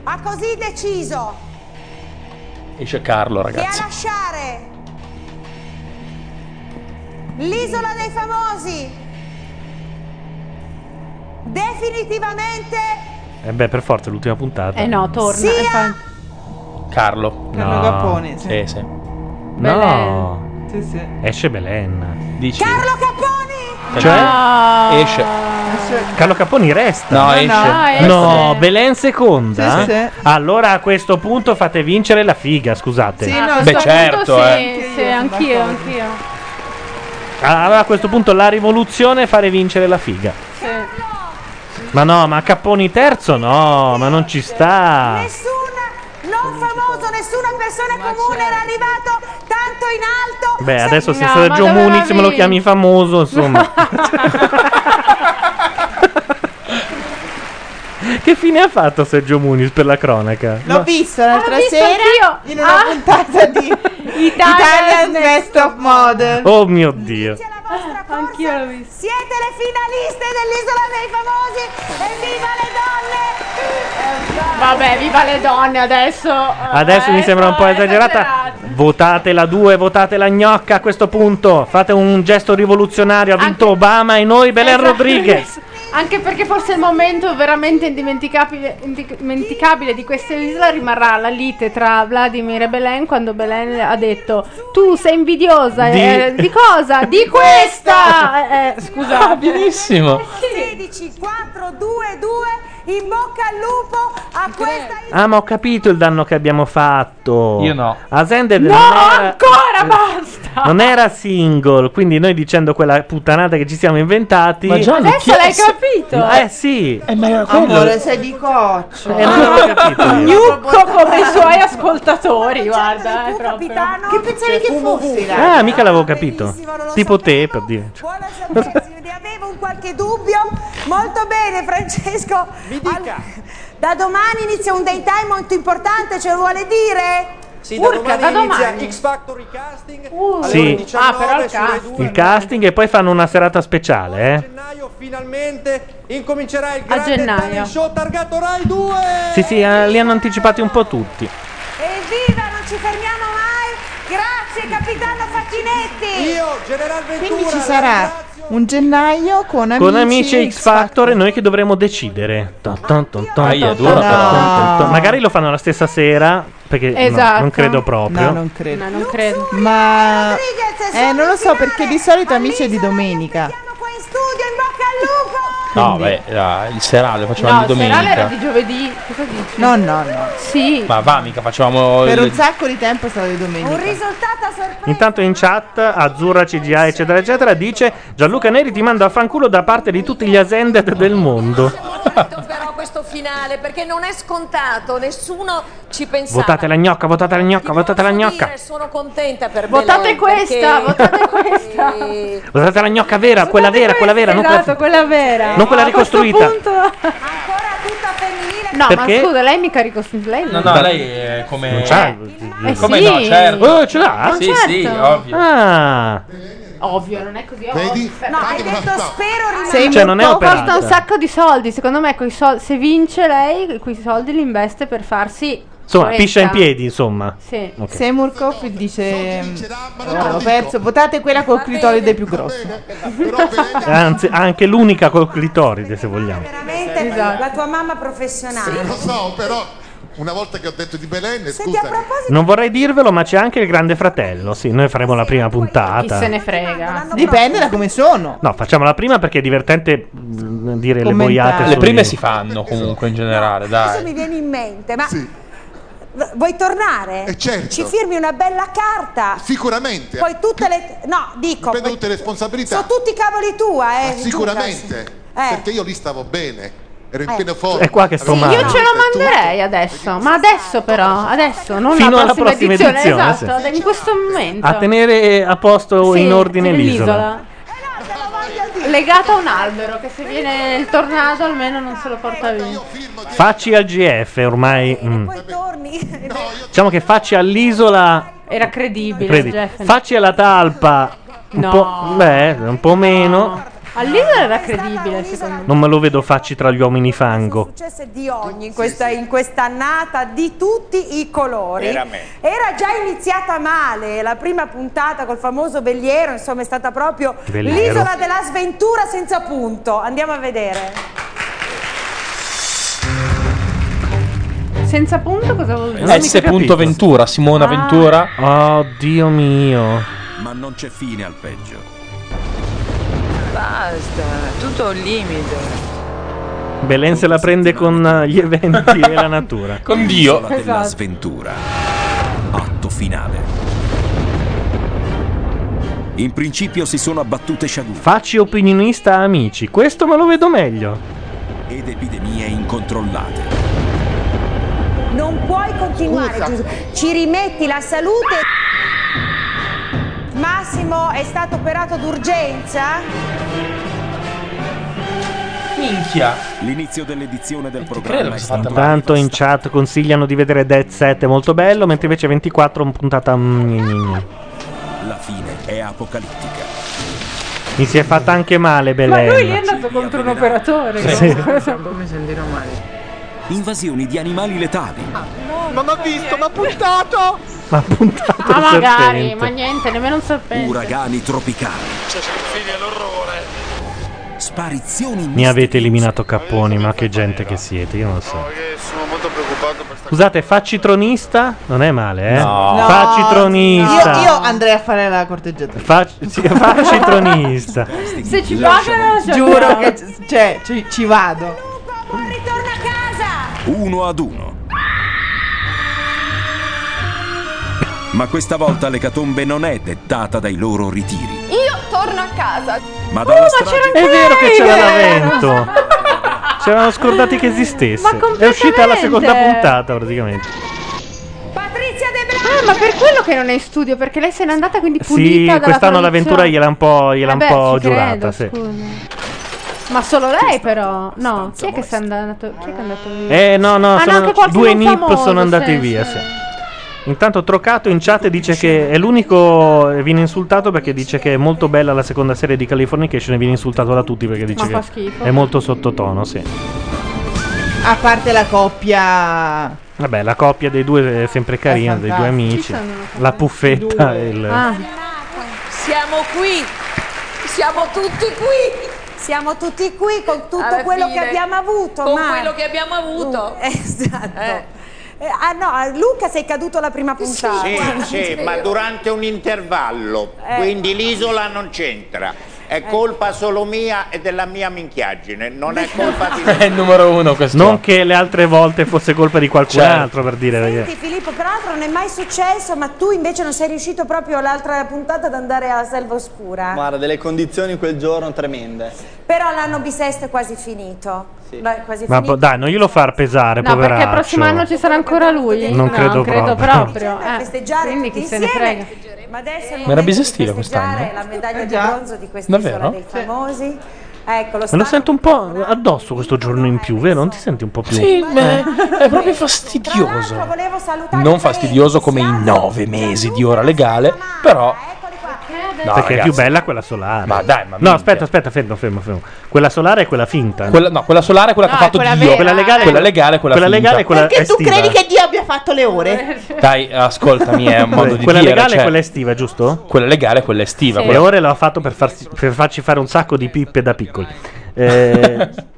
ha così deciso Esce Carlo, che a ragazzi. lasciare l'isola dei famosi definitivamente Eh beh, per forza, è l'ultima puntata. Eh no, torna. Sia- infatti. Carlo. Carlo Gappone, sì. Eh, sì. No. Belen. Sì, sì. Esce Belen. Dici. Carlo Capone! Cioè, No. esce. Eh, Carlo Caponi resta. No, No, esce. esce. no, esce. No, Belen seconda. Sì, sì. Allora a questo punto fate vincere la figa, scusate. Sì, no, a Beh, questo certo, punto eh. Sì, sì, anch'io, anch'io. Allora a questo punto la rivoluzione è fare vincere la figa. Sì. Ma no, ma Caponi terzo no, ma non ci sta. non famoso, nessuna persona comune era arrivato tanto in alto. Beh, adesso se No, Sergio ma doveva Muniz me lo chiami famoso, insomma. che fine ha fatto Sergio Muniz per la cronaca? L'ho Ma- visto l'altra L'ho visto sera anch'io. in una Ah. puntata di Italia's Next Top Model. Oh mio dio. Anch'io l'ho visto. Siete le finaliste dell'isola dei famosi e viva le donne! Vabbè, viva le donne adesso. Ah, Adesso eh, mi sembra un po' esagerata. Votate la 2, votate la gnocca a questo punto. Fate un gesto rivoluzionario. Ha vinto Obama e noi Belen Esatto. Rodriguez. Anche perché forse il momento veramente indimenticabile, indimenticabile di questa isola rimarrà la lite tra Vladimir e Belen quando Belen ha detto tu sei invidiosa Di- eh, di cosa? Di questa! Eh, eh, Ah, scusate. benissimo. 16, 4, 2, 2, in bocca al lupo a questa Ah, ma ho capito il danno che abbiamo fatto. Io no. Asende No, non, era, Eh. Ancora basta! non era single. Quindi noi dicendo quella puttanata che ci siamo inventati. Ma Gianni, Adesso chi è- l'hai capito? Eh sì. Amore, sei di coccio. Eh, non l'avevo capito io. Gnocco come i suoi ascoltatori, guarda. eh, proprio. Che cioè, pensavi che fossi? Ah, mica l'avevo capito. Tipo te, per dire. Avevo un qualche dubbio? Molto bene, Francesco. Mi dica. da domani inizia un daytime molto importante, ce lo vuole dire? Sì, da Urca, domani da inizia domani. X Factory Casting alle Sì. ore 19 Ah, però il sulle cast. due. Il casting e poi fanno una serata speciale, eh. Finalmente incomincerà il A grande gennaio. talent show targato Rai 2 Sì, sì, eh, li hanno anticipati un po' tutti. Evviva, non ci fermiamo mai. Grazie, capitano Facchinetti. Io, General Ventura. Quindi ci sarà un gennaio con amici. Con amici X Factor e noi che dovremo decidere. Ton, ton, ton, ton, Aia, ton, dura ton, però. ton, ton, ton. Magari lo fanno la stessa sera, perché no, Esatto. non credo proprio. No, non credo. Ma non credo. Ma eh, non lo so perché di solito amici è di domenica. No, beh, eh, il serale lo facevamo no, di domenica. il serale era di giovedì. Cosa dici? No, no, no. Sì. Ma va, mica facevamo Per il- un sacco di tempo è stato di domenica. Un risultato a sorpresa. Intanto in chat, Azzurra, CGA, eccetera, eccetera, dice Gianluca Neri ti mando a fanculo da parte di tutti gli asended del mondo. Però questo finale, perché non è scontato, nessuno ci pensava. Votate la gnocca, votate la gnocca, votate la gnocca. Dire, sono contenta per Votate Belen, questa, perché- votate questa. Votate la gnocca vera, quella vera, quella vera. non quella- esatto, quella vera. non quella A questo ricostruita. punto- No, Perché? ma scusa, lei mica ricostruita. Lei No, non- no, lei è come. Non c'ha- Eh come sì. no, certo. Oh, ce l'ha? Sì, certo. sì, ovvio. Ah. Ovvio, non è così ovvio. Vedi? No, hai detto spero rimane. Sei Cioè, non è molto- operata. Costa un sacco di soldi. Secondo me, coi sol- se vince lei, quei soldi li investe per farsi. Insomma, retta. piscia in piedi, insomma. Sì. Ok. Seymour Coffey dice: "Eh, Ho perso, votate quella col clitoride più grosso. Anzi, anche l'unica col clitoride, se vogliamo. Veramente la tua mamma professionale. Sì, lo so, però una volta che ho detto di Belen, Senti, a scusa, Non vorrei dirvelo, ma c'è anche il Grande Fratello. Sì, noi faremo la prima Chi se puntata. ne frega. Dipende da come sono. No, facciamo la prima perché è divertente mh, dire le Commentare. boiate. Le sui- prime si fanno comunque in generale, Adesso dai. mi viene in mente, ma v- vuoi tornare? certo. Ci firmi una bella carta. Sicuramente. Poi tutte le no, dico, prendo poi- tutte le responsabilità. sono tutti cavoli tua, eh. Ma sicuramente, Giuca. perché io lì stavo bene, ero in Eh. pieno forma. È qua che sto avevo male. Io ce lo manderei adesso, ma adesso però, adesso, non Fino la alla prossima, prossima edizione, edizione, esatto, in questo momento. A tenere a posto Sì, in ordine sì, l'isola. Legata a un albero, che se viene il tornado almeno non se lo porta via. Facci al GF ormai. mm. Diciamo che facci all'isola. Era credibile, Credi. Jeff. Facci alla talpa. Un No. po'. Beh, un po' meno. All'isola era credibile, secondo me. Non me lo vedo facci tra gli uomini fango. Successe di ogni in questa in quest'annata di tutti i colori. Veramente. Era già iniziata male la prima puntata col famoso Belliero, insomma, è stata proprio Veliero. l'isola della sventura senza punto. Andiamo a vedere. Senza punto cosa vuol dire? S.Ventura, Eh, Simona Ah. Ventura. Oh, Dio mio. Ma non c'è fine al peggio. Basta, tutto il limite. Belen se la prende con eh, gli eventi e la natura. Esatto. L'isola della Esatto. sventura. Atto finale. In principio si sono abbattute sciagure Facci opinionista a amici, questo me lo vedo meglio. ed epidemie incontrollate. Non puoi continuare, Giuseppe. Ci rimetti la salute. Massimo è stato operato d'urgenza? Minchia. Eh, L'inizio dell'edizione del credo programma che è sia stato Tanto in chat consigliano di vedere Dead 7 molto bello, mentre invece 24 è un puntata. mm, gni, gni, gni. La fine è apocalittica. Mi si è fatta anche male, Ma Belen. lui lì è andato contro un operatore. Sì. mi sentirò male. Invasioni di animali letali. Ma mi ha visto, mi ha puntato! Ma puntato Uh, Ma Ah, magari, ma niente, nemmeno un serpente. Uragani tropicali. C'è fine all'orrore. Sparizioni Mi avete eliminato Capponi, ma che gente che siete, io non so. Sono molto preoccupato per sta Scusate, facci tronista? Non è male, eh? No. Facci tronista. Io, io andrei a fare la corteggiatura. Fac- sì, facci tronista. Se ci pagano, la facciamo. Giuro che c- cioè, ci, ci vado. Uno ad uno. Ma questa volta l'ecatombe non è dettata dai loro ritiri, Io torno a casa. ma Oh, dalla strage- È vero che c'era l'avvento. Ci eravamo scordati che Ma esistesse. È completamente. uscita la seconda puntata, praticamente. Ah, ma per quello che non è in studio, perché lei se n'è andata quindi pulita Sì, dalla quest'anno produzione. l'avventura gliel'ha un po', gliel'ha un Vabbè, po ci credo, giurata. sì. scusa. Ma solo lei però. No, chi è che s'è andato? Chi è che è andato via? Eh no, no, Ah, sono- anche qualcuno due nip famoso, sono andati sì, via. sì. sì. Intanto Trocato in chat dice che è l'unico eh, viene insultato perché dice che è molto bella la seconda serie di Californication e viene insultato da tutti perché dice Ma fa che schifo. è molto sottotono, sì. A parte la coppia. Vabbè, la coppia dei due è sempre carina, dei due fantastica. amici. Chi sono? La puffetta Due. e il Ah. Ah. Siamo qui! Siamo tutti qui! Siamo tutti qui con tutto Alla quello fine, che abbiamo avuto. con Mar- quello che abbiamo avuto. Uh, esatto. Eh, ah no, Luca sei caduto alla prima puntata. Sì, sì, ma durante un intervallo, Eh. quindi l'isola non c'entra. È colpa solo mia e della mia minchiaggine, non è colpa di È il numero uno questo. Non che le altre volte fosse colpa di qualcun Certo. altro per dire Senti Filippo, peraltro non è mai successo, ma tu invece non sei riuscito proprio l'altra puntata ad andare alla Selva Oscura. Guarda, delle condizioni quel giorno tremende. Però l'anno bisesto è quasi finito. No, è quasi Ma finito. po- dai, non glielo far pesare, No, perché il poveraccio. prossimo anno ci sarà ancora lui. Non no, credo credo proprio. proprio. Eh, festeggiare quindi tutti chi se ne insieme. frega. Ma Ma adesso è il era momento di bisestile festeggiare quest'anno? la Eh, medaglia di bronzo di quest'isola Davvero? dei famosi. Ecco, lo Me lo stanno sento un po' addosso questo giorno in più, vero? Non ti senti un po' più? Sì, Eh? ma è proprio fastidioso. volevo salutare Non fastidioso come i nove mesi di ora legale, Ah, però. No, Perché è ragazzi. più bella quella solare. Ma dai, ma No, minchia. aspetta, aspetta, fermo, fermo, fermo. Quella solare è quella finta. Quella- no, quella solare è quella No, che ha fatto quella Dio. vera. Quella legale, quella legale, quella, Quella legale è quella Perché tu estiva. credi che Dio abbia fatto le ore? Dai, ascoltami, è un modo di Quella dire. legale e cioè, quella estiva, giusto? Quella legale e quella estiva. E quella- ora l'ho fatto per, farsi- per farci fare un sacco di pippe da piccoli.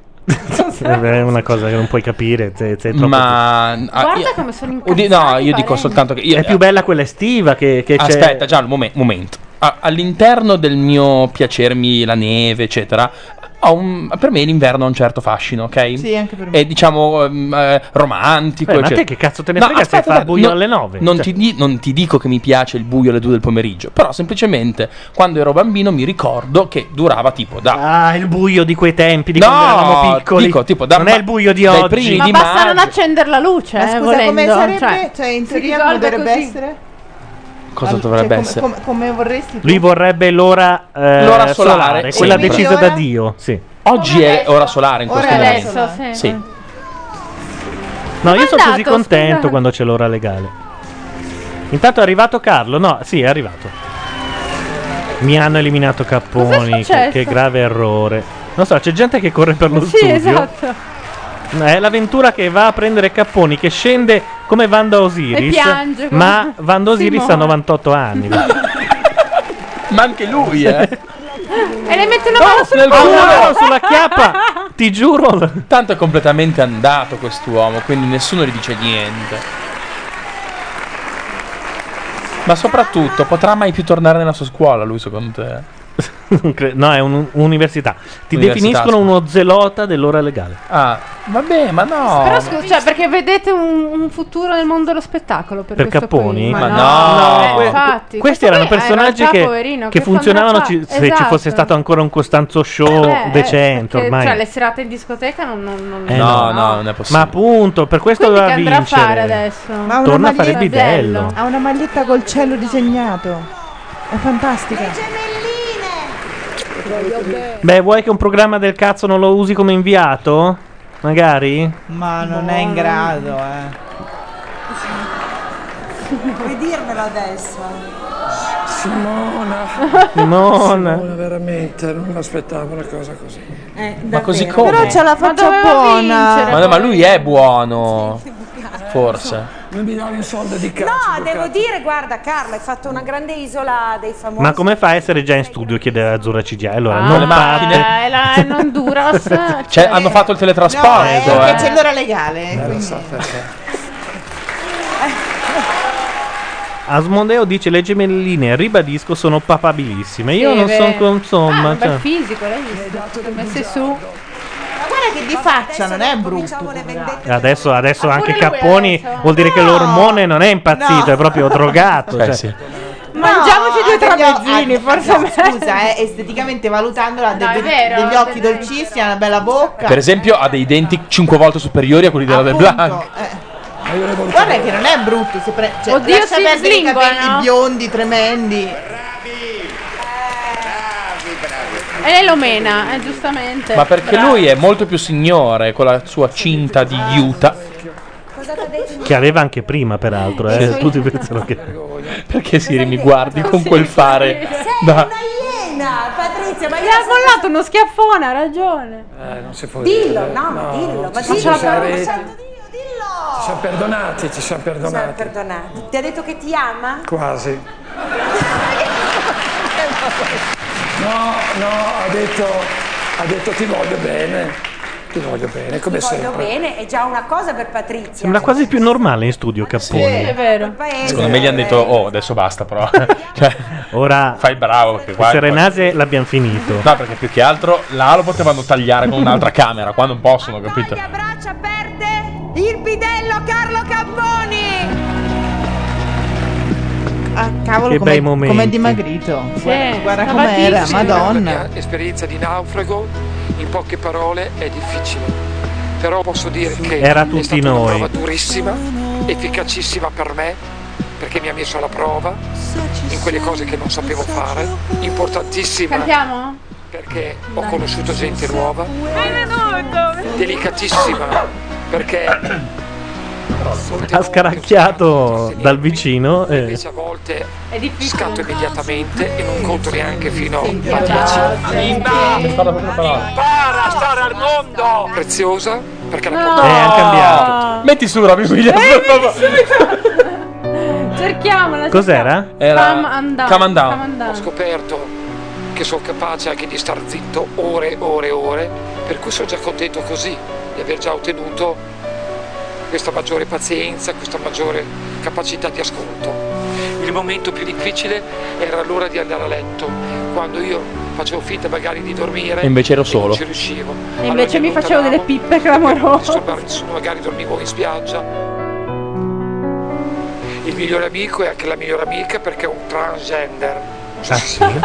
Eh, è una cosa che non puoi capire. se- se è troppo Ma ah, Guarda io- come sono o di- incazzati. eh. no, io dico soltanto che È più bella quella estiva che, che c'è. Aspetta, già un momen- momento. A- all'interno del mio piacermi la neve, eccetera, ho un- per me l'inverno ha un certo fascino, ok? Sì, anche per me. È diciamo ehm, eh, romantico, Beh, ma eccetera. te che cazzo te ne No, frega se aspetta, fa aspetta, buio no, alle nove? Non, Cioè- ti di- non ti dico che mi piace il buio alle due del pomeriggio, però semplicemente quando ero bambino mi ricordo che durava tipo da. Ah, il buio di quei tempi, di no, quando eravamo piccoli. Dico, tipo, da non ma- è il buio di dai oggi. primi Ma di basta maggio. non accendere la luce, Ma eh, scusa, volendo. come sarebbe? Cioè, in si teoria risolve dovrebbe così. essere? Cosa Cioè, dovrebbe come- essere? Come, come vorresti tu? Lui vorrebbe l'ora, eh, L'ora solare, solare, sì. quella Quindi decisa ora- da Dio. Sì. Oggi è ora solare in Ora questo adesso, momento. sì. No, io sono andato, così contento scusate. quando c'è l'ora legale. Intanto è arrivato Carlo. No, sì, è arrivato. Mi hanno eliminato Cos'è Capponi. Che, successo? che grave errore. Non so, c'è gente che corre per lo Sì, studio. esatto. È l'avventura che va a prendere Capponi, che scende come Vanda Osiris. E piange come- Ma Vanda Osiris Si ha muore. 98 anni. Ma eh. anche lui, eh. E le mette una mano sul Ha una mano culo. sulla chiappa. Ti giuro. Tanto è completamente andato quest'uomo, quindi nessuno gli dice niente. Ma soprattutto, potrà mai più tornare nella sua scuola lui, secondo te? Non cre- no, è un- un'università. Ti Università, definiscono scusa. uno zelota dell'ora legale. Ah, vabbè, ma no. Però scusa, cioè, perché vedete un, un futuro nel mondo dello spettacolo per, per questo qui? Capponi? Ma, no. no, que- eh, infatti, questi questo erano qui, eh, in personaggi realtà, che, poverino, che fanno funzionavano qua? ci- se ci Esatto. fosse stato ancora un Costanzo Show Eh, eh, decente perché, ormai. Cioè, le serate in discoteca non. non, non Eh, no, no, non è Ma appunto, per questo Quindi che doveva andrà a fare vincere. adesso? Ma ha una Torna a fare il maglietta- bidello. Ha una maglietta col cielo disegnato. È fantastica. Beh, vuoi che un programma del cazzo non lo usi come inviato? Magari? Ma non è in grado, eh. Puoi dirmelo adesso. Simona. Simona. veramente, non mi aspettavo una cosa così. Eh, Ma così come? Però ce la faccia buona. Ma, no, ma lui è buono. Forse. Non mi dai un soldo di No, devo dire, guarda, Carlo, hai fatto una grande isola dei famosi. Ma come fa a essere già in studio? Chiede Azzurra CGI. Allora, Ah, non le parte. macchine. Eh, la- eh, non dura. sa- Cioè, hanno fatto il teletrasporto. Perché eh. c'è l'ora legale. quindi- Asmodeo dice le gemelline, ribadisco, sono papabilissime. Io Sì, non beh. sono con- insomma. Ah, un bel cioè. fisico, l'hai visto? Sono Messe su. Esatto, Ma guarda che di faccia non è brutto. Adesso, adesso anche lui Capponi vuol dire che l'ormone non è impazzito, No. è proprio drogato. Eh, cioè. sì. Mangiamoci due tramezzini, forse no, eh, scusa, eh, esteticamente valutandola ha No, degli, è vero, degli occhi dolcissimi, ha una bella bocca. Per esempio, ha dei denti 5 volte superiori a quelli della De Blanc. Guarda che non è brutto, se pre- cioè, Oddio, lascia si perdere i slinguano. capelli biondi tremendi. E lei lo mena, eh, giustamente. Ma perché Bravo. lui è molto più signore con la sua cinta di Utah. Che aveva anche prima, peraltro. eh. Sì. Tutti pensano che. Perché Siri mi guardi con quel fare? da- Iena, Patrizia, ma Gli io ha mollato uno schiaffone, ha ragione. Eh, non si può Dillo, dire. no, ma dillo, ma ci dillo, siamo cioè, ma separati. santo Ci siamo perdonati, ci siamo Scusa, perdonati. perdonati. Ti ha detto che ti ama? Quasi. No, no, ha detto, ha detto ti voglio bene. Ti voglio bene, come Ti voglio sempre. bene, è già una cosa per Patrizia. Sembra quasi più normale in studio, Capponi. vero. Secondo me gli hanno detto, oh, adesso basta però. cioè, Ora. Fai il bravo. Perché Il qua, Serenase l'abbiamo finito. No, perché più che altro là lo potevano tagliare con un'altra camera, qua non possono, capito? Braccia aperte, il bidello Carlo Capponi! Ah, cavolo, Che bei come momenti. com'è dimagrito. Guarda, guarda Sì, com'era, sì, La madonna. mia esperienza di naufrago, in poche parole, è difficile. Però posso dire che Era è tutti stata una noi. prova durissima, efficacissima per me, perché mi ha messo alla prova in quelle cose che non sapevo fare, importantissima Cantiamo? perché ho conosciuto gente nuova, Benvenuto! delicatissima perché molte Ha scaracchiato dal vicino. eh. a volte scatto immediatamente e non conto neanche fino a 10. Impara a stare al mondo! Preziosa perché la No. Eh, han cambiato. Metti su Roby Williams, per favore. Cerchiamola. Cos'era? Cam and down. Come and down. Come and down. Ho scoperto che sono capace anche di star zitto ore e ore e ore, per cui sono già contento così di aver già ottenuto questa maggiore pazienza, questa maggiore capacità di ascolto. Il momento più difficile era l'ora di andare a letto, quando io facevo finta magari di dormire E invece ero solo. non ci riuscivo. E invece mi facevo delle pippe Non clamorose. disturbare nessuno, magari dormivo in spiaggia. Il migliore amico è anche la migliore amica perché è un transgender. Non so se si Un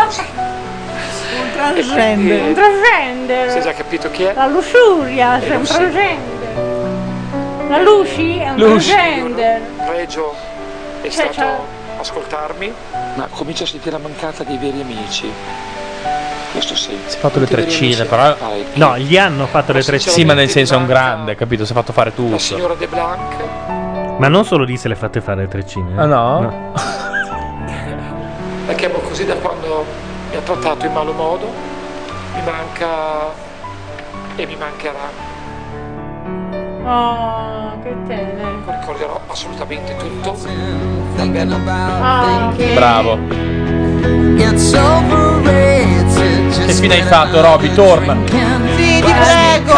transgender. Un transgender. si è già capito chi è. La lussuria, sei un Lucy. transgender. La Lucy è un Lucy. transgender. Pregio è Cioè, stato c'ha- ascoltarmi, ma comincio a sentire la mancanza dei veri amici. Questo sì. Si è fatto le treccine, però. No, gli hanno fatto le tre Sì, ma nel senso è un grande, capito? Si è fatto fare tutto. Signora De Blanc, Ma non solo lì se le fate fare le treccine. eh. Ah, no? la chiamo così da quando mi ha trattato in malo modo, mi manca e mi mancherà. Oh, che tenero. Ricorderò assolutamente tutto. Davvero. Ah, Bravo. It's overrated. Che fine hai fatto, Roby? Torna. Sì, ti prego.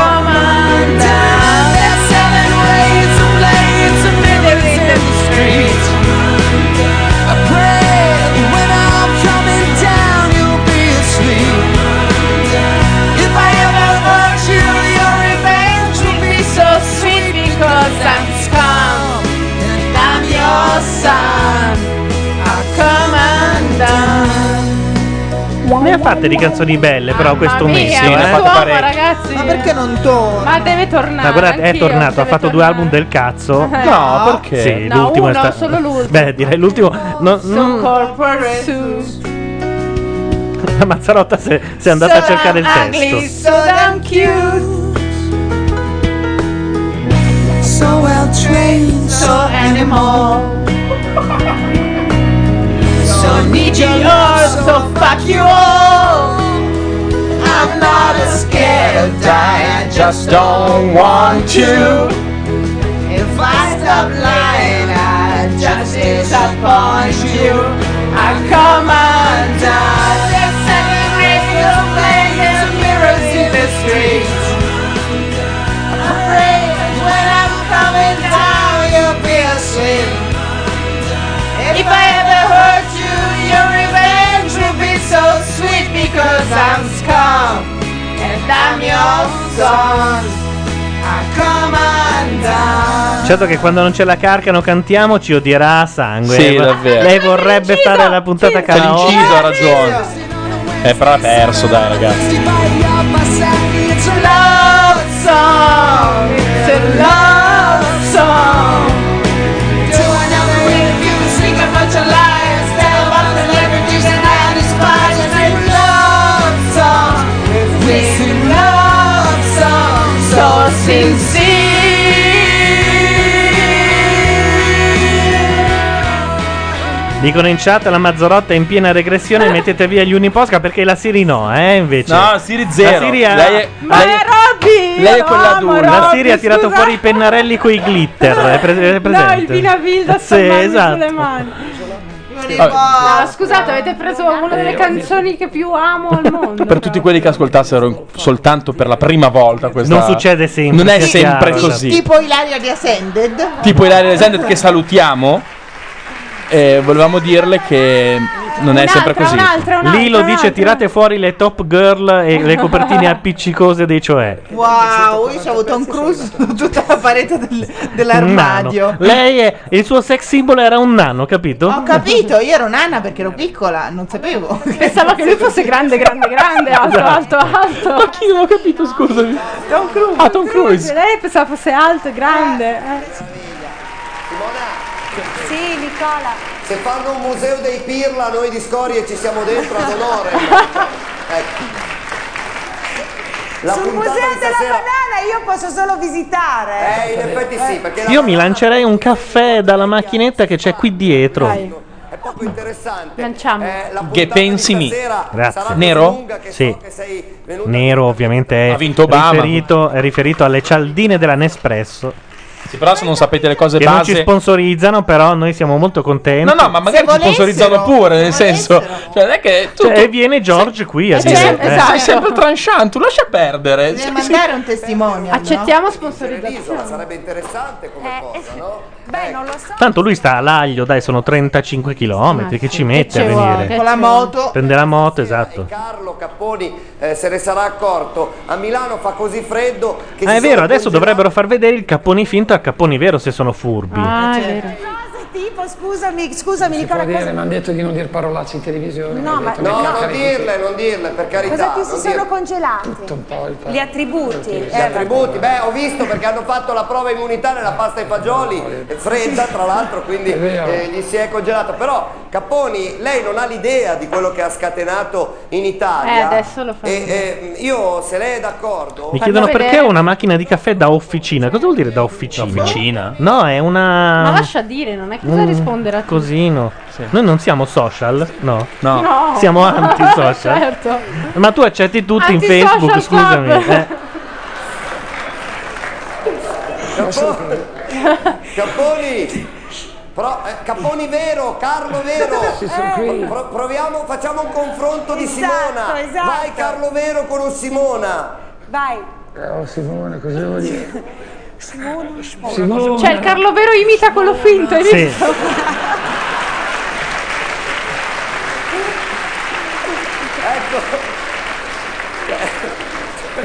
Ne ha fatte di canzoni belle, però, questo Mamma Ah, mia, mese. questo eh. uomo, ragazzi. Ma perché non torna? Ma deve tornare. Ma guardate, è anch'io, tornato, ha deve fatto due tornare. album del cazzo. Eh, No, no. perché? Sì, No, l'ultimo è uno, stato. solo l'ultimo. Beh, direi l'ultimo. No, Mm. So no, corporate suit. la Mazzarotta se- se è andata a So cercare il damn testo. ugly, So damn cute. So well trained, so animal. So need you all, so fuck you all. I'm not scared of dying, I just don't want to. If I stop lying, I just disappoint you. I come undone. Let's celebrate your players, mirrors in the streets. Afraid when I'm coming down, you'll be asleep. If I ever hurt you, your revenge will be so sweet because I'm scum and I'm your son. I come undone. Certo che quando non ce la carcano cantiamo ci odierà a sangue. Sì, Ma- davvero. Lei vorrebbe fare la puntata C'è karaoke. l'inciso, ha ragione. Cioè, Eh, però ha perso, dai, ragazzi. It's a love song. It's a love song. To another if you sing about your lies, tell about the liberties that I despise. It's a love song. It's a love song. So sincere. Dicono in chat la Mazzarotta è in piena regressione, mettete via gli uniposca perché la Siri no, eh, invece. No, Siri zero. La Siri ha- Lei è- Ma lei- è Robby! lei è quella dura. La Siri ha Robby, tirato scusa. fuori i pennarelli con i glitter, è, pre- è presente. No, il Vinavil da Sì, esatto. Ah. sulle mani. Vabbè. No, scusate, avete preso una delle Eh, canzoni che più amo al mondo. Cioè, Per tutti quelli che ascoltassero in- soltanto per la prima volta questa Non succede sempre, Non è sia sempre chiaro. così. Tipo, Tipo Ilaria di Ascended. Ilaria Lesendet che salutiamo. eh, volevamo dirle che non è sempre così. Lilo dice tirate fuori le top girl e le copertine appiccicose dei cioè. Wow, io c'avevo Tom Cruise su tutta la parete del- Un dell'armadio. nano. Lei è, il suo sex symbol era un nano, capito? Ho capito, io ero nana perché ero piccola, non sapevo. Pensavo che lui fosse grande, grande, grande, alto, alto, alto. Ma chi non ho capito, scusami. Tom Cruise. Ah, Tom Cruise. Lei pensava fosse alto, grande. Eh. eh. Sì, Nicola. Se fanno un museo dei pirla, noi di scorie ci siamo dentro ad onore. Ecco. La Sul puntata museo di della stasera- banana io posso solo visitare. Eh, in effetti sì, perché la Io mi lancerei un caffè dalla macchinetta che c'è qui dietro. è poco interessante. Lanciamo. Eh, la Che puntata pensi di mi? stasera Grazie. sarà Nero? così lunga che Sì. so che sei venuto Nero ovviamente è vinto Obama. riferito, è riferito alle cialdine della Nespresso. Sì, però se non sapete le cose Che non ci base. sponsorizzano, però noi siamo molto contenti. No, no, ma magari ci sponsorizzano pure, nel Eh, senso. Cioè, non è che tu. Cioè, e viene George qui a Sei, dire. sempre- eh. esatto. sei sempre tranchant, tu lascia perdere. Deve mandare un testimone. Accettiamo L'isola sarebbe interessante come cosa, no? Eh, Eh, Beh, non lo so. Tanto lui sta all'aglio, dai, sono 35 km. Che ci mette a ci vuole, venire? che Con la ci vuole. moto. Prende la moto, esatto. Carlo Capponi eh, se ne sarà accorto. A Milano fa così freddo che Ah, si è vero, sono adesso dovrebbero far vedere il capponi finto a capponi vero se sono furbi. Ah, Eh, Cose tipo, scusami, scusami Nicola, cosa, mi hanno detto di non dire parolacce in televisione. No, mi hanno ma- detto no, di non cacare dirle, tutti. Non dirle, per carità. cosa ti si non sono dirle. congelati? Gli attributi. Gli attributi, Eh, beh, ho visto perché hanno fatto la prova immunità nella pasta ai fagioli, è fredda tra l'altro, quindi È vero. eh, gli si è congelata. Però Capponi, lei non ha l'idea di quello che ha scatenato in Italia. Eh, adesso lo fa E, eh, io, se lei è d'accordo, Mi chiedono perché una macchina di caffè da officina. Cosa vuol dire da officina? Da officina? No, è una. Ma lascia dire, non è che cosa Ah. Mm, rispondere a tutti. Cosino. Noi non siamo social, no? No. Siamo anti-social. certo. Ma tu accetti tutti in Anti-social Facebook, club. scusami. eh. Capponi, Pro- eh, Caponi vero, Carlo vero. Sì, sono qui. Pro- proviamo, facciamo un confronto di Esatto, Simona. esatto. Vai Carlo vero con un Simona. Vai. Oh Simone, cosa devo dire? né? Simone. Cioè, il Carlo Vero imita quello finto, hai Sì. visto? Ecco.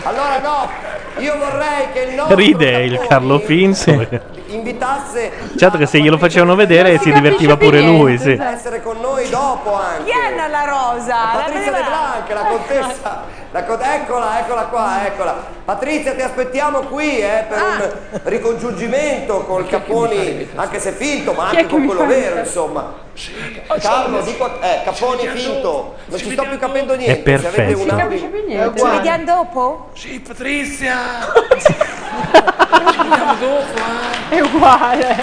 Allora no, io vorrei che il nostro Ride il Carlo Finzo. invitasse Certo che se glielo facevano vedere si divertiva pure lui, sì. a essere con noi dopo anche. Chi è Nalla Rosa? Patrizia La De vedrà. Blanc, la contessa. la co- eccola, eccola qua, eccola. Patrizia, ti aspettiamo qui eh, Ah. per un ricongiungimento col Caponi, anche se finto, ma Chi è anche che con mi quello fa vero, invitare? insomma. Oh, Carlo, dico a- eh, Caponi finto, non ci sto più capendo niente. se avete perfetto. un Non si audio- Niente. Ci vediamo dopo? Sì, Patrizia! Ci vediamo dopo, eh! È uguale!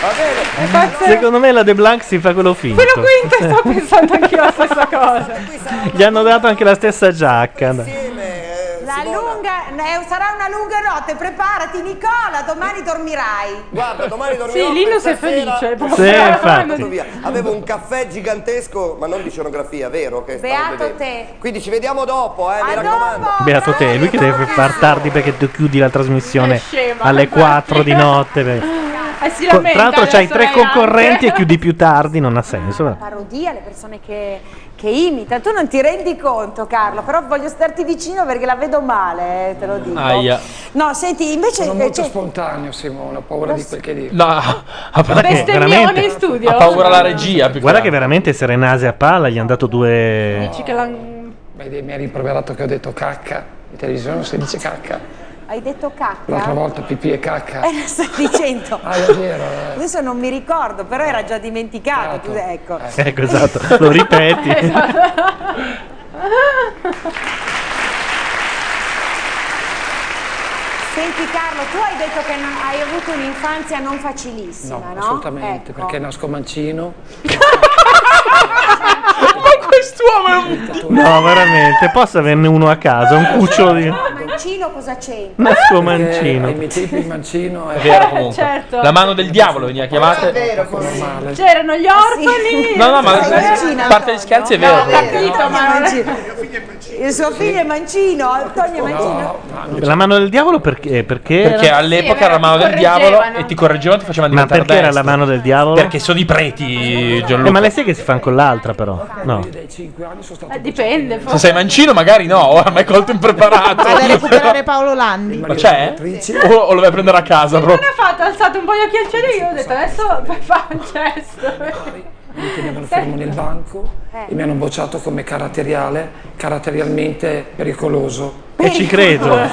Va bene! Secondo me la De Blanc si fa quello finto. Quello quinto tá sto pensando anch'io la stessa cosa. Gli hanno dato anche la stessa giacca. La lunga, eh, sarà una lunga notte, preparati Nicola, domani dormirai. Guarda, domani dormirò Sì, Lino per sei stasera. felice, proprio. Sì, infatti. Vado via. Avevo un caffè gigantesco, ma non di scenografia, vero? Che stavo Beato bevendo. te. Quindi ci vediamo dopo, eh, mi raccomando. Beato te, lui che deve far tardi perché tu chiudi la trasmissione È scema, alle infatti. 4 di notte. perché- Eh, E si Con- lamenta Tra l'altro c'hai adesso tre lei concorrenti anche. e chiudi più tardi, non ha senso. Parodia le persone che, che imita, tu non ti rendi conto Carlo, però voglio starti vicino perché la vedo male, eh, te lo dico. Aia. No, senti, invece... Ah, eh, Sono molto c'è- spontaneo, Simone, ho paura di quel che dico. No, ha Guarda che Bestemmione veramente- in studio. Ha paura la regia. più Guarda che che veramente Serenase a palla gli hanno dato due... Dici che la- Vedi, mi ha rimproverato che ho detto cacca. In televisione non si dice cacca. cioè, Hai detto L'altra cacca? volta pipì e cacca. Eh, lo sto dicendo. Ah, è vero, eh. Esatto. Adesso non mi ricordo, però era già dimenticato. tu- ecco. Eh, Ecco, esatto, lo ripeti. Senti Carlo, tu hai detto che non- hai avuto un'infanzia non facilissima, no? assolutamente, Ecco. perché nasco mancino. Ma quest'uomo è un No, veramente, posso averne uno a casa, un cucciolo di... Mancino cosa c'entra? Nasco mancino. Ai miei tempi il mancino È è vero comunque. Certo. La mano del diavolo veniva chiamata. C'erano Ah, gli orfani. No, no, ma Sei mancino, a parte gli scherzi è No, vero. ho capito, ma non è- Il suo figlio è Mancino, Antonio è Mancino. eh, La mano del diavolo perché? Perché, Perché era- all'epoca era la mano del diavolo e ti correggevano e ti facevano Ma diventare perché era la destro. mano del diavolo? Perché sono i preti, Gianluca. Eh, ma le sai che si fanno con l'altra però? No. dai 5 anni sono stato Eh, Dipende, Se forse. sei mancino magari no, oramai colto impreparato. Vado a recuperare Paolo Landi. Ma c'è? O, o lo vai a prendere a casa Non proprio? ha fatto, ha alzato un po' gli occhi al cielo e io ho detto adesso puoi fare un gesto. Eh. mi tenevano fermo nel banco e mi hanno bocciato come caratteriale, caratterialmente pericoloso. E ci credo, eh.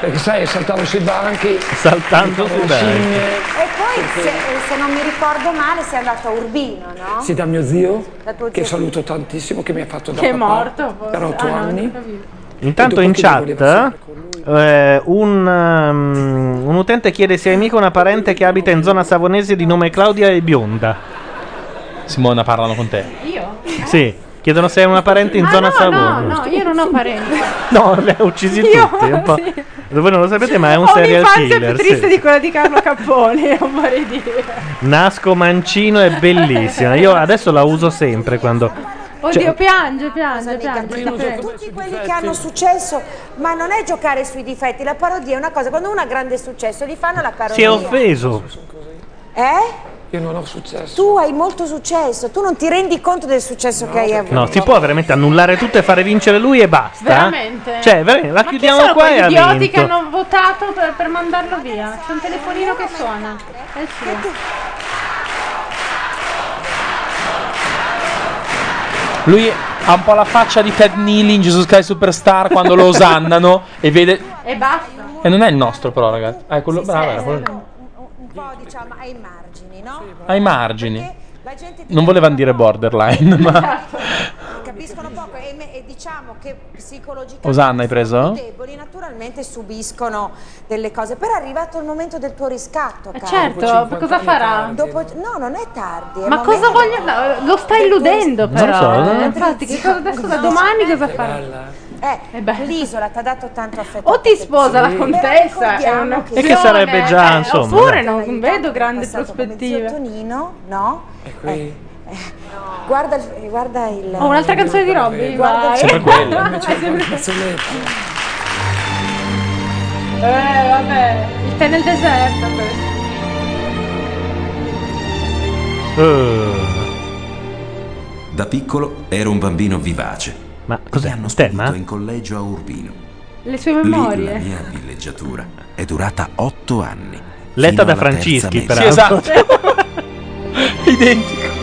Perché sai, saltavo sui banchi, Saltando mi sui fanno banchi. scimmie. E poi, se, eh, se non mi ricordo male, sei andato a Urbino, no? Sì, da mio zio, Da tuo che zio. saluto tantissimo, che mi ha fatto da Che è papà Tá morto, forse. per otto Ah, no, anni. Intanto in chat eh, un, um, un utente chiede se hai mica una parente che abita in zona savonese di nome Claudia e bionda. Simona parlano con te. Io? Sì, chiedono se hai una parente in Ah, zona no, no, savonese. no, io non ho parenti. No, le ha uccisi Io- tutti. un po'. sì. Voi non lo sapete, ma è un ho serial un'infanzia killer. più sì. triste di quella di Carlo Capponi, non vorrei dire. Nasco Mancino è bellissima. Io adesso la uso sempre quando. Oddio, Cioè- piange, piange, piange. ti prego. Tutti quelli che hanno successo, ma non è giocare sui difetti, la parodia è una cosa, quando uno ha grande successo gli fanno la parodia. Si è offeso. Eh? Io non ho successo. Tu hai molto successo, tu non ti rendi conto del successo che hai avuto. No, si può veramente annullare tutto e fare vincere lui e basta. Veramente? Cioè, veramente, la Ma chi chiudiamo sono qua quegli e ha idioti che vinto. hanno votato per, per mandarlo via. C'è un telefonino che suona. È il suo. Lui ha un po' la faccia di Ted Neely in Jesus Christ Superstar quando lo osannano e vede... E basta. E non è il nostro però, ragazzi. Ah, è quello... bravo, era quello- Un po' diciamo ai margini, no? Ai margini. La gente ti Non volevano dire borderline, ma... Certo. capiscono poco e, me- e diciamo che psicologicamente Osanna hai preso? i deboli naturalmente subiscono delle cose. Però è arrivato il momento del tuo riscatto, Carlo. certo, Dopo 50 cosa anni farà? tardi, eh. Dopo- no, non è tardi. è Ma momento- cosa voglio. no, Lo sta illudendo, Non lo però. so, eh. eh. Infatti, che cosa adesso da domani cosa farà? Eh, l'isola ti ha dato tanto affetto. O ti sposa la Sì. contessa, è Però un'opzione. E che sarebbe già, eh, insomma, dai. Oppure non vedo grandi Passato come prospettive. zio Tonino, no? Guarda, il- guarda il. Ho un'altra canzone di Robby, Guarda vai. il- Sempre quella. È sempre- Eh, vabbè, il tè nel deserto questo. Eh. Da piccolo ero un bambino vivace. Ma cos'è? Mi hanno spedito in collegio a Urbino. Le sue Lì la memorie. mia villeggiatura è durata otto anni. Letta fino da alla Francischi, terza peraltro. media. Sì, esatto. É. Identico.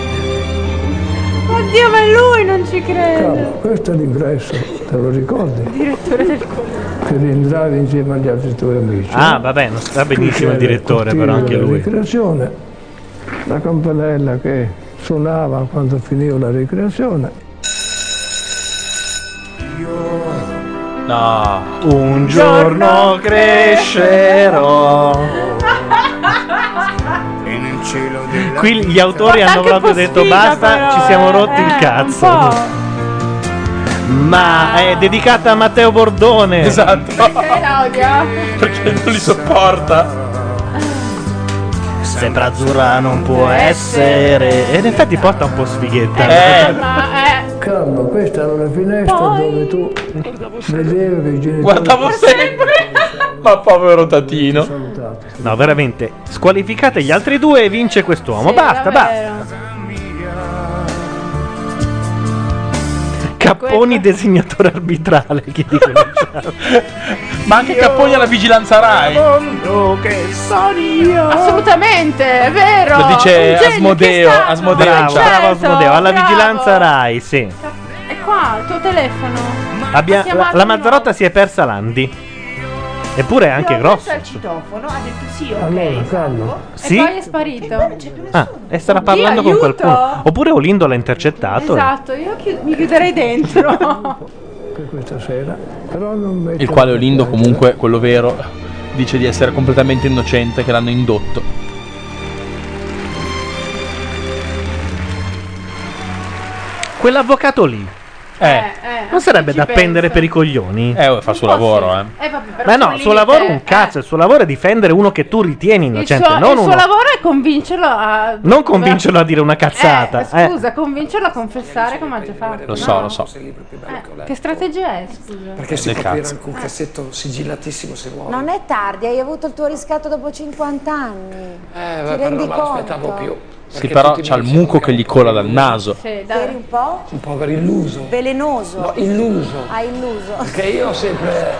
Oddio, ma è lui non ci credo. Questo è l'ingresso, te lo ricordi? Direttore del corso. Per entrare insieme agli altri tuoi amici. Ah, vabbè, non sta benissimo il direttore, però anche la lui. ricreazione, la campanella che suonava quando finiva la ricreazione. No. Un giorno crescerò. E nel cielo Qui gli autori hanno proprio detto basta, ci eh." siamo rotti il cazzo. Ma è dedicata a Matteo Bordone. Esatto. Eh. Claudia. Perché non li sopporta. Sembra azzurra non può essere. Ed in effetti porta un po' sfighetta. Ma eh. Carlo, questa era una finestra dove tu vedevi che i genitori... Guardavo sempre. Ma povero Tatino. No, veramente. Squalificate gli altri due e vince quest'uomo. basta, basta. Capponi designatore arbitrale. Chi dice Ma anche Capponi alla vigilanza Rai. mondo che sono io. Assolutamente, è vero. Lo dice Un genio, Asmodeo. chi è stato? Asmodeo. Bravo, Certo, bravo Asmodeo, alla bravo. vigilanza Rai, sì. È qua, il tuo telefono. Abbia- la, chiamato la Mazzarotta si è persa l'Andi. Eppure è anche grossa. al citofono, ha detto sì, ok. Allora, Carlo, Sì? E poi è sparito. Ah, e starà parlando Oddio, con aiuto! qualcuno. Oppure Olindo l'ha intercettato. Esatto, io chi- mi chiuderei dentro. per questa sera, però non metti... Il quale Olindo, comunque, quello vero, dice di essere completamente innocente, che l'hanno indotto. Quell'avvocato lì. Eh, Eh, non sarebbe da pendere per i coglioni? Eh, fa il suo lavoro, eh. Eh, vabbè, però Ma no, c'è un il suo limite. eh. lavoro è un cazzo. Il suo lavoro è difendere uno che tu ritieni Il innocente. suo, non il suo uno- lavoro è convincerlo a. non convincerlo a dire una cazzata. Eh, eh. scusa, convincerlo a confessare come ha già fatto. Lo so, no? lo so. Eh, che strategia è? Scusa. Perché si Del può aprire cazzo. Eh. anche un cassetto sigillatissimo se vuoi. Non è tardi, hai avuto il tuo riscatto dopo 50 anni. Eh, Ti vabbè, però rendi non me l'aspettavo conto? più. Sì, però c'ha il muco che gli cola dal naso. Sì, dai. Eri un po' Un povero illuso. velenoso. No, illuso. Ah, illuso. Che io ho sempre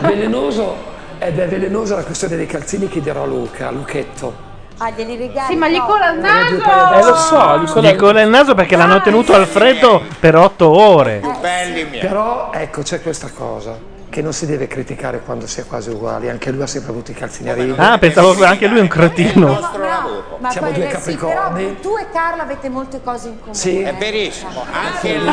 velenoso ed è velenosa la questione dei calzini che dirò a Luca, a Luchetto. Ah, glieli regali. Sì, ma gli cola il Ah, due naso. paia Eh, lo so, gli cola il naso perché l'hanno tenuto al freddo per otto ore. Eh. Però ecco, c'è questa cosa che non si deve criticare quando si è quasi uguali, anche lui ha sempre avuto i calzini a riga. Ah, pensavo che anche lui è un cretino. Ma Siamo poi, due eh, sì, però capricorni. tu e Carlo avete molte cose in comune. Sì. È verissimo, anche lui.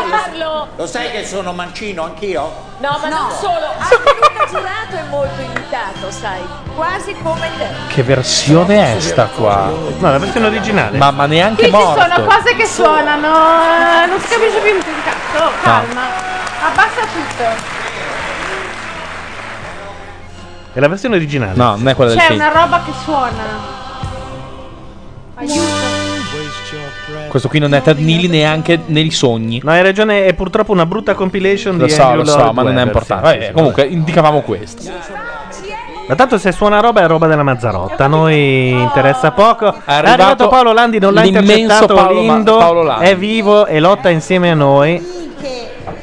Carlo! Lo sai che sono mancino anch'io? No, Ah, ma non solo, anche Luca Girato è molto imitato, sai, quasi come te. Che versione è sta qua? No, la versione originale. Ma, ma neanche Qui ci morto. sono cose che suonano. eh, Non si capisce più un cazzo. Oh, Calma. Abbassa tutto. È la versione originale. No, non è quella C'è una roba che suona. Aiuto. Questo qui non è Ted Neely neanche nei sogni. No, hai ragione, è purtroppo una brutta compilation Lo di so, Andrew lo so, Lloyd ma non è Webber, importante. sì, Vabbè, sì, sì, comunque, indicavamo questo. Ma tanto se suona roba è roba della Mazzarotta, a noi interessa poco. È arrivato, arrivato Paolo Landi, non l'ha l'immenso intercettato Paolo Ma- Lindo, Paolo Landi. è vivo e lotta insieme a noi.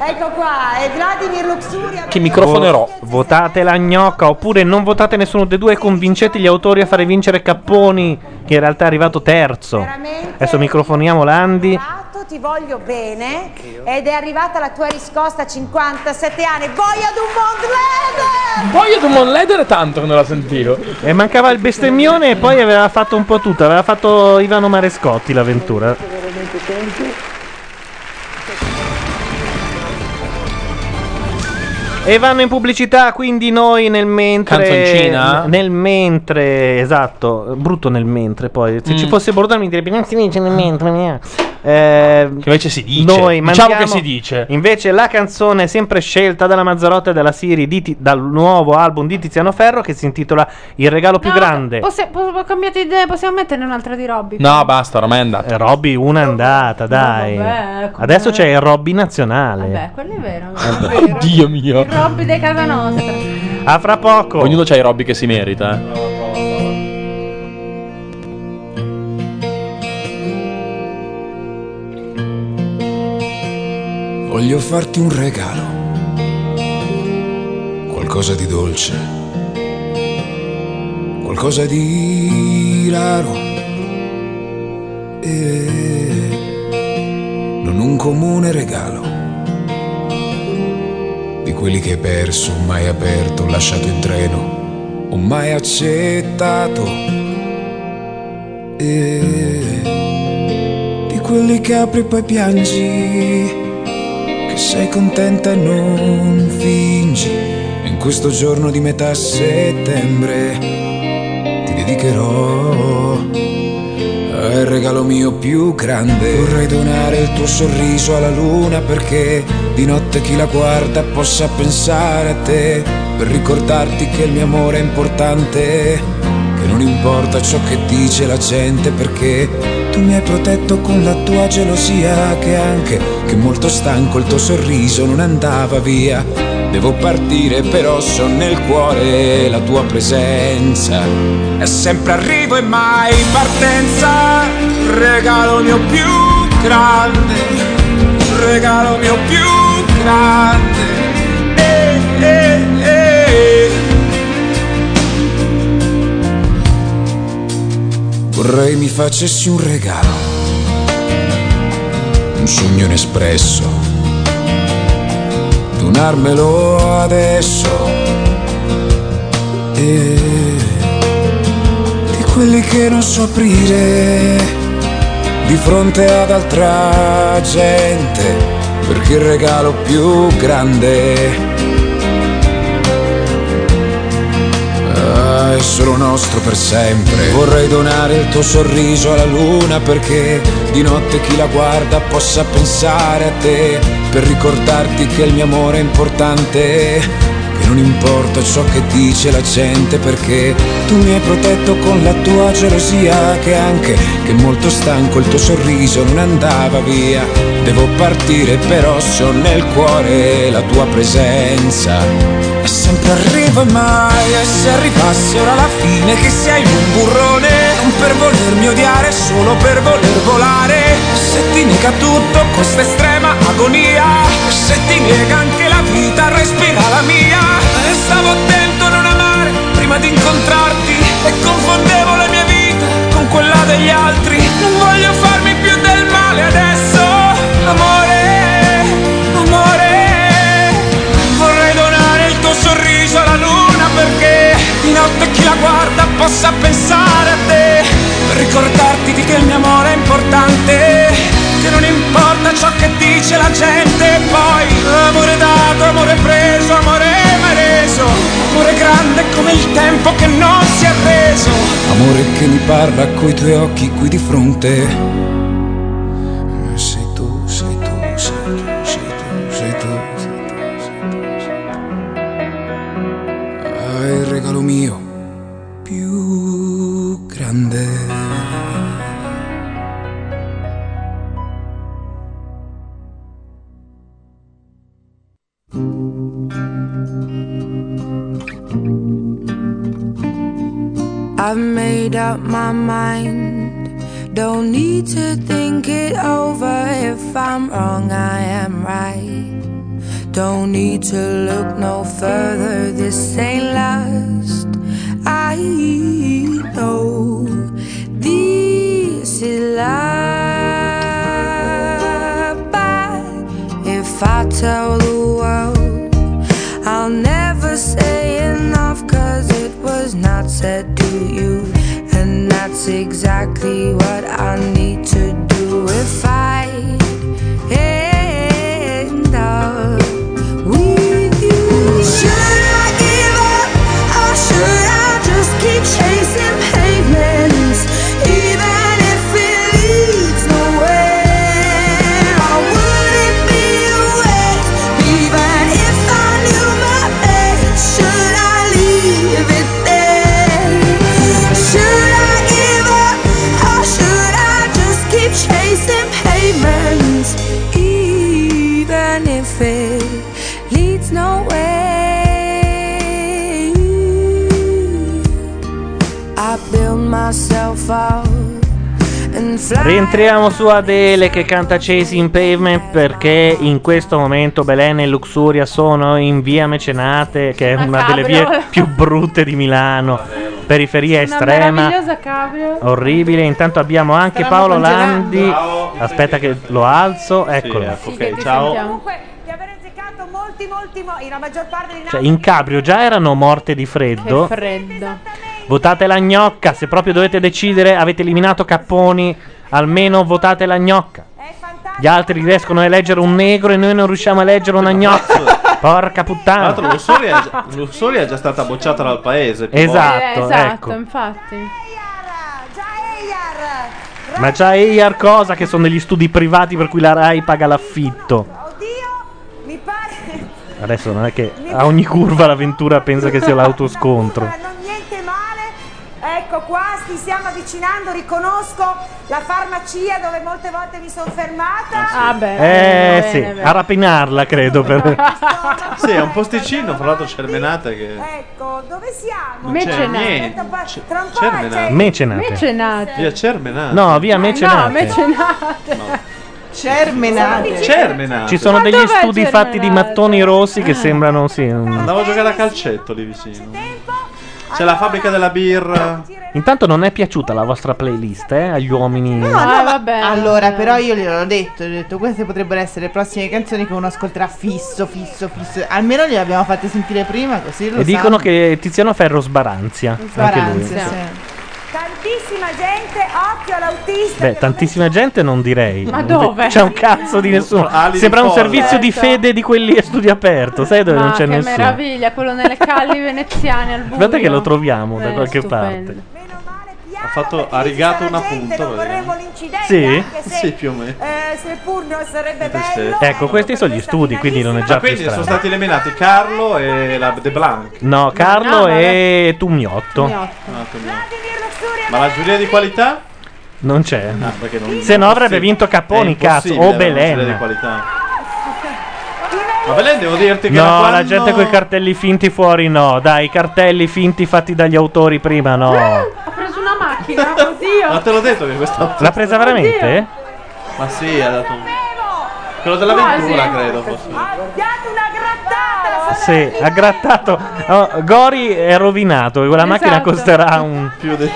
Ecco qua, è Vladimir Luxuria. Che microfonerò. Votate la gnocca oppure non votate nessuno dei due e convincete gli autori a fare vincere Capponi, che in realtà è arrivato terzo. Adesso microfoniamo Landi. Tanto Ti voglio bene ed è arrivata la tua riscosta a 57 anni. Voglio Dumont Leder! Poi Edmond Leder è tanto che non la sentivo. E mancava il bestemmione e poi aveva fatto un po' tutto, aveva fatto Ivano Marescotti l'avventura. veramente tempo. E vanno in pubblicità, quindi noi nel mentre. Canzoncina? n- Nel mentre, esatto, brutto nel mentre poi. Se Mm. ci fosse Bordone mi direbbe, non si dice nel mentre. mia". che invece si dice. Noi Diciamo mandiamo- che si dice. Invece la canzone sempre scelta dalla Mazzarotta e dalla Siri di Ti- dal nuovo album di Tiziano Ferro che si intitola Il regalo più grande. Possi- po- ho cambiato idea, possiamo metterne un'altra di Robby. No, basta, ormai è andata. Eh, Robby, una è andata, dai. vabbè, come- Adesso c'è il Robby nazionale. Beh, quello è vero. Dio mio. Robby di casa nostra. A fra poco. Ognuno c'ha i robby che si merita. eh. Voglio farti un regalo, qualcosa di dolce, qualcosa di raro. E non un comune regalo, di quelli che hai perso, mai aperto, lasciato in treno, o mai accettato. E di quelli che apri e poi piangi che sei contenta e non fingi. E in questo giorno di metà settembre ti dedicherò al regalo mio più grande. Vorrei donare il tuo sorriso alla luna perché di notte chi la guarda possa pensare a te. Per ricordarti che il mio amore è importante, che non importa ciò che dice la gente perché tu mi hai protetto con la tua gelosia che anche che molto stanco il tuo sorriso non andava via. Devo partire però so nel cuore la tua presenza. È sempre arrivo e mai partenza. Regalo mio più grande. Regalo mio più grande. Eh, eh, eh. Vorrei mi facessi un regalo, un sogno inespresso, donarmelo adesso. E di quelli che non so aprire di fronte ad altra gente, perché il regalo più grande Ah, è solo nostro per sempre. Vorrei donare il tuo sorriso alla luna perché di notte chi la guarda possa pensare a te, per ricordarti che il mio amore è importante. Che non importa ciò che dice la gente perché tu mi hai protetto con la tua gelosia che anche che molto stanco il tuo sorriso non andava via. Devo partire però so nel cuore la tua presenza. E sempre arriva mai e se arrivasse ora la fine che sei un burrone Non per volermi odiare, solo per voler volare Se ti nega tutto questa estrema agonia Se ti nega anche la vita, respira la mia E stavo attento a non amare prima di incontrarti E confondevo la mia vita con quella degli altri Non voglio farmi più del male adesso Amore, amore Vorrei donare il tuo sorriso alla luna perché di notte chi la guarda possa pensare a te. Per ricordarti di che il mio amore è importante, che non importa ciò che dice la gente. Poi amore dato, amore preso, amore mai reso. Amore grande come il tempo che non si è reso. Amore che mi parla coi tuoi occhi qui di fronte. Eh, Sei tu, sei tu, sei tu, sei tu, sei tu, sei tu. Ah, il regalo mio più grande. I've made up my mind. Don't need to think it over. If I'm wrong, I am right. Don't need to look no further. This ain't lust. I know this is love. But if I tell the world. I'll never say enough cause it was not said to you And that's exactly what I need to do if I end up with you Should I give up or should I just keep chasing pavements Even if it leads nowhere I build myself out and fly. Rientriamo su Adele che canta Chasing Pavement perché in questo momento Belen e Luxuria sono in via Mecenate, che è una delle Macabro. vie più brutte di Milano, periferia Una estrema. meravigliosa cabrio. Orribile, intanto abbiamo anche Stavamo Paolo congelando. Landi. Aspetta che lo alzo, eccolo. ecco, Comunque di aver azzeccato molti, molti, mo- la maggior parte di Cioè, in cabrio già erano morte di freddo. freddo. Votate la gnocca, se proprio dovete decidere, avete eliminato Capponi, almeno votate la gnocca. Gli altri riescono a eleggere un negro e noi non riusciamo a eleggere una gnocca. Porca Tra puttana. l'altro Lussoli è, già- Lussoli è già stata bocciata dal paese. più Esatto, volte. Eh, esatto, ecco. infatti. Ma già EIR cosa che sono degli studi privati per cui la RAI paga l'affitto. mi pare Adesso non è che a ogni curva l'avventura pensa che sia l'autoscontro. non niente male. Ecco qua, ci stiamo avvicinando, riconosco la farmacia dove molte volte mi sono fermata. Ah, beh. Eh sì, bene. a rapinarla credo per... Sì, è un posticino, fra l'altro c'è il menate che... Ecco, dove siamo? Non c'è Mecenate. niente. Cioè, Aspetta un po', Tra un po' Cermenate. Mecenate. Mecenate. Via Cermenate. No, via Mecenate. No, mecenate. Cermenate. Cioè, Cermenate. Ci sono Ma degli dov'è studi fatti di mattoni rossi che sembrano sì. un- Andavo a giocare a calcetto lì vicino. C'è la fabbrica della birra. Intanto non è piaciuta la vostra playlist, eh, agli uomini. No, Ah, no, ma- Allora, però io gliel'ho detto, gli ho detto queste potrebbero essere le prossime canzoni che uno ascolterà fisso, fisso, fisso. Almeno le abbiamo fatte sentire prima, così lo E dicono sa. che Tiziano Ferro sbaranzia. anche lui. Sbaranzia, Tantissima gente, occhio all'autista. Beh, tantissima gente non direi. Ma Non dove? C'è un cazzo di nessuno. Ali di Sembra un Polla. servizio di Certo. fede di quelli a studio aperto, sai dove Ma non c'è che nessuno. meraviglia, quello nelle calli veneziane al buio. Guarda che lo troviamo da Eh, qualche stupendo. parte. Ha fatto ha rigato una punta. vorremmo praticamente. l'incidente Sì? anche se, Sì, più o meno. eh, seppur non sarebbe bello. Tristezza. Ecco, questi sono gli studi, quindi non è già Ah, più quindi sono strano. stati eliminati Carlo e la De Blanc. No, no, Carlo e Tugnotto. Ah, quindi- Ma la giuria di qualità? Non c'è. Ah, perché non- Se no avrebbe sì. vinto Caponi, È cazzo, impossibile o avere una giuria di Belen. qualità. Ma Belen devo dirti che No, da quando... la gente con i cartelli finti fuori no, dai, i cartelli finti fatti dagli autori prima no. Ho preso una macchina, oddio. Ma te l'ho detto che questa L'ha presa veramente? Ma sì, ha dato un- Quello dell'avventura, Quasi. credo fosse. Sì, ha grattato. Oh, Gori è rovinato, quella macchina Esatto. costerà un... Più del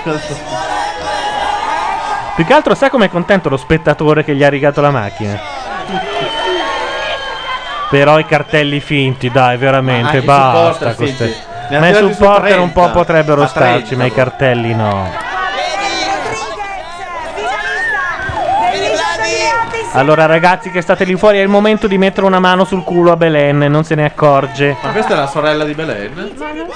Più che altro sai com'è contento lo spettatore che gli ha rigato la macchina? Però i cartelli finti, dai, Ma veramente, anche i basta. Ah, supporter con ste- finti. Ne ha Ma i tirati su supporter un po' 30, potrebbero ma 30 starci, ma i cartelli no. Allora, ragazzi, che state lì fuori, è il momento di mettere una mano sul culo a Belen, non se ne accorge. Ma questa è la sorella di Belen?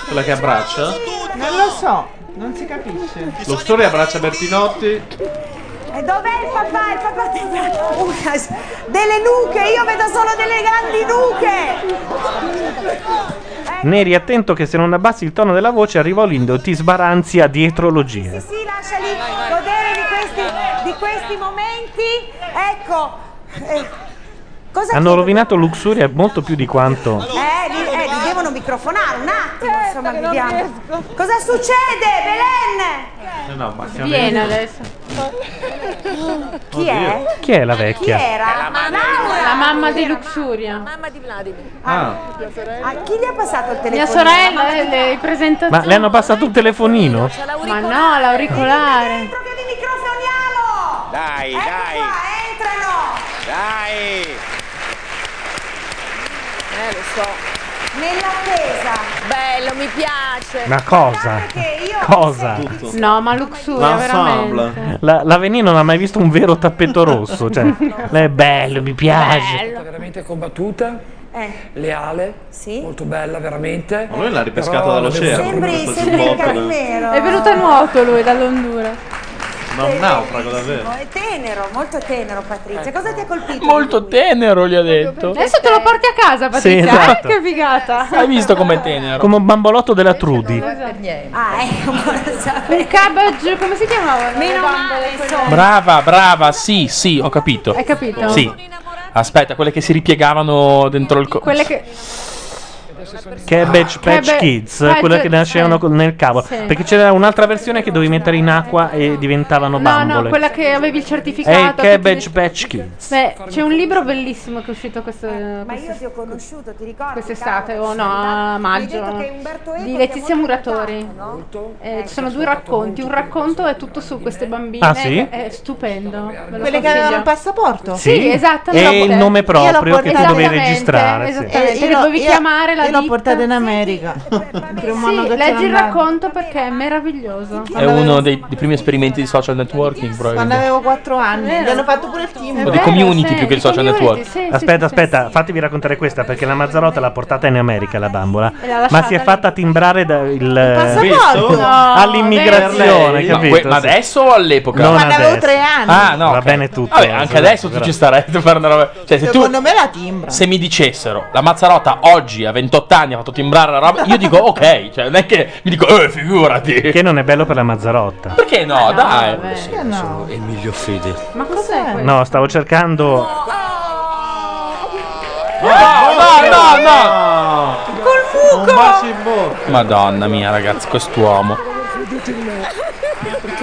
Quella che abbraccia? Non lo so, non si capisce. Lo story abbraccia Bertinotti. Eh E Eh, dov'è il papà? Il papà ti una, delle nuche, io vedo solo delle grandi nuche. Neri, attento che se non abbassi il tono della voce, arriva Olindo e ti sbaranzia dietrologie. Sì, lasciali godere di questi, di questi momenti. Ecco. eh, cosa Hanno chiedo? rovinato Luxuria molto più di quanto. Eh, li, eh, li devono microfonare un attimo, insomma, vediamo. Cosa succede, Belen? No, no, ma che Viene adesso. Chi è? Chi è la Chi vecchia? era? La mamma, Laura. di Luxuria. Mamma di Ah. Ah, chi gli ha passato il telefono? Mia sorella, eh, le presentazioni. Ma le hanno passato un telefonino? Ma no, l'auricolare. Ecco Dai, dai. Dai. Eh, lo so. Nell'attesa. Bello, mi piace. Ma cosa? Cosa? No, ma Luxuria, veramente. La, la Venì non ha mai visto un vero tappeto rosso. Cioè, lei è bello, mi piace. È veramente combattuta, Eh. leale, molto bella veramente. Ma lui l'ha ripescata Però- dall'oceano. Sembri, questo sembri il giubbotto del- carnero. È venuto a nuoto lui dall'Honduras. Ma un naufrago davvero. È tenero, molto tenero, Patrizia. Cosa ti ha colpito? Molto tenero, gli ha detto. Adesso te lo porti a casa, Patrizia. esatto. Ah, che figata. Hai visto com'è tenero? Come un bambolotto della Trudy. Ah, ecco, Un cabbage, come si chiamava? Meno male, Brava, brava, sì, sì, ho capito. Hai capito? Sì. Aspetta, quelle che si ripiegavano dentro il co- Quelle che... Cabbage Patch Cabbage Kids, Patch, quella che nascevano eh. col- nel cavo. Sì. Perché c'era un'altra versione che dovevi mettere in acqua e diventavano Eh, No, bambole. no, quella che avevi il È il certificato. che ti Cabbage Patch Kids. Beh, c'è un libro bellissimo che è uscito questo, Ma io ti ho conosciuto, ti ricordo? quest'estate, o no, a maggio, di Letizia Muratori. Eh, ci sono due racconti, un racconto è tutto su queste bambine, Eh, Ah, sì? è stupendo. ve lo Quelle che avevano consiglio. il passaporto? Sì, esatto. E l'ho- il eh, nome io l'ho proprio che tu portata- dovevi Esattamente, registrare. sì. esattamente. Perché dovevi chiamare la io l'ho ditta. portata in America. Per un anno Sì, che leggi il c'era andato. racconto perché è meraviglioso. È uno dei, dei primi esperimenti di social networking, Quando probabilmente. avevo 4 anni, Vero. gli hanno fatto pure il team. O di community più che il social network. aspetta, aspetta, fatemi raccontare questa perché la Mazzarotta l'ha portata in America la bambola, E l'ha ma lasciata si è lì. fatta timbrare da- il- passaporto? Visto? No, all'immigrazione, vedi? Ma capito? que- ma adesso o all'epoca? Non Quando avevo adesso. tre anni. Ah, no. Va ok. bene tutto. Vabbè, anche adesso tu Però- ci starai a fare una roba. Cioè, se tu. Secondo me la timbra. Se mi dicessero la Mazzarotta oggi a 28 anni ha fatto timbrare la roba, io dico ok, cioè non è che mi dico eh figurati. Che non è bello per la Mazzarotta. Perché no, dai. Sono Emilio Fede. Ma cos'è questo? No, stavo cercando no, no. Col fuoco! Madonna mia, ragazzi, quest'uomo.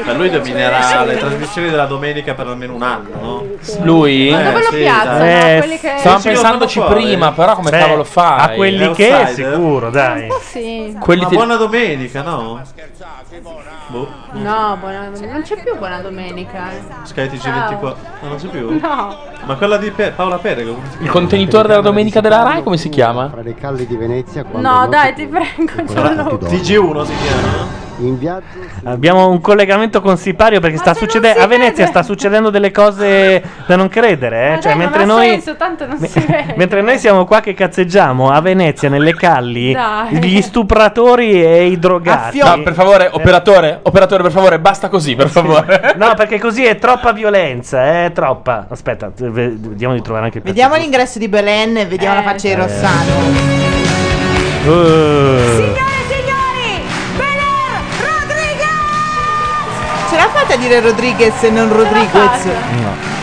Beh, lui dominerà le trasmissioni della domenica per almeno un anno, no? Lui? Eh, Dove lo sì, piazzano? dai. Eh, Quelli che- stavamo Sì, sì, lo pensandoci fanno fuori. prima, però come cavolo fai? a quelli È che è outsider? sicuro, dai. Oh, Sì. Quelli Ma ti- buona domenica, no? Boh, No, buona- non c'è più buona domenica. eh. Sky TG24. No, non so più. No. Ma quella di Pe- Paola Perego. Il contenitore della domenica della Rai come si chiama? Fra le calle di Venezia No, dai, ti prego, Gianluca. TG1 si chiama. In viaggio Abbiamo un collegamento con Sipario perché sta succedendo a Venezia sta succedendo delle cose da non credere, eh. Ma cioè dai, mentre non ha noi senso, tanto non si vede. Mentre noi siamo qua che cazzeggiamo a Venezia nelle calli, Dai. gli stupratori e i drogati. No, per favore, operatore, operatore, per favore, basta così, per favore. No, perché così è troppa violenza, è troppa. Aspetta, eh, ve- vediamo di trovare anche il Vediamo l'ingresso di Belen e vediamo Eh, la faccia di Rossano. pezzo. Eh. Ce l'ha fatta a dire Rodriguez e non Rodriguez? No.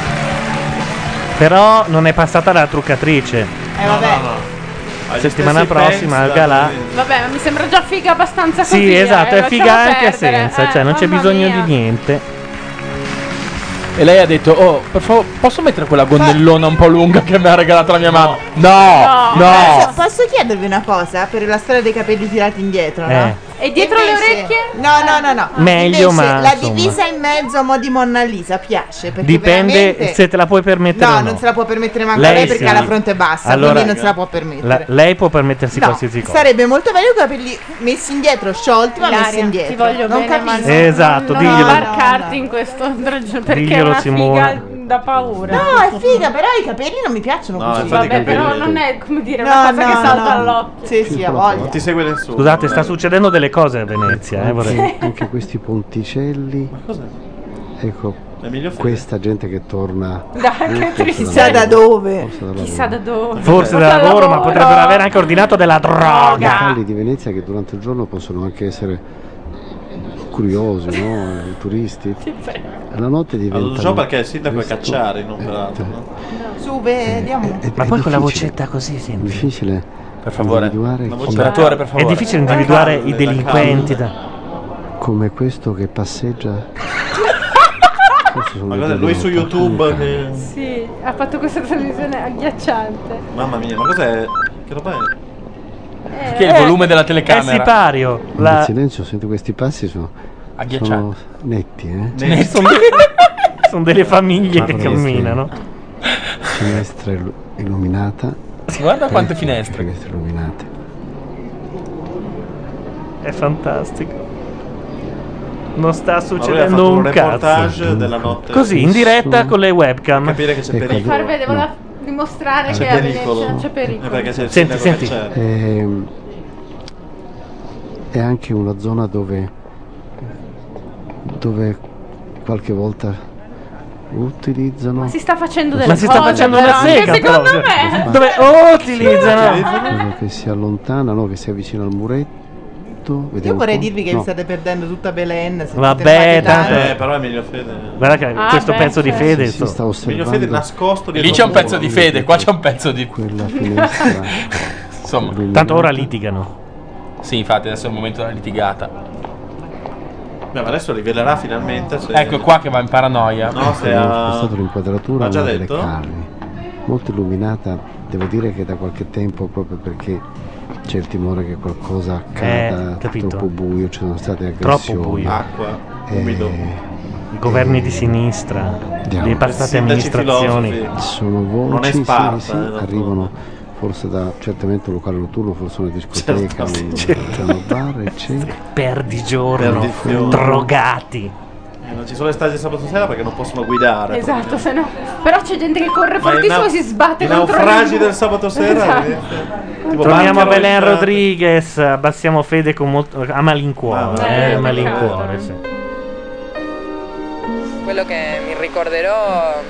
Però non è passata la truccatrice. Eh, vabbè. Settimana Eh, stessi prossima al fans, galà. Vabbè, ma mi sembra già figa abbastanza così. Sì, esatto, eh, è lasciamo figa anche perdere. senza, Eh, cioè non c'è mamma bisogno mia. di niente. E lei ha detto, oh, per favore, posso mettere quella gondellona un po' lunga che mi ha regalato la mia mamma? No, Posso, no. Cioè, posso chiedervi una cosa per la storia dei capelli tirati indietro, Eh. no? E dietro le orecchie? No, no, no, no. Meglio, Invece, ma, La insomma. divisa in mezzo a mo' di Monna Lisa piace. Perché Dipende veramente- se te la puoi permettere No, o no. non se la può permettere manco lei, perché sì. ha la fronte bassa, Allora, quindi non se la può permettere. la- lei può permettersi No, qualsiasi cosa. sarebbe molto meglio i capelli messi indietro, sciolti ma Ilaria, messi indietro. ti voglio non bene, capisco. ma non- Esatto, non diglielo. sbarcarti in questo androgeno, perché è Diglielo, una Simone. figa da paura. No, è figa, però i capelli non mi piacciono No, così. infatti i Vabbè, capelli- però non è come dire No, una cosa no, che salta no. all'occhio. Sì, sì, ha voglia. ti segue nessuno. Scusate, sta succedendo delle cose a Venezia, eh, vorrei. anche questi ponticelli. Ecco, Emilio Fede. questa gente che torna. Eh, Dai, che triste. Chissà da dove. Chissà da dove. Forse da lavoro, ma potrebbero aver anche ordinato della I droga. locali di Venezia che durante il giorno possono anche essere curiosi, no? I turisti. La notte diventa. Lo so perché il sindaco è cacciare, non per altro. no? Su, vediamo. Eh, Ma poi con la vocetta così senti. Difficile. Per favore. Operatore, per favore. È difficile individuare i delinquenti Come questo che passeggia. Questi sono Ma dei guarda, lui su delinquenti. YouTube che... Sì, ha fatto questa televisione agghiacciante. Mamma mia, ma cos'è? Che roba è? Eh, Perché il volume della telecamera? È sipario. Nel La... silenzio sento questi passi sono, Agghiaccianti. sono netti, eh? Netti. Sono de- sono delle famiglie che Guarda, camminano. Finestra illu- illuminata. Eh. Guarda quante Tre finestre. Finestre illuminate. È fantastico. Non sta fatto succedendo un un reportage cazzo. della notte. Così, in diretta con le webcam. Capire che c'è Per pericolo. far vedere, voleva dimostrare C'è che a pericolo. Venezia c'è pericolo. Eh, perché se il Senti, sindaco senti. cacciare- Ehm, è anche una zona dove, dove qualche volta utilizzano. Ma si sta facendo delle Ma si sta cose, facendo però, una anche sega, secondo proprio. me. Dove utilizzano? Ah. Quello che si allontanano, che si avvicina al muretto. vediamo Io un vorrei po'. dirvi che No. vi state perdendo tutta Belen. se Vabbè, siete in tanto- Vaticano. Eh, però Emilio Fede... Guarda che Ah, questo beh, pezzo di sì. fede. Sì, sì, so. sta osservando Emilio Fede nascosto dietro Lì c'è un al muro. pezzo di fede, qua c'è un pezzo di. Quella finestra Insomma, Tanto ora litigano. Sì, infatti, adesso è il momento della litigata. Beh, ma adesso rivelerà finalmente. se- Ecco qua che va in paranoia. No, se Abbiamo ha. spostato l'inquadratura l'ha già a una delle detto? carni, molto illuminata. Devo dire che da qualche tempo, proprio perché c'è il timore che qualcosa accada, Eh, capito. troppo buio, ci sono state Troppo aggressioni. buio. Acqua, umido. Eh, Governi di sinistra, Andiamo. le passate amministrazioni. Sono voci, Non è sì, Sparta, sì, eh, sì, la arrivano forse da certamente un locale notturno, forse una discoteca, Certo, un, un bar, eccetera. Perdigiorno, Perdigiorno. drogati. Eh, non ci sono le stage di sabato sera perché non possono guidare. Esatto, se no. Però c'è gente che corre Ma i fortissimo nau- e si sbatte i contro Esatto. naufragi del sabato sera, eh. Tipo Torniamo a Barcaro Belen in- Rodriguez, abbassiamo fede con molto, a malincuore. Ah, eh, eh, a malincuore, sì. Quello che mi ricorderò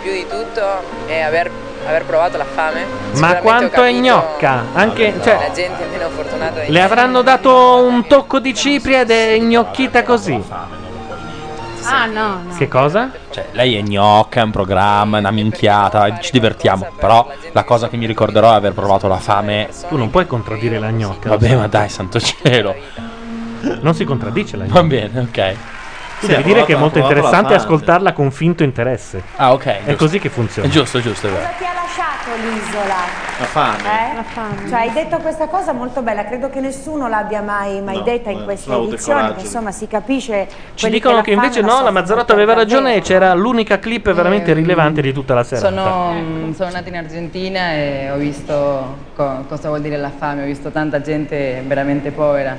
più di tutto è aver, aver provato la fame. Ma Sicuramente quanto ho è capito gnocca? Anche, la cioè, gente meno fortunata di le avranno dato un tocco di cipria ed è gnocchita così. Ah no, no. Che cosa? Cioè, lei è gnocca, è un programma, è una minchiata, ci divertiamo. Però la cosa che mi ricorderò è aver provato la fame. Tu non puoi contraddire la gnocca. Vabbè, ma dai, santo cielo. Non si contraddice la Va bene, ok. Tu devi dire che è molto interessante ascoltarla con finto interesse. Ah, ok. È così che funziona. È giusto, giusto, è vero. Cosa ti ha lasciato l'isola? La fame. Eh? Cioè, hai detto questa cosa molto bella, credo che nessuno l'abbia mai, mai detta eh, in questa non ho avuto il edizione, coraggio che di- insomma si capisce. Ci quelli dicono la che invece fanno la no, la Mazzarotta aveva ragione e c'era l'unica clip Eh, veramente rilevante di tutta la Certo. serata. Sono, sono nata in Argentina e ho visto co- cosa vuol dire la fame, ho visto tanta gente veramente povera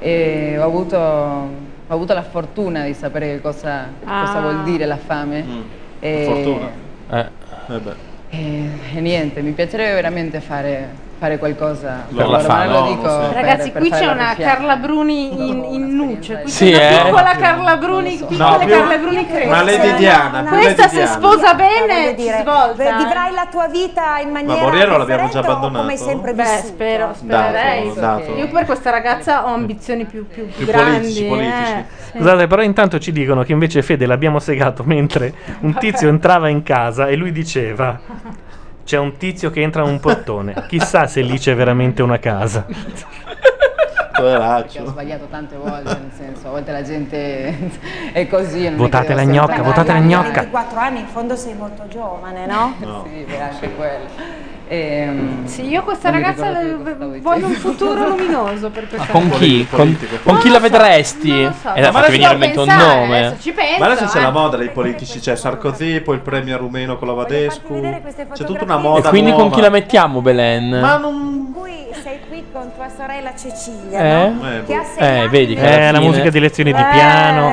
e ho avuto, ho avuto la fortuna di sapere che cosa, cosa Ah. vuol dire la fame. Mm. E- Fortuna. Eh. E, e niente, mi piacerebbe veramente fare, fare qualcosa. Per la Ormai fame. lo No, dico non so. per- Ragazzi, per qui fare c'è la una ruffiana. Carla Bruni in, in nuce. Qui Sì, c'è eh. una piccola Carla Bruni, piccola più- Carla Bruni cresce. ma Lady Diana, più Questa Lady se Diana. sposa Ma bene, voglio dire, svolta. eh. vivrai la tua vita in maniera Borriero l'abbiamo già differente o abbandonato? come hai sempre Beh, vissuto? spero, spererei. dato. Io per questa ragazza ho ambizioni più, più, più Più grandi. politici, eh. Sì. Scusate, però intanto ci dicono che invece Fede l'abbiamo segato mentre un tizio entrava in casa e lui diceva: C'è un tizio che entra in un portone. Chissà se lì c'è veramente una casa. Perché ho sbagliato tante volte, nel senso, a volte la gente è così. non è che Votate devo la sempre gnocca, andare votate la avanti. gnocca. 24 anni, in fondo sei molto giovane, no? Sì, beh, anche quello. Ehm, Sì, io questa non mi ragazza ricordo la- voglio un futuro luminoso per questa Con ragazza. chi? Con, con chi la vedresti? so. E la Ma fate adesso venire devo in mente un pensare, nome. adesso ci penso, Ma adesso c'è eh. la moda dei politici, c'è Sarkozy, poi il premier rumeno con la Vadescu. C'è tutta una E moda. quindi con nuova. chi la mettiamo, Belen? Ma non... Qui sei qui con tua sorella Cecilia, Eh? no? Eh, Che ha boh. sei anni- vedi che alla Eh, la fine- musica di lezioni di piano.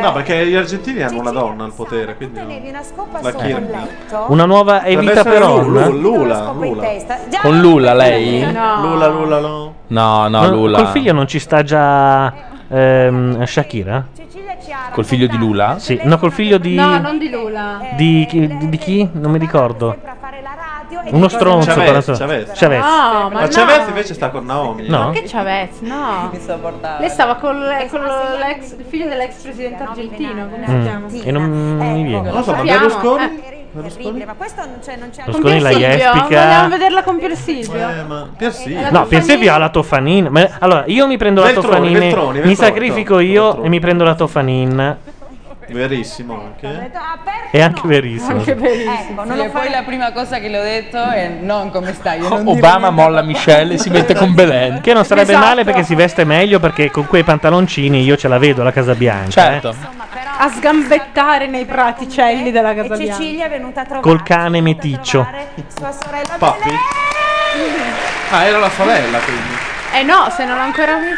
No, perché gli argentini hanno una donna al potere, quindi. la Kirby. Una nuova Evita Deve essere Peron. Lula, eh? Lula, Lula. Con Lula, lei? Lula, Lula, no. Ah, No, no, Ma Lula. Col figlio non ci sta già ehm, Shakira? Col figlio di Lula? Sì, no, col figlio di. No, non di Eh. Lula. di, chi- di chi? Non mi ricordo. Uno stronzo. Chavez, però so- Chavez. Chavez. No, ma Ma no. Chavez invece sta con Naomi. eh? No. Che Chavez, no. Lei stava con, con l'ex- il figlio dell'ex presidente argentino, come si Mm, chiama? E non mi viene. Non lo so, ma Sappiamo, Berlusconi? Terribile, ma questo non c'è, non c'è Berlusconi la Silvio, volevamo jespica. vederla con Pier Silvio. No, pensavi alla Tofanin. Ma- allora, io mi prendo la Veltroni, Tofanin. Veltroni, mi Veltroni, sacrifico io e mi prendo la Tofanin. Verissimo anche. È anche verissimo. Ecco, non lo poi la prima cosa che l'ho detto è non come stai. io non dico Obama molla Michelle e si mette con Belen. Che non sarebbe Esatto. male perché si veste meglio perché con quei pantaloncini io ce la vedo la Casa Bianca. eh. A sgambettare nei praticelli della Casa E Bianca. Cecilia è venuta a trovare eh. Col cane meticcio. sua sorella Papi? Ah, era la sorella quindi. Eh no, se non l'ho ancora visto.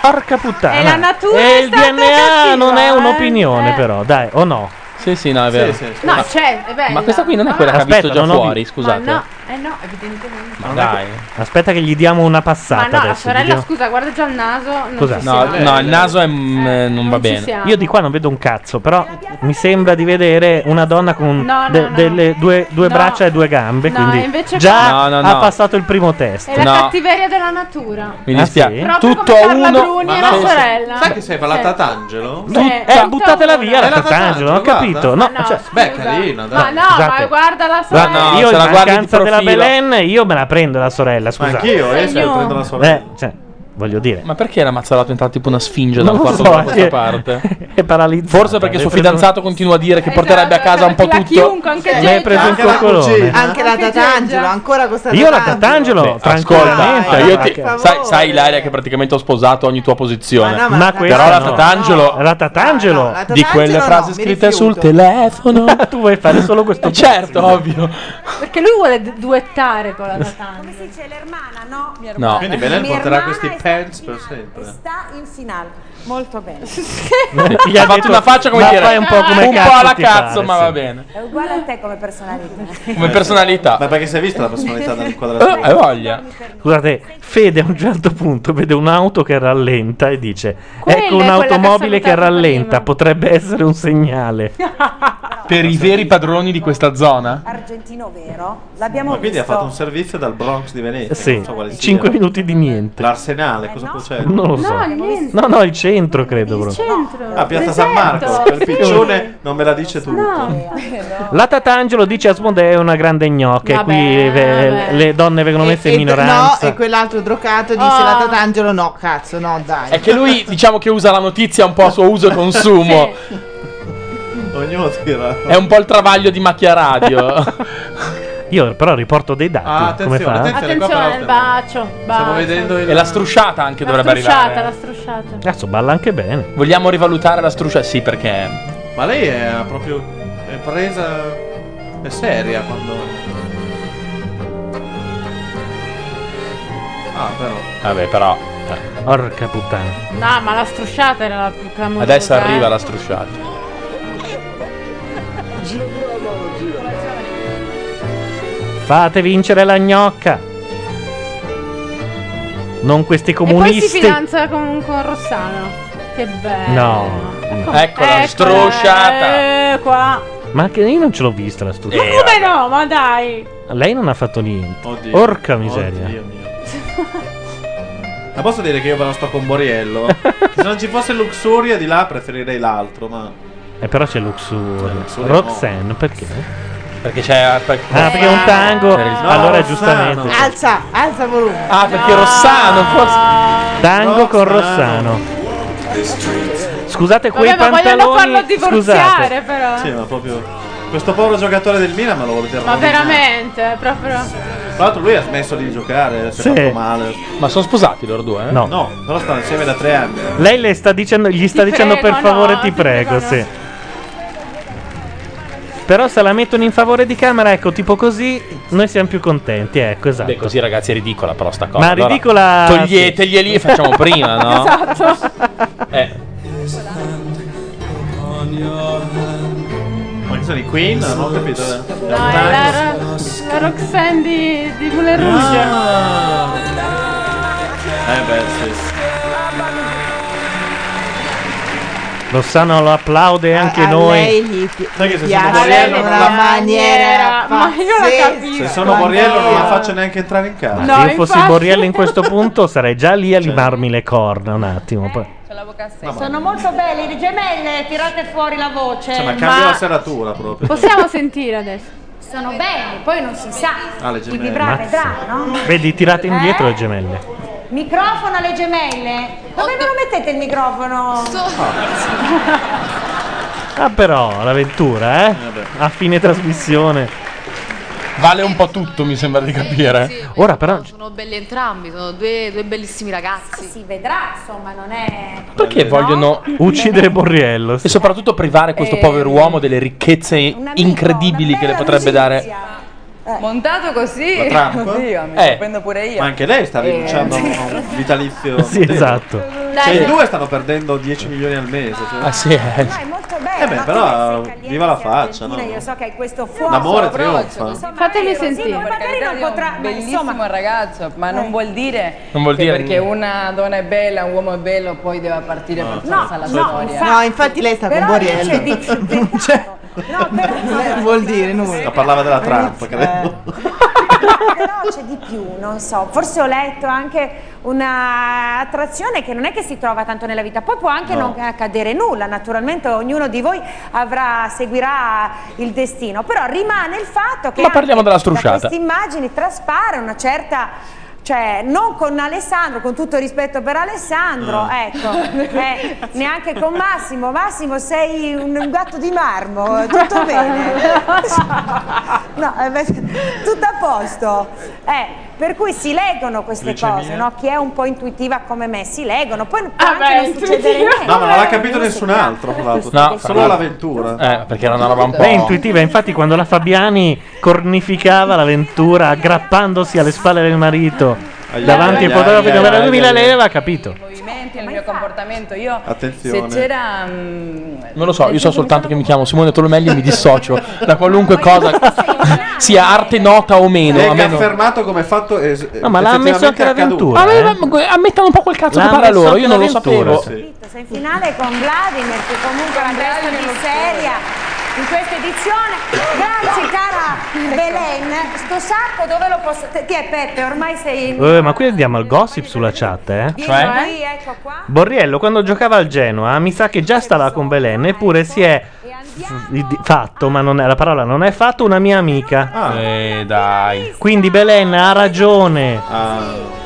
Porca puttana. E la natura E è il stata DNA cattiva, non è eh. un'opinione, però, dai, o no? Sì, sì, no, è vero. No, c'è, è bella. Ma questa qui non è quella che ha Aspetta, visto già non ho fuori, visto. scusate. Ma no, eh no, evidentemente. Ma dai. Aspetta che gli diamo una Ma passata no, la adesso. gli sorella, diamo- scusa, guarda già il naso. Non Cos'è? ci No, siamo. no, il naso è, mm, eh, non va ci bene. siamo. Io di qua non vedo un cazzo, però mi sembra di vedere una donna con No, no, de- no. delle due, due No. braccia e due gambe, No, quindi invece già qua- No, no, ha no. passato il primo test. È la cattiveria della natura. Mi dispiace. Proprio Tutto come a Carla uno. Bruni e la sorella. Sai che sembra la Sì. Tatangelo? Sì, è eh, tutto buttatela a uno. via la È la Tatangelo, ho Tatangelo, capito. guarda. No, cioè, Beh, carina, Ma dai. no, ma Ah, guarda la sorella. io in mancanza della la Belen, io me la prendo la sorella. Scusa. anch'io, eh, se Io- prendo la sorella. Eh, cioè, voglio dire. Ma perché era Mazzarato è entrato tipo una sfinge Non dal lo quarto so, da eh. questa parte? È paralizzato. Forse perché suo fidanzato continua a dire che porterebbe a casa un po' La tutto. chiunque, anche Mi hai Geggia. preso il Anche la coccolone. Anche la Tatangelo, ancora questa Io la Tatangelo. Tatangelo, Beh, tranquillamente. eh, ascolta, io ti- Per favore. sai, sai Ilaria che praticamente ho sposato ogni tua posizione. Ma no, ma Ma la questa però la no. Tatangelo, la Tatangelo di quelle frasi scritte sul telefono. tu vuoi fare solo questo? certo, ovvio. Perché lui vuole d- duettare con la Natana. Come si dice l'ermana, no? Mia No. Quindi Belen Mia porterà hermana questi è pants per sempre. Sta in finale. Molto bene. Gli ha fatto una faccia come ma dire fai un po' come un cazzo po' alla ti cazzo, pare, ma sì. va bene. È uguale a te come personalità. Come personalità. Ma perché si è vista la personalità del quadrato? Eh, Hai voglia. Scusate, Fede a un certo punto vede un'auto che rallenta e dice: Quella è Ecco quella che ha un'automobile che, salutato rallenta, potrebbe essere un segnale. Per i veri padroni di questa zona? Argentino vero? L'abbiamo Ma quindi ha visto. fatto un servizio dal Bronx di Venezia. Sì, non so quale sia. 5 minuti di niente. Eh, L'Arsenale, cosa procede? Non lo so. niente. No, no, il centro credo proprio. Centro. Ah, Piazza San Marco, Deserto. per Sì. piccione non me la dice tutto. La Tatangelo dice Asmodeo è una grande gnocca e Vabbè, qui eh, vabbè. le donne vengono messe in minoranza. No, ecco. e quell'altro drogato dice Oh. la Tatangelo no, cazzo, no, dai. È che lui diciamo che usa la notizia un po' a suo uso e consumo. Ognuno tira. È un po' il travaglio di macchia radio. Io però riporto dei dati. Ah, attenzione, come fa? attenzione, qua Attenzione, il bacio. bacio. E la strusciata anche dovrebbe strusciata, arrivare. la strusciata. Cazzo, balla anche bene. Vogliamo rivalutare la strusciata? Sì, perché. Ma lei è proprio è presa è seria quando Ah, però. Vabbè, però. eh. Orca puttana. No, ma la strusciata era la più clamorosa. Adesso arriva eh. la strusciata. Fate vincere la gnocca. Non questi E poi si comunisti. fidanza con, con Rossano. Che bello. no. Eccola, Eccola, eh, qua. Ma che io non ce l'ho vista la Eh, struttura. Ma come no? Ma dai. Lei non ha fatto niente. Oddio. Orca miseria. Oddio mio. Ma posso dire che io me la sto con Boriello? Se non ci fosse Luxuria di là preferirei l'altro, ma E Eh, però c'è Luxuria. Luxuria no. Roxanne, perché? Perché c'è. Ah, perché è un tango. Per il- No, allora Rossano. giustamente. Alza, alza volume. Ah, perché Rossano forse Tango con Rossano. Scusate quei Vabbè, ma vogliono farlo pantaloni. divorziare, però. eh. sì, ma proprio questo povero giocatore del Milan me lo volete Ma rovinare. veramente, è proprio. Tra l'altro lui ha smesso di giocare, si è Sì. fatto male. Ma sono sposati loro due, eh? No. No, però stanno insieme da tre anni. Lei le sta dicendo, gli sta Ti dicendo prego, per favore no, ti ti prego, prego, no. sì. Però se la mettono in favore di camera, ecco, tipo così, noi siamo più contenti, ecco, esatto. Beh, così ragazzi è ridicola però sta cosa. Ma Allora, ridicola- toglieteglieli e facciamo prima, no? Esatto. Eh. Ma che sono i Queen? Non ho capito. No, è la, Ro- la Roxanne di, di Moulin Rouge. Ah. Eh beh, sì. Rossano lo applaude anche A noi. lei gli pi- Sai che se sono piace Boriello in non una la- maniera Ma io la pazzesca. Se sono Boriello non la faccio neanche entrare in casa. Se io fossi Borriello in questo punto sarei già lì a Cioè. limarmi le corna un attimo. poi- Sono molto belli, le gemelle, tirate fuori la voce. Cioè, ma Eh, cambia la serratura proprio. Possiamo sentire adesso. Sono belli, poi non si sa. Ah, le Chi gemelle. vivrà vedrà, no? Eh? Vedi, Eh? tirate indietro le gemelle. Microfono alle gemelle. Come non lo mettete il microfono? Ah, però, l'avventura, eh? A fine trasmissione. Vale un po' tutto, mi sembra di capire. Ora però Sono belli entrambi, sono due, due bellissimi ragazzi. Si vedrà, insomma, non è. Perché vogliono uccidere Borriello e soprattutto privare questo povero uomo delle ricchezze incredibili che le potrebbe dare? Eh. Montato così. La Trump? Oddio, mi Eh. sorprendo pure io. Ma anche lei sta Eh. rinunciando a un vitalizio. Sì, esatto. Cioè, i Dai. due stanno perdendo 10 milioni al mese. Cioè. Ah, sì, eh. No, è molto bello. Eh beh, ma però viva la faccia, no? Tina, Io so che hai questo fuoco. L'amore trionfa. Fatemi Mario, sì, sentire. ma magari non potrà. ma Eh. bellissimo ragazzo, ma non vuol dire, Non vuol che dire perché niente. una donna è bella, un uomo è bello, poi deve partire per forza la storia. No, infatti lei sta con Però Boriello. Cioè, Non c'è- vuol dire nulla. eh. parlava della Trump, credo. però c'è di più, non so. Forse ho letto anche un'attrazione che non è che si trova tanto nella vita, poi può anche No. non accadere nulla, naturalmente ognuno di voi avrà, seguirà il destino, però rimane il fatto che Ma parliamo anche della da strusciata. queste immagini traspare una certa... Cioè, non con Alessandro, con tutto il rispetto per Alessandro, Mm. ecco, eh, neanche con Massimo. Massimo, sei un un gatto di marmo, tutto bene. No, eh, beh, tutto a posto. Eh, per cui si leggono queste Glicemia. cose, no? Chi è un po' intuitiva come me si leggono, poi può anche non succedere intuitiva. niente. No, ma non l'ha capito nessun altro, tra l'altro. No, Solo l'avventura. Eh, perché era una roba un po'. È intuitiva, infatti quando la Fabiani cornificava l'avventura aggrappandosi alle spalle del marito Ai, davanti ai, ai fotografi ai, ai, dove ai, lui la ai. leva, capito. movimenti, il mio comportamento. Io Attenzione. se c'era mm, Non lo so, io so soltanto che mi chiamo Simone Tolomelli e mi dissocio da qualunque cosa sia arte nota o meno. Lei a che ha me non- affermato come fatto. es- eh, No, ma l'ha ammesso anche effettivamente l'avventura. Ah, eh. accaduto. ammettano un po' quel cazzo che parla loro, io non lo sapevo. Sei in finale con Vladimir, che comunque è una testa di seria in questa edizione. Grazie cara Belen, sto sacco dove lo posso... Ti è Peppe, ormai sei in... Eh, ma qui andiamo al gossip sulla chat, eh? Vieni Cioè? qui, ecco qua. Borriello quando giocava al Genoa mi sa che già stava con Belen, eppure si è f- di- fatto, ma non è, la parola non è fatto, una mia amica. Ah. Eh, dai. Quindi Belen ha ragione. Ah.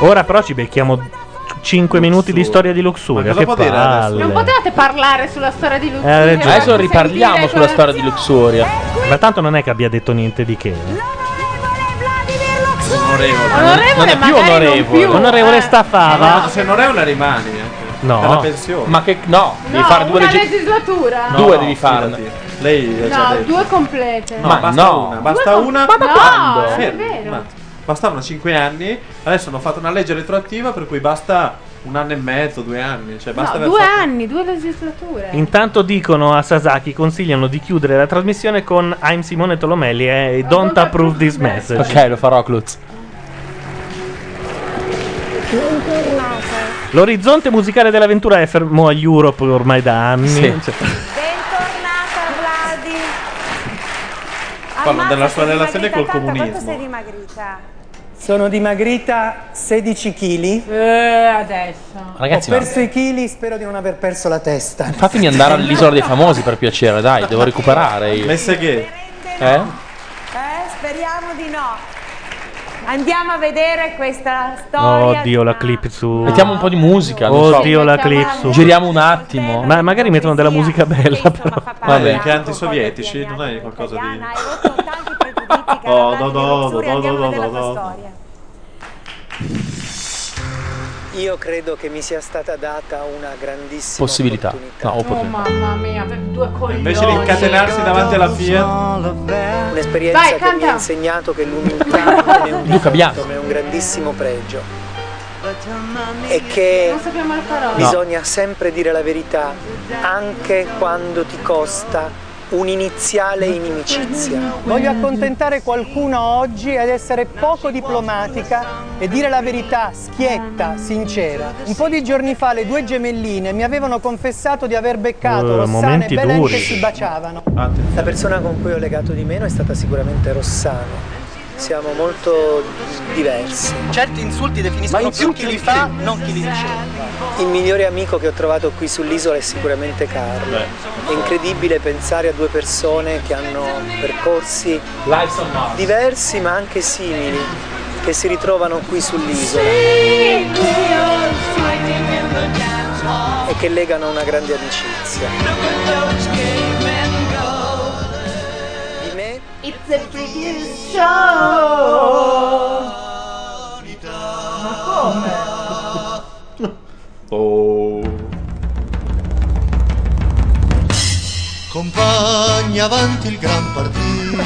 Ora però ci becchiamo 5 minuti di storia di Luxuria. Ma cosa Che può dire adesso? palle. Non potevate parlare sulla storia di Luca? Eh, ha Cioè, ragione. Adesso riparliamo sulla storia di Luxuria. Ma tanto non è che abbia detto niente di che. eh. Onorevole. Onorevole, Non è più magari non onorevole. più, Onorevole eh. staffava. No, se onorevole rimani. No. Per la pensione. Ma che. No, No, una legislatura. Due devi farne. Lei ha già No, detto. due complete. No, basta no. una. Basta Due- una. Ma da No, quando? è Fermi, vero. un attimo. Bastavano 5 anni, adesso hanno fatto una legge retroattiva per cui basta un anno e mezzo, due anni. Cioè basta no, aver due fatto- anni, due legislature. Intanto dicono a Sasaki, consigliano di chiudere la trasmissione con I'm Simone Tolomelli e Don't approve this message. Ok, lo farò, Cluz. L'orizzonte musicale dell'avventura è fermo agli Europe ormai da anni. Cioè, Sì. Parlano della sua sei relazione dimagrita col tanto, comunismo. Quanto sei dimagrita? Sono dimagrita 16 kg. adesso. Ragazzi, Eh, ho ma- perso i chili, spero di non aver perso la testa. Fatemi andare all'isola dei famosi per piacere, dai, devo recuperare io. Messe che? Eh? Eh, speriamo di no. Andiamo a vedere questa storia. Oddio la clip su. Mettiamo un po' di musica. non so. Oddio la clip su. Giriamo un attimo. Ma magari mettono della musica bella però. Vabbè, anche antisovietici, non hai qualcosa di. Oh, no, no, no, no, no, no, no. Io credo che mi sia stata data una grandissima Possibilità. No, Oh opportunità. mamma mia, per due coglioni. Invece di incatenarsi davanti alla Fiat. Un'esperienza Vai, che mi canta. ha insegnato che l'umiltà non è un Luca Bianco. difetto, ma è un grandissimo pregio. E che sappiamo le parole. bisogna sempre dire la verità anche quando ti costa un'iniziale inimicizia. Voglio accontentare qualcuno oggi ad essere poco diplomatica e dire la verità schietta, sincera. Un po' di giorni fa le due gemelline mi avevano confessato di aver Eh, beccato Rossana e momenti Belen duri. che si baciavano. La persona con cui ho legato di meno è stata sicuramente Rossano. Siamo molto diversi. Certi insulti definiscono più chi li fa, non chi li riceve. Il migliore amico che ho trovato qui sull'isola è sicuramente Carlo. È incredibile pensare a due persone che hanno percorsi diversi ma anche simili, che si ritrovano qui sull'isola e che legano una grande amicizia. Di me It's a freaking show. Oh. Compagna avanti il gran partito,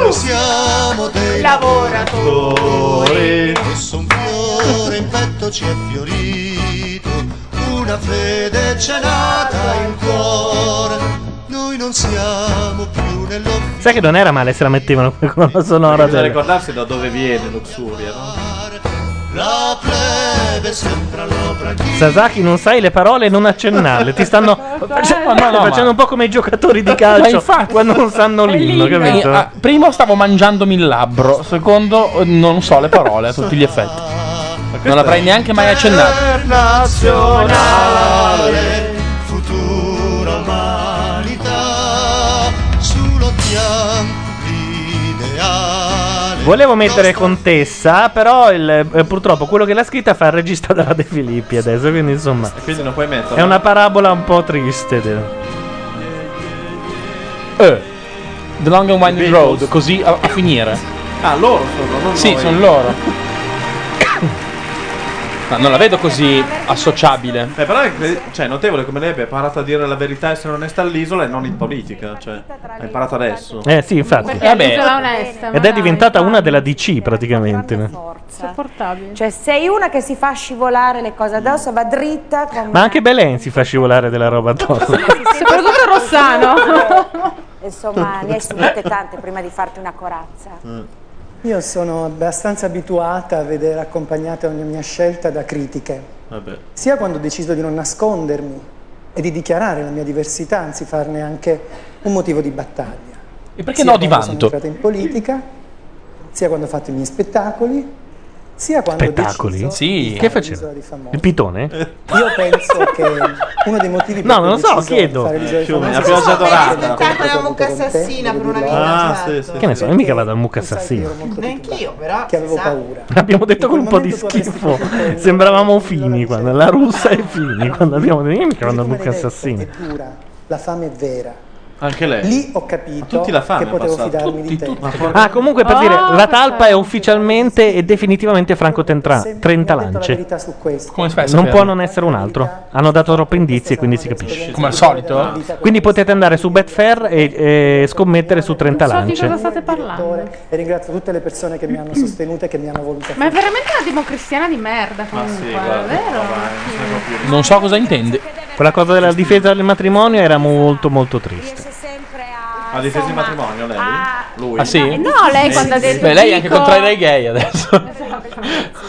noi siamo dei lavoratori, adesso un fiore in petto ci è fiorito, una fede c'è nata in cuore, noi non siamo più nell'ombra. Sai che non era male se la mettevano come colonna sonora. Bisogna del- ricordarsi da dove viene Luxuria, no? La plebe sembra l'opera chi Sasaki, non sai le parole non accennarle. Ti stanno eh. Ma no, no, ma- facendo un po' come i giocatori di Ma calcio infatti- quando non sanno l'inno, capito? Eh, ah, primo stavo mangiandomi il labbro, secondo eh, non so le parole a tutti gli effetti. Non l'avrei neanche mai accennato. internazionale, futura umanità, sull'Oceano l'ideale. Volevo mettere contessa, però il- eh, purtroppo quello che l'ha scritta fa il regista della De Filippi adesso, quindi insomma Quindi non puoi metterlo. è una parabola un po' triste. de- Eh, The Long and Winding Road, così a, a finire. Ah, loro sono, non Sì, noi. sono loro. Ma non la vedo così associabile. Eh, però è cre- cioè, è notevole come lei abbia imparato a dire la verità e essere onesta all'isola e non in politica. Cioè, l'ha imparato adesso. Eh sì, infatti. Perché è l'isola onesta, ma Ed è dai, diventata una della DC praticamente. no? Sopportabile. Cioè, sei una che si fa scivolare le cose addosso, va dritta come Ma anche Belen si fa scivolare della roba addosso. Soprattutto Rossano. Insomma, ne hai subite tante prima di farti una corazza. Io sono abbastanza abituata a vedere accompagnata ogni mia scelta da critiche. Vabbè. sia quando ho deciso di non nascondermi e di dichiarare la mia diversità, anzi farne anche un motivo di battaglia. E perché no di quando sono vanto? entrata in politica, sia quando ho fatto i miei spettacoli, sia quando ho Spettacoli? deciso di Che fare faceva? l'isola di Famosa. Il pitone? Io penso che uno dei motivi No, per cui non lo ho so, deciso chiedo. di fare l'isola di Fiume, Famosa la pioggia sia stato dorata. il contatto che ho avuto con te, devo dirlo. Ah, Che ne so, io mica vado a mucca assassina. Neanch'io, però. Che avevo paura. Abbiamo detto con un po' di schifo. Sembravamo fini quando la russa è fini. Quando abbiamo detto, io mica vado a mucca assassina. Pura, la fame è vera. Anche lei. Lì ho capito tutti la fame che potevo ha passato. fidarmi di te. Ah, comunque per Ah, dire, la talpa è ufficialmente e definitivamente Franco Tentra- Trentalance. verità su questo. Come fai a Non saperlo? può non essere un altro. Hanno dato troppi indizi e quindi si capisce. Come al solito? Quindi potete andare su Betfair e, e scommettere su Non so di Trentalance. state parlando. E ringrazio tutte le persone che mi hanno sostenuto e che mi hanno voluto Ma è veramente una democristiana di merda comunque, è vero? Non so cosa intende. Quella cosa della difesa del matrimonio era molto molto triste. Ha difeso il matrimonio lei? Lui? Ah, sì? Eh no, lei quando ha detto Beh, lei è anche dico- contro i gay adesso.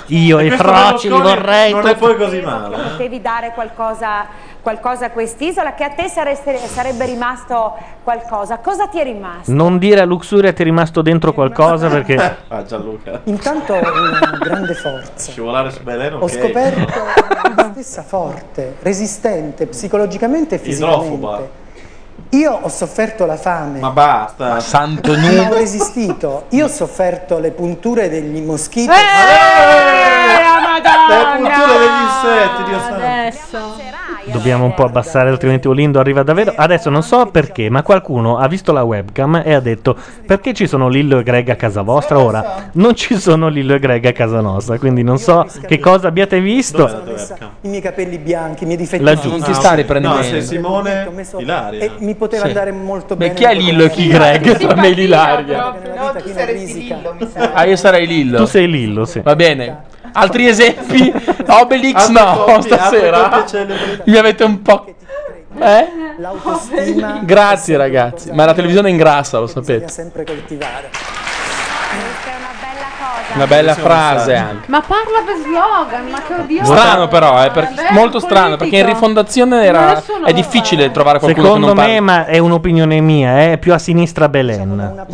Io E i questo froci li Berlusconi vorrei. non è tutti- poi così male. eh. Potevi dare qualcosa, qualcosa a quest'isola che a te sareste- sarebbe rimasto qualcosa. Cosa ti è rimasto? Non dire a Luxuria ti è rimasto dentro qualcosa perché... Ah, Gianluca. Intanto una grande forza. Scivolare su Belen, ok. Ho scoperto una stessa forte, resistente, psicologicamente e Idrofoba. fisicamente. Io ho sofferto la fame. Ma basta. Ma santo Ma ho resistito. Io ho sofferto le punture degli moschiti. Eh! Eh! Ah, Le punture Eh, degli insetti, Dio santo. Adesso. Dobbiamo un po' abbassare, altrimenti Olindo arriva davvero. Adesso non so perché, ma qualcuno ha visto la webcam e ha detto: Perché ci sono Lillo e Greg a casa vostra? Ora non ci sono Lillo e Greg a casa nostra, quindi non so che cosa abbiate visto. I miei capelli bianchi, i miei difetti. Laggiù. Non ti sta riprendendo. No, sei Simone Ilaria. E mi poteva Sì. andare molto Beh, bene. chi è Lillo e chi Greg? Tra me e Lilaria. No, tu saresti Lillo, mi sa. Ah, io sarei Lillo. Tu sei Lillo, sì. Va bene. Altri esempi? Obelix Altre no, coppie- altre stasera. Ah, coppie celebri. Mi avete un po'... Eh? L'autostima Grazie ragazzi, ma la televisione ingrassa, lo bisogna sapete. sempre coltivare. Una bella frase anche. Ma parla per slogan, ma che odioso. Strano però, eh, per- Vabbè, molto strano, perché in rifondazione era, è difficile trovare qualcuno Secondo che non me, ma è un'opinione mia, eh, è più a sinistra Belen.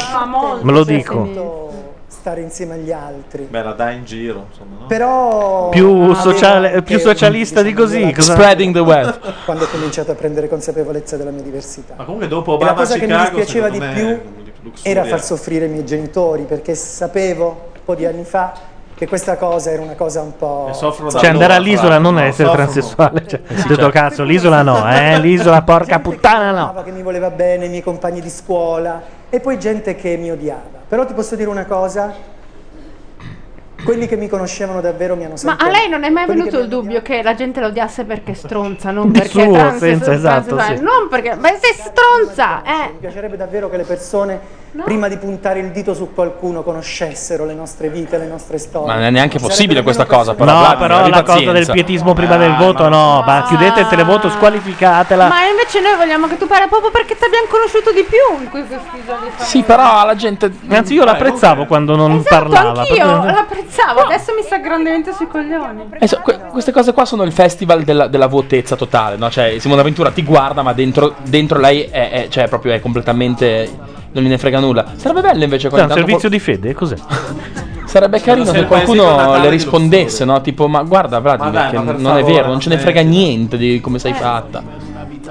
Me lo dico. Stare insieme agli altri. Beh, la dai in giro, insomma, no? Però Più, avevo sociale- più anche socialista di così. cosa- Quando ho cominciato a prendere consapevolezza della mia diversità. Ma Certo. comunque dopo la Obama a cosa che Chicago, mi dispiaceva di secondo me, più era far soffrire i miei genitori perché sapevo un po' di anni fa che questa cosa era una cosa un po' soffrono Cioè, andare all'isola non è essere transessuale. Cioè, ho certo. detto cazzo, l'isola no, eh, l'isola porca puttana no. Cioè, che mi voleva bene, i miei compagni di scuola e poi gente che mi odiava. Però ti posso dire una cosa, quelli che mi conoscevano davvero mi hanno Ma sempre a lei non è mai quelli che venuto il dubbio che la gente la odiasse perché è stronza, non Di perché è suo, trans- senza, esatto, transessuale, sì. Non perché, ma sei stronza, eh. Mi piacerebbe davvero che le persone prima di puntare il dito su qualcuno, conoscessero le nostre vite, le nostre storie. Ma non è neanche Sarebbe possibile questa cosa, però. No, Vladimir, però abbi la cosa del pazienza. pietismo prima del voto, no. Ah, Ma chiudete il televoto, squalificatela. Cioè, Ma invece noi vogliamo che tu parla proprio perché ti abbiamo conosciuto di più in questo episodio. Sì, però la gente. Anzi, io l'apprezzavo quando non parlava. Esatto, Anch'io proprio- l'apprezzavo, adesso mi sta grandemente sui coglioni. Eh, so, que- queste cose qua sono il festival della, della vuotezza totale, no? Cioè, Simona Ventura ti guarda, ma dentro, dentro lei è, è- cioè, proprio è completamente. non gliene frega nulla. Sarebbe bello invece Cioè, quando. un servizio di fede, cos'è? Sarebbe carino Sì, se il paesino qualcuno natale di le rispondesse, no? Tipo, ma guarda, Vladimir, Ma dai, che ma per non è favore, vero, non ce ne eh. frega niente di come sei fatta.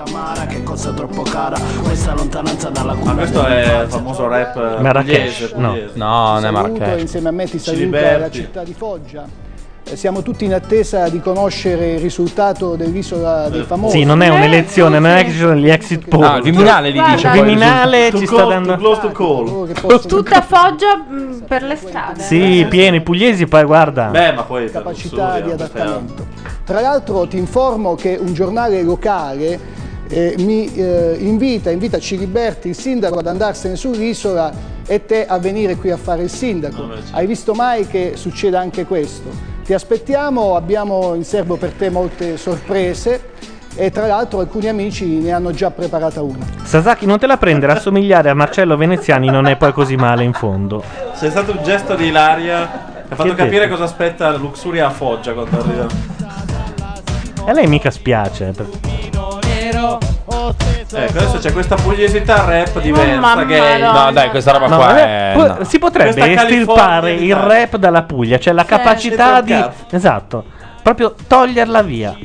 amara che cosa troppo cara questa lontananza dalla cura Ma questo è il famoso rap eh, pugliese, pugliese. no, Eh, non è saluto, Marrakesh. insieme a me ti Ci saluta la liberti. città di Foggia. Eh, Siamo tutti in attesa di conoscere il risultato dell'isola Eh. dei famosi. Sì, non è un'elezione, non è che ci sono gli exit poll. Ah, Ah, il Viminale gli dice poi, Viminale risulta. ci To sta call- dando. to Ah, Tutta Foggia mh, per le strade. Sì, pieni pugliesi, poi guarda. Beh, ma poi Capacità di adattamento. Tra l'altro ti informo che un giornale locale eh, mi eh, invita, invita Ciliberti, il sindaco, ad andarsene sull'isola e te a venire qui a fare il sindaco. Hai visto mai che succeda anche questo? Ti aspettiamo, abbiamo in serbo per te molte sorprese e tra l'altro alcuni amici ne hanno già preparata una. Sasaki, non te la prendere, assomigliare a Marcello Veneziani non è poi così male in fondo. C'è stato un gesto di Ilaria che ha fatto Che capire detto? cosa aspetta Luxuria a Foggia quando arriva. E a lei mica spiace. eh, per- Ecco, adesso c'è questa pugliesità rap diversa. mamma Gay. No, madonna. dai, questa roba No, qua non è. è- pu- no. Si potrebbe Questa estirpare California il d'Italia. rap dalla Puglia, cioè la Sì, capacità dentro di. il cazzo. Esatto, proprio toglierla via.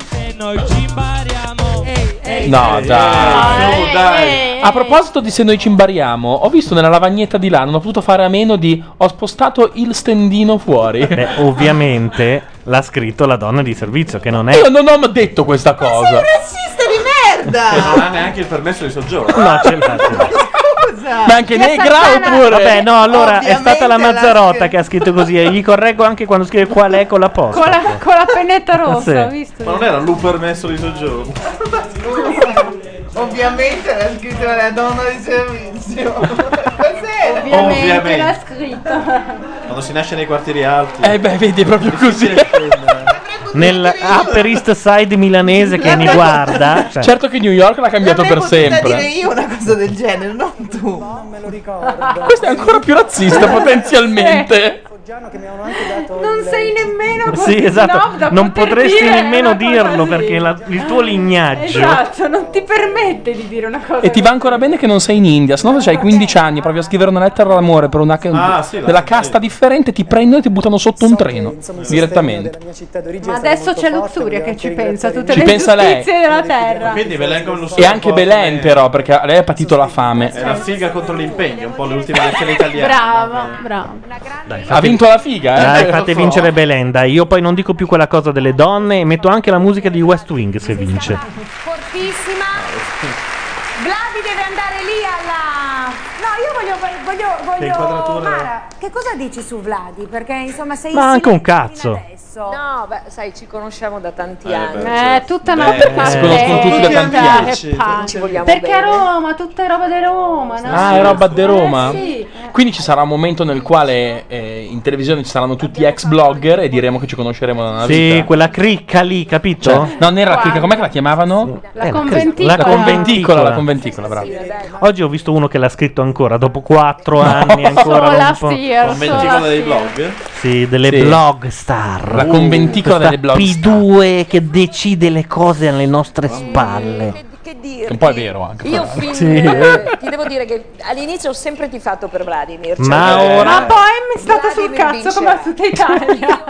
No, Eh, dai. su, dai. A proposito di se noi ci imbariamo, ho visto nella lavagnetta di là, non ho potuto fare a meno di ho spostato il stendino fuori. Beh, ovviamente l'ha scritto la donna di servizio, che non è. Io non ho detto questa cosa. razzista di merda! Non ha neanche il permesso di soggiorno. No, ce l'ha. Scusa! Ma anche Che negra Santana- oppure- Vabbè, no, allora è Ovviamente stata la l'ha Mazzarotta che ha scritto così. E gli correggo anche quando scrive qual è con la Con posta. Ecco. la, con la pennetta Sì. rossa, ho visto? Ma non era lu permesso di soggiorno. Ovviamente l'ha scritto la donna di servizio. Cos'era? Ovviamente Ovviamente. l'ha scritto. Quando si nasce nei quartieri alti. Eh beh, vedi, è proprio così. Nel Upper East Side milanese che mi guarda. cioè, Certo che New York l'ha cambiato per dire sempre. io una cosa del genere, non tu. Non me lo ricordo. Questo è ancora più razzista potenzialmente. Non sei nemmeno così Sì, esatto. snob da non poter potresti dire nemmeno una cosa dirlo sì. perché la- il tuo lignaggio. Esatto, non ti permette di dire una cosa. E ti va ancora bene che non sei in India, se no c'hai 15 anni, provi a scrivere una lettera d'amore per una Ah, sì, la- della casta differente, ti prendono e ti buttano sotto un treno direttamente. Ma adesso c'è Luxuria che ci pensa a tutte Ci le pensa lei. ingiustizie della terra. Quindi Belen come E anche Belen però, perché lei ha patito la fame. Era figa contro l'impegno, un po' le ultime lezioni italiane. Brava, brava. Dai, Ha vinto la figa, eh. Dai, fate vincere Belen, dai. Io poi non dico più quella cosa delle donne e metto anche la musica di West Wing se vince. fortissima. Vladi deve andare lì alla... No, io voglio... voglio, voglio- Le inquadrature- Mara, che cosa dici su Vladi? Perché insomma sei... Ma anche un cazzo. silenzioso adesso. No, beh, sai, ci conosciamo da tanti Eh, anni. beh, Eh, tutta una- perché si conoscono tutti da tanti anni? Ci vogliamo Perché a bene. Roma, tutta è roba di Roma, no? Ah, è roba di Roma. Eh, sì. Quindi ci sarà un momento nel quale eh, in televisione ci saranno tutti ex blogger e diremo che ci conosceremo da una vita. Sì, quella cricca lì, capito? Cioè, no, non era la cricca, com'è che la chiamavano? La Eh, la conventicola. cricca. La conventicola, la Sì, conventicola, bravo. Oggi ho visto uno che l'ha scritto ancora dopo 4 anni ancora Solo non last può- year, Conventicola solo dei last year. blog. Sì, delle Sì. blog star. La conventicola Questa delle blog P2 che decide le cose alle nostre spalle. Che dire? Un po' è vero anche. Io però. fin- Sì, eh. ti devo dire che all'inizio ho sempre tifato per Vladimir. Cioè, cioè Ma eh, ora- Ma poi mi è stata sul Vladimir cazzo come a tutta Italia.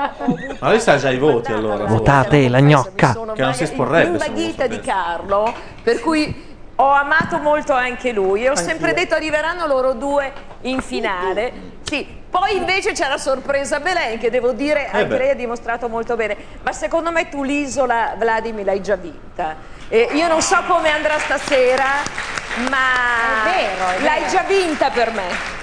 Ma lei sa già i voti allora. Votate la gnocca. Che non si esporrebbe. se non lo Invaghita di Carlo, per cui ho amato molto anche lui e ho sempre detto arriveranno loro due in finale. Sì, poi invece c'è la sorpresa Belen che devo dire Eh anche beh. lei ha dimostrato molto bene, ma secondo me tu l'isola Vladimir l'hai già vinta. E io non so come andrà stasera, ma È vero, è l'hai vero. già vinta per me.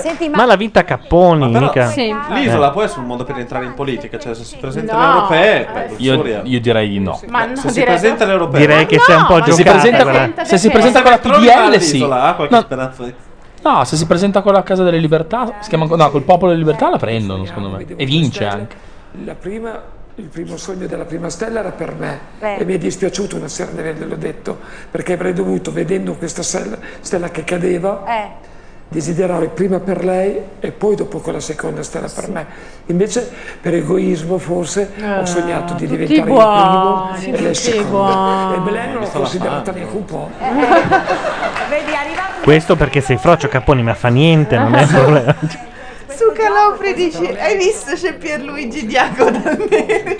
Senti, Ma la vita Capponi, mica. Sì. L'isola poi è sul mondo per entrare in politica, cioè se si presenta No. alle europee, beh, Luxuria. Io, io direi di no. Ma no, se si direi- presenta alle europee, Direi che c'è un po' eh? Se si giocata, presenta, guarda. se si presenta con la Elettronica PDL, sì. all'isola, ha qualche speranza di- No, se si presenta con la Casa delle Libertà, si chiama ancora- no, col Popolo delle Libertà la prendono, secondo me. E vince anche. La prima, il primo sogno della prima stella era per me Beh. e mi è dispiaciuto una sera di averglielo detto perché avrei dovuto, vedendo questa stella, stella che cadeva, Eh. desiderare prima per lei e poi dopo con la seconda stella per me. Invece per egoismo forse ho sognato di Ah, tutti diventare buoni, il primo e lei il tutti secondo. buoni. E Belen non l'ho Questa la considerata fanno. neanche un po'. Questo perché sei frocio Caponi, ma fa niente, non è un problema. Su Calopri dici, hai visto c'è Pierluigi Diaco da me?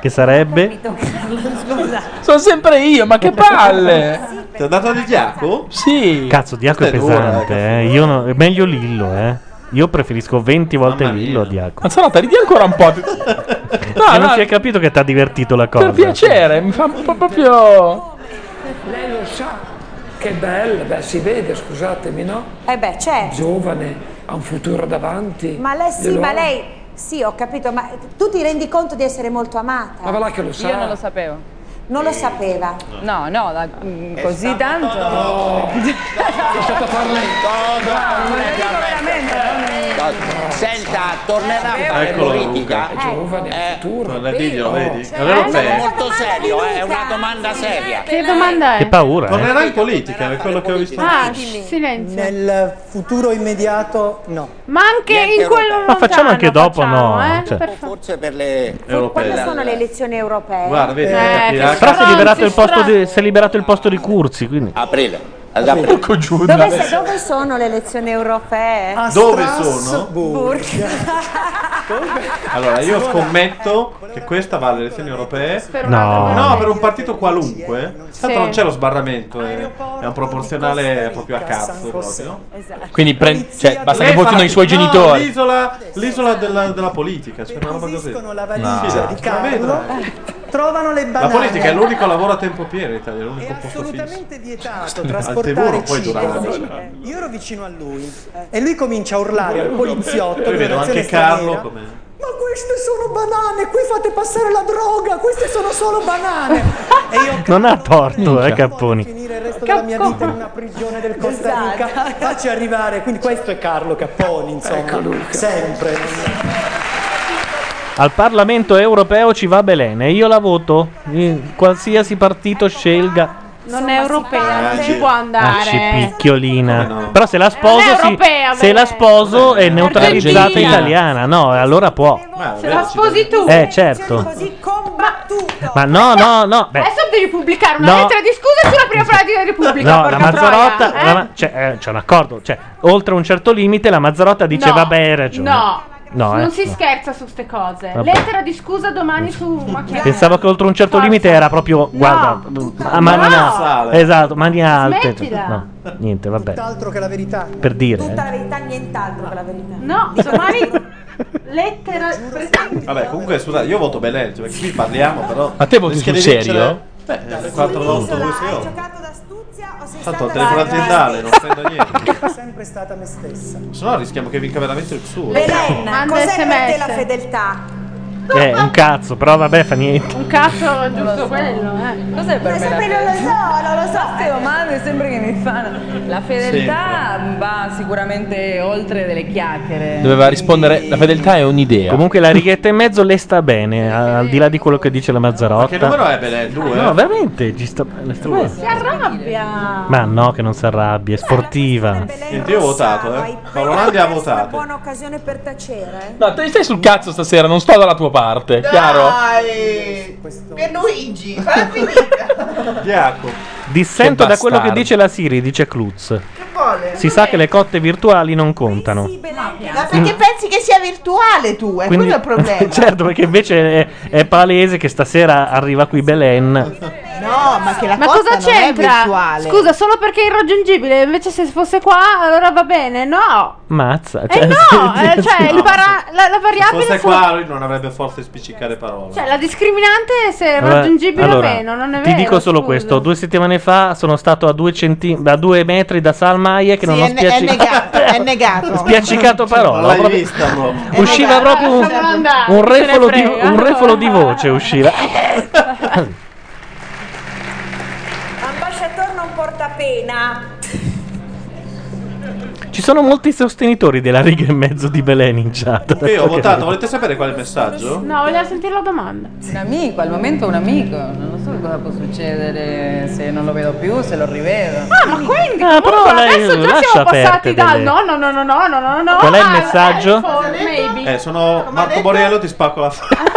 Che sarebbe? Sono sempre io, ma che palle! Ti è andato di Diaco? Sì. Cazzo, Diaco è Questa è dura, pesante, eh. Io no- è meglio Lillo, eh. Io preferisco 20 volte Lillo a Diaco. Mazzarotta, ridi ancora un po'. e non no. si è capito che ti ha divertito la cosa. Per piacere, mi fa un po' proprio. Lei lo sa che bella, beh si vede, scusatemi, no? Eh beh, c'è. Giovane, ha un futuro davanti. Ma lei sì, Glielo- ma lei... Sì, ho capito, ma tu ti rendi conto di essere molto amata? Ma va là che lo sa. Io Non lo sapevo. Non lo sapeva. No, no, da- mm, così tanto. È stato Senta, tornerà a fare Eccolo, politica? Luca. È giovane, Torna, diglielo, eh. vedi? Cioè, È Non ero serio. molto serio, eh, è una domanda seria. Che domanda è? paura. eh? Tornerà in politica, è quello che ho visto. Ah, sh- silenzio. Nel futuro immediato no. Ma anche in quello Ma facciamo anche dopo, facciamo, no? eh? Cioè, Forse per le Quando sono le elezioni europee? Eh, Eh, vedi, eh, però si è, liberato il posto di, si è liberato il posto di Curzi, quindi... Aprile. Ad aprile. Dove, se- dove sono le elezioni europee? Dove sono? Allora, io Guarda. scommetto che questa va alle elezioni europee. Per un altro No, partito. no, per un partito qualunque. Tanto Sì. non c'è lo sbarramento, è, è un proporzionale proprio a cazzo. Proprio. Quindi prend- cioè, basta che Lei votino fa- i suoi no, genitori. L'isola, l'isola della, della politica, cioè una roba così. la valigia No. di Carlo, trovano le La banane. politica è l'unico lavoro a tempo pieno in Italia, è l'unico posto fisso. assolutamente vietato Al trasportare Tevere puoi cibo. durare. Io ero vicino a lui eh, e lui comincia a urlare al poliziotto. Poi di vedo nazione anche Carlo straniera, come... Ma queste sono banane, qui fate passare la droga, queste sono solo banane. Non ha torto, eh, Capponi. Il resto della mia vita in una prigione del Costa Rica. Facci arrivare, quindi questo è Carlo Capponi, insomma. Sempre. Al Parlamento europeo ci va Belen e io la voto. In qualsiasi partito scelga. Non è europea, non ci sì. può andare. Arcipicchiolina. Però se la sposo, Non è sì, europea, se la Belen. sposo è neutralizzata Argentina. italiana. No, e allora può. Se la sposi tu. Eh, certo. combattuta. Ma no, no, no. Beh, Adesso devi pubblicare una No. lettera di scusa sulla prima frase della Repubblica. No, la porca troia, Mazzarotta. eh? la ma- cioè, eh, c'è un accordo. Cioè, oltre un certo limite, la Mazzarotta dice: No, Vabbè, hai ragione. No. No, eh, non si no. scherza su ste cose. Vabbè. Lettera di scusa domani su Macchiato. Pensavo che oltre un certo limite era proprio. Guarda, a mani No. alte. Esatto, mani alte. Smettila. No, niente, vabbè. Altro che la verità. Per dire. Tutta eh. la verità, nient'altro che la verità. No, domani lettera Vabbè, comunque, scusate, io voto Belen, cioè, perché qui parliamo, però. Ma te voti rischia sul di vincere- serio? Beh, 4 voto, due oh. sei otto. Tanto il stata telefono brava? aziendale, non prendo niente. Sono sempre stata me stessa. Se no rischiamo che vinca veramente il suo. Belen, Manda cos'è per te SMS. la fedeltà? Eh, un cazzo, però vabbè, fa niente. Un cazzo giusto quello, eh. Cos'è per me? la sempre non lo fedeltà? so, non lo so. Queste domande sembra che mi fanno. La fedeltà va sicuramente oltre delle chiacchiere. Doveva rispondere: La fedeltà è un'idea. Comunque la righetta in mezzo le sta bene, a- al di là di quello che dice la Mazzarotta. Ma che numero è Belen? Due? No, veramente, ci sta le sta bene. Si arrabbia. Ma no, che non si arrabbi, è sportiva. Niente, io ho votato, eh. Paolo Landi ha votato. Buona occasione per tacere. No, te stai sul cazzo stasera, non sto dalla tua parte, chiaro? Dai! Pierluigi, falla finita! Diaco. Dissento Che da quello che bastardo. dice la Siri, dice Klutz. vuole? Si sa che le cotte virtuali non contano. Ma perché pensi che sia virtuale tu? È Quindi- Eh, quello il problema. certo, perché invece è, è palese che stasera arriva qui Belen. No, ma che la Ma cotta cosa non è c'entra? virtuale. Scusa, solo perché è irraggiungibile, invece se fosse qua allora va bene, no. Mazza. Eh no, eh, cioè il No, para- la, la Se variabile fosse fu- qua lui non avrebbe forza di spiccicare parole. Cioè la discriminante è se è Allora- raggiungibile allora, o meno, non è ti vero. dico solo scusa. questo: due settimane fa sono stato a due, centi- a due metri da Salmaie che non Sì, ho è, ne- è spiacci- negato, è negato. spiaccicato parola. l'hai proprio- vista, no? Usciva proprio un, Lasciamolo andare, un chi se ne refolo di, frega. un refolo di voce. Usciva. Ambasciatore non porta pena. Ci sono molti sostenitori della riga e mezzo di Belen in chat. Sì, ho votato, volete sapere qual è il messaggio? No, volevo sentire la domanda. Un amico, al momento un amico. Non so cosa può succedere se non lo vedo più, se lo rivedo. Ah, ma quindi Ah, però comunque lei adesso già lascia siamo aperte passati dal delle- no, no, no, no, no, no, no, no. Qual è il al messaggio? iPhone, maybe. Eh, sono Marco Borello, ti spacco la faccia.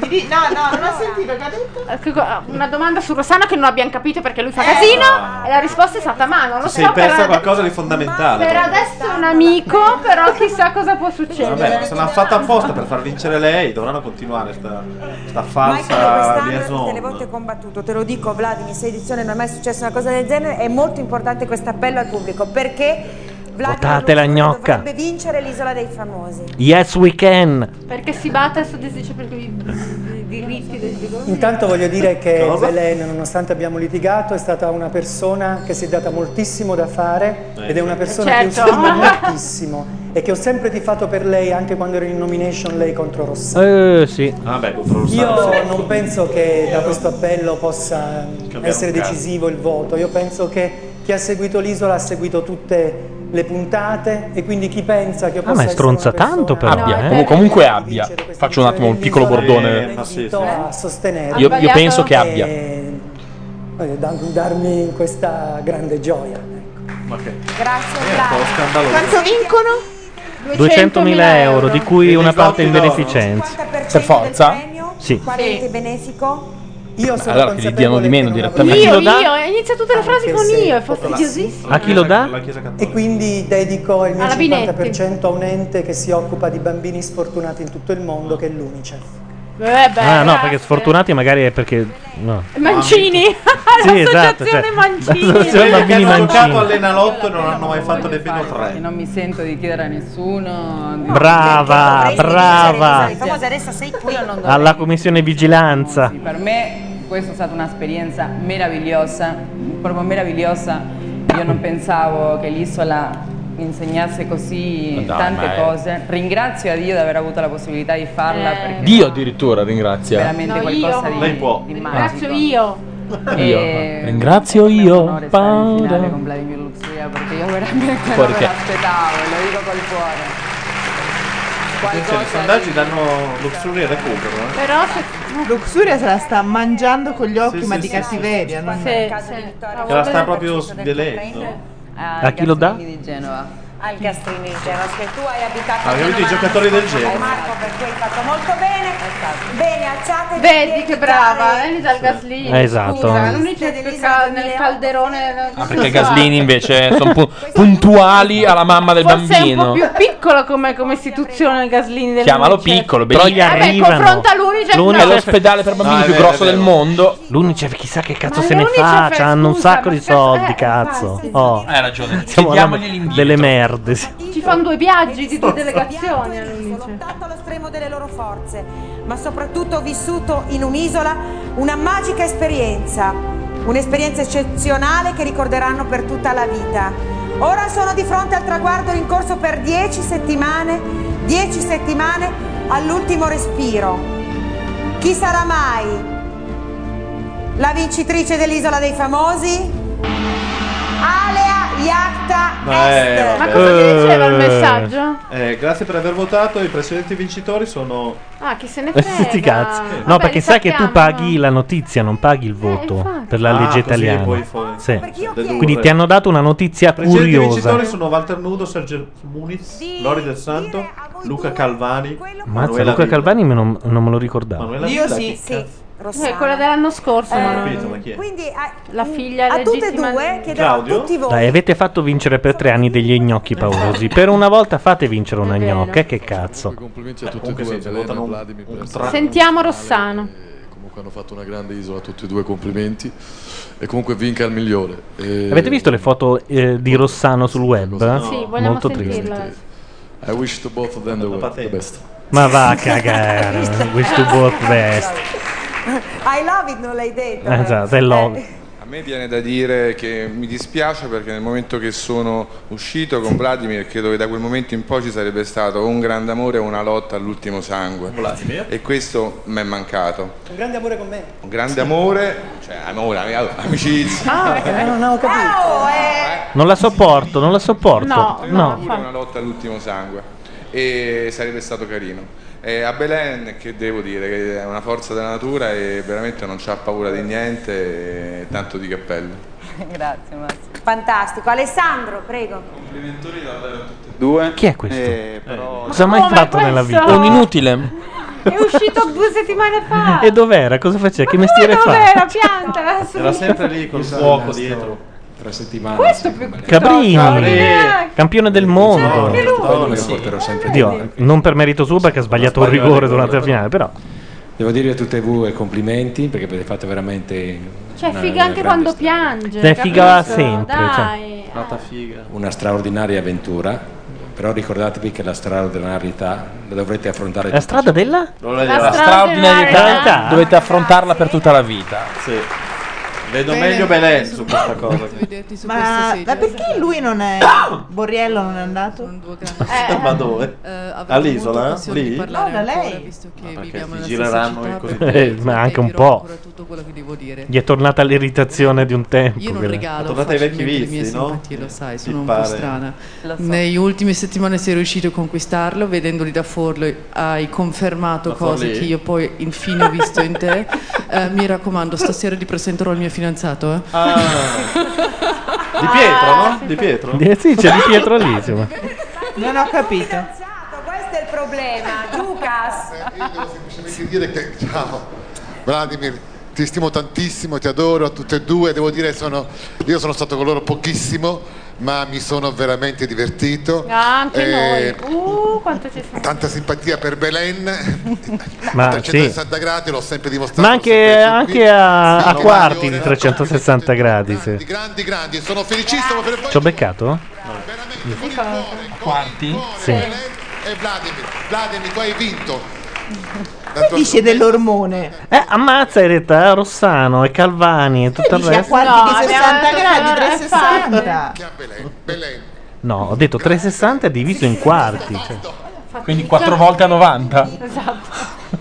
Mi di- No, no, non ho sentito, Eh, che ha detto? Eh, Una domanda su Rossana che non abbiamo capito perché lui fa casino e la risposta è stata ma non lo Ti so, sei persa per, qualcosa di per fondamentale. adesso è un amico, però chissà cosa può succedere. Vabbè, ma se l'hanno fatta apposta per far vincere lei, dovranno continuare sta, sta falsa Michael, quest'anno tutte le liaison. volte combattuto, te lo dico Vladimir, in sei edizioni non è mai successa una cosa del genere, è molto importante questo appello al pubblico perché Vladimir Votate la gnocca. dovrebbe vincere l'isola dei famosi. Yes, we can. Perché si batte su dice per i i diritti del Intanto voglio dire che Belen, nonostante abbiamo litigato, è stata una persona che si è data moltissimo da fare Eh, ed è una sì. persona che io Certo. stimo moltissimo e che ho sempre tifato per lei anche quando ero in nomination lei contro Rossano. Eh, sì. Vabbè, contro Io non penso che da questo appello possa essere un caso. decisivo il voto, io penso che chi ha seguito l'isola ha seguito tutte le puntate e quindi chi pensa che io Ah, possa ma è essere una stronza tanto però, persona- eh. Comu- comunque abbia. Faccio un attimo un piccolo Eh, bordone. a sostenere. Io- io penso che abbia. E, voglio da- darmi questa grande gioia. Ma che Grazie, Eh, Quanto vincono? 200.000 euro, di cui una parte in d'oro. beneficenza. Per forza? Sì. Qualente benefico? Io sono Allora che gli diano di meno direttamente. Io, io, inizia tutte le Ah. frasi con io, è fastidiosissimo. A chi lo dà? E quindi dedico il mio Alla Binetti. 50% a un ente che si occupa di bambini sfortunati in tutto il mondo, che è l'UNICEF. Eh beh, Ah, no, perché sfortunati magari è perché. No. Mancini, Sì, esatto. l'associazione cioè, Mancini. Quelli l'associazione che Bambini hanno giocato Mancini. all'Enalotto e non hanno mai fatto nemmeno E tre. non mi sento di chiedere a nessuno. di- Brava, Dovresti Ah, brava. vincere l'isola dei famosi, adesso sei qui. Io non dovrei. Alla commissione vigilanza. Per me questa è stata un'esperienza meravigliosa, proprio meravigliosa. Io non pensavo che l'isola mi insegnasse così Ma dai, tante ma è- cose. Ringrazio a Dio di aver avuto la possibilità di farla Eh. perché Dio addirittura ringrazia. veramente qualcosa di, Lei può. di Ringrazio magico. io. Io, E- Eh, Ringrazio io. onore stare in finale Paolo. con Vladimir Luxuria perché io veramente non me Perché? l'aspettavo, lo dico col cuore. Attenzione, i sondaggi danno Luxuria e recupero. Eh. Però Luxuria se la sta mangiando con gli occhi, ma di cattiveria. non- Ah, Che la sta proprio svelendo. Ah, A chi lo dà? di Genova. Al Castrini di Genova, che tu hai abitato Ah, a capito, i Genova, giocatori del non- Genova. Marco, per cui hai fatto molto bene. Bene, alzate Vedi che brava, Elisa al Gaslini. Eh, esatto. Scusa, lui c'è più cal- nel calderone. Ah, perché i Gaslini invece sono pu- puntuali alla mamma del Forse è un po' bambino. più piccolo come, come istituzione il Gaslini del Chiamalo Luce. piccolo, Però gli benissimo. Vabbè, confronta l'Unicef. L'unicef- no. È l'ospedale per bambini più grosso del mondo. L'Unicef, chissà che cazzo Ma se ne l'Unicef fa. è- Hanno un scusa, sacco ma di che- soldi, eh, cazzo. infatti, Eh, Oh. Hai ragione. Siamo alla- Chiediamogli l'invito. delle merde. sì. Ci fanno due viaggi di due delegazioni delegazioni. hanno lottato all'estremo delle loro forze, ma soprattutto ho vissuto in un'isola una magica esperienza, un'esperienza eccezionale che ricorderanno per tutta la vita. Ora sono di fronte al traguardo in corso per 10 settimane, 10 settimane all'ultimo respiro. Chi sarà mai la vincitrice dell'isola dei famosi? Alea Iacta eh, Est. vabbè. diceva il messaggio? Eh, grazie per aver votato. I precedenti vincitori sono. Ah, chi se ne frega. Sti cazzi. No, Vabbè, perché li sai che tu sappiamo. Eh, paghi la notizia, non paghi il voto infatti. per la Ah, legge così italiana. puoi fare- Sì. dedurre. Quindi ti hanno dato una notizia I precedenti curiosa. vincitori sono Walter Nudo, Sergio Muniz, Lori del Santo, Luca Calvani, Mazza, Manuela Luca Villa. Calvani me non, non me lo ricordavo. Manuela Villa, chi sì, Rossana. Eh, quella dell'anno scorso. Eh, ma non- capito, ma chi è? Quindi a, La figlia a tutte e legittima due chiederò Claudio? a tutti voi Dai, avete fatto vincere per tre anni degli gnocchi paurosi. Per una volta fate vincere una vero. gnocca, eh, che cazzo. Complimenti a Beh, tutti e comunque due, sì, Belen votano e un- Vladimir, un per tra- essere- Sentiamo Rossano. Comunque hanno fatto una grande isola, tutti e due complimenti. E comunque vinca il migliore. E- Avete visto le foto eh, di Rossano sul web? Sì, vogliamo Molto triste. sentirla. I wish to both of them the, world, the best. Ma va a cagare, wish to both best. I love it non l'hai detto Eh. Esatto, è lo- A me viene da dire che mi dispiace perché nel momento che sono uscito con Vladimir credo che da quel momento in poi ci sarebbe stato un grande amore e una lotta all'ultimo sangue. Vladimir? E questo mi è mancato. Un grande amore con me. Un grande amore, cioè amore, ami- amicizia. non ho capito. Non la sopporto, non la sopporto. Porto. no. Pure una lotta all'ultimo sangue e sarebbe stato carino. E a Belen che devo dire che è una forza della natura e veramente non c'ha paura di niente e tanto di cappello. Grazie Massimo. Fantastico. Alessandro, prego. Complimentoni Due. Chi è Eh. questo? Cosa ha mai Come fatto nella questo? vita? Un inutile. È uscito due settimane fa. E dov'era? Cosa faceva? Che Ah. Ma mestiere dov'era? fa? Pianta. lì col Esatto. fuoco dietro. Tre settimane. Questo più Cabrini, Cabrini. campione del mondo. Anche lui. Lo porterò sempre Dio, non per merito suo perché ha sbagliato un rigore durante la finale, però. Devo dire a tutte e voi complimenti perché avete fatto veramente Cioè, una- figa una grande anche quando storia. piange. Cioè, figa capito? sempre, cioè. Dai. Nota figa. una straordinaria avventura, però ricordatevi che la straordinarietà la dovrete affrontare La strada della? La straordinarietà dovete affrontarla per tutta la vita. Vedo Bene. meglio Belen su questa cosa. Ma, ma perché lui non è. Borriello non è andato? Ma dove? All'isola? eh? Lì? No, da lei. Ma perché si gireranno e così. Eh, ma anche un po'. Gli è tornata l'irritazione di un tempo. Io non quella. regalo Tornate ai vecchi facilmente le vizi, mie no? simpatie, lo sai, sono Mi un po' pare. strana. Lo so. Negli ultimi settimane sei riuscito a conquistarlo, vedendoli da Forlo hai confermato Da cose Forlì? che io poi infine ho visto in te. Eh, mi raccomando, stasera ti presenterò il mio fidanzato. eh. Ah. Di Pietro, no? Di Pietro? Eh sì, c'è di Pietro lì. insomma. Non ho capito. Questo è il problema. Lucas. semplicemente dire che ciao Vladimir ti stimo tantissimo ti adoro a tutte e due devo dire sono io sono stato con loro pochissimo ma mi sono veramente divertito Ah, anche Eh, noi. Uh, quanto ci sono. tanta simpatia per Belen Ma a sì. 360 gradi l'ho sempre dimostrato Ma anche, anche a, Sì, a no, quarti di 360 gradi. se- grandi grandi sono felicissimo per voi Ci ho beccato? Quarti? Sì. e Vladimir Vladimir tu hai vinto Che dice dell'ormone? Eh, ammazza in realtà eh, Rossano e Calvani e tutto il Dice a resto. quarti No, di abbiamo 60 detto gradi, che era- 360. No, ho detto 360 diviso in quarti. cioè. Quindi 4 volte a 90. Esatto.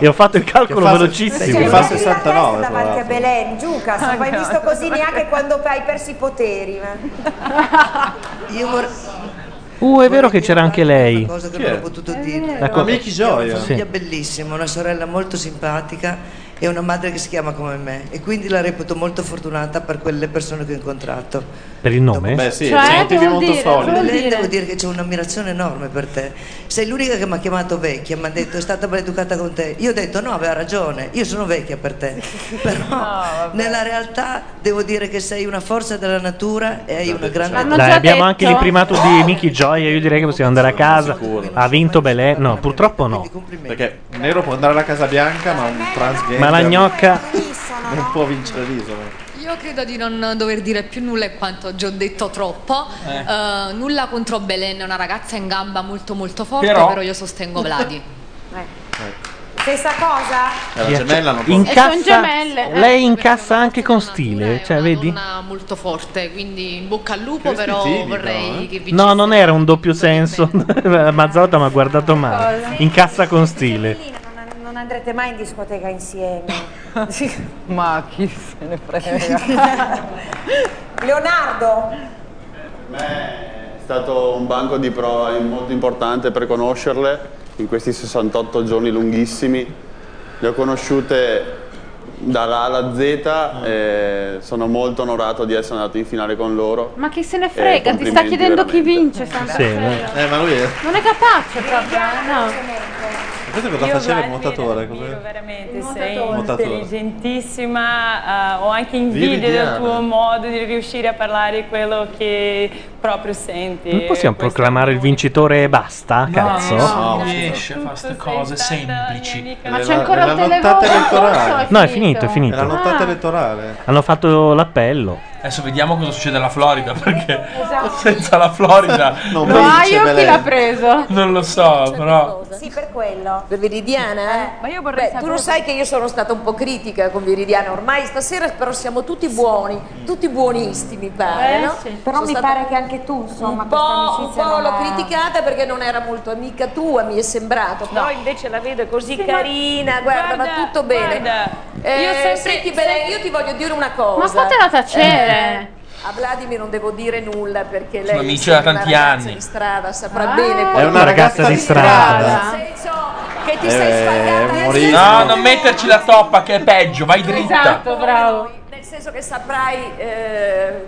E ho fatto il calcolo Che fa- velocissimo. che fa 69, Davanti a Belen, Giucas, non hai visto così neanche quando hai perso i poteri. Io Uh, è vero che c'era anche lei. cosa che non ho potuto dire. Ecco, La co- Amici Gioia. Una Sì. figlia bellissima, una sorella molto simpatica e una madre che si chiama come me e quindi la reputo molto fortunata per quelle persone che ho incontrato. Per il nome? Beh, sì, Cioè, sono motivi devo molto dire, solidi. Belen, devo dire che c'è un'ammirazione enorme per te. Sei l'unica che mi ha chiamato vecchia, mi ha detto è stata maleducata con te. Io ho detto no, aveva ragione, io sono vecchia per te. Però nella realtà devo dire che sei una forza della natura e hai una grande... Dai, abbiamo anche l'imprimato di Mickey Gioia. Io direi che possiamo andare a casa. Ha vinto Belen. No, purtroppo no. Perché Nero può andare alla Casa Bianca, ma un transgender Ma la gnocca. non può vincere l'isola. Io credo di non dover dire più nulla in quanto già ho detto troppo. Eh. Eh, nulla contro Belen, è una ragazza in gamba molto molto forte, Però- però, io sostengo Vladi. Eh. Stessa cosa? Eh, la gemella non può. Incassa- E son gemelle, eh. lei incassa anche con stile, cioè vedi? Una Ah, molto forte, quindi in bocca al lupo, Questi però timidi, vorrei che vi No, non era un doppio senso. Mazzotta mi ha guardato male. Incassa con stile. Non andrete mai in discoteca insieme. Ma chi se ne Eh, frega? Leonardo, È stato un banco di prova molto importante per conoscerle in questi 68 giorni lunghissimi. Le ho conosciute dalla A alla Z e sono molto onorato di essere andato in finale con loro. Ma chi se ne frega? Ti sta complimenti, chiedendo chi vince. Santa Cera. Eh, ma lui è... Non è capace proprio. eh, No. Questo cosa Io faceva il Vladimir nuotatore? Cos'è? Veramente Il sei nuotatore. Nuotatore. intelligentissima, eh, ho anche Viridiana. invidia del tuo modo di riuscire a parlare quello che proprio senti. Non possiamo proclamare il vincitore e basta, cazzo? Eh, no, riesce a fare queste cose semplici. Ma c'è ancora il televoto. elettorale. No, è finito, è finito. È la nottata elettorale. Hanno fatto l'appello. Adesso vediamo cosa succede alla Florida, perché senza la Florida non Ohio chi l'ha preso? Non lo so, però sì, per quello. Per Eh, Viridiana? Ma io vorrei Beh, tu lo sai che io sono stata un po' critica con Viridiana, ormai stasera però siamo tutti buoni, tutti buonisti mi pare, Eh, no? sì. Però mi pare che anche tu, insomma, un questa po', un amicizia po' non l'ho la- criticata perché non era molto amica tua, mi è sembrato, però invece la vedo così carina, guarda, va tutto bene. Eh, io sempre- senti Belen, io ti voglio dire una cosa. Ma fatela tacere. Eh, a Vladimir non devo dire nulla perché lei Sono è amici da sempre tanti una ragazza anni. di strada, saprà bene poi- Nel senso che Eh, ti sei Eh, sbagliata eh, No, non metterci la toppa che è peggio, vai dritta. Esatto, bravo. Nel senso che saprai eh,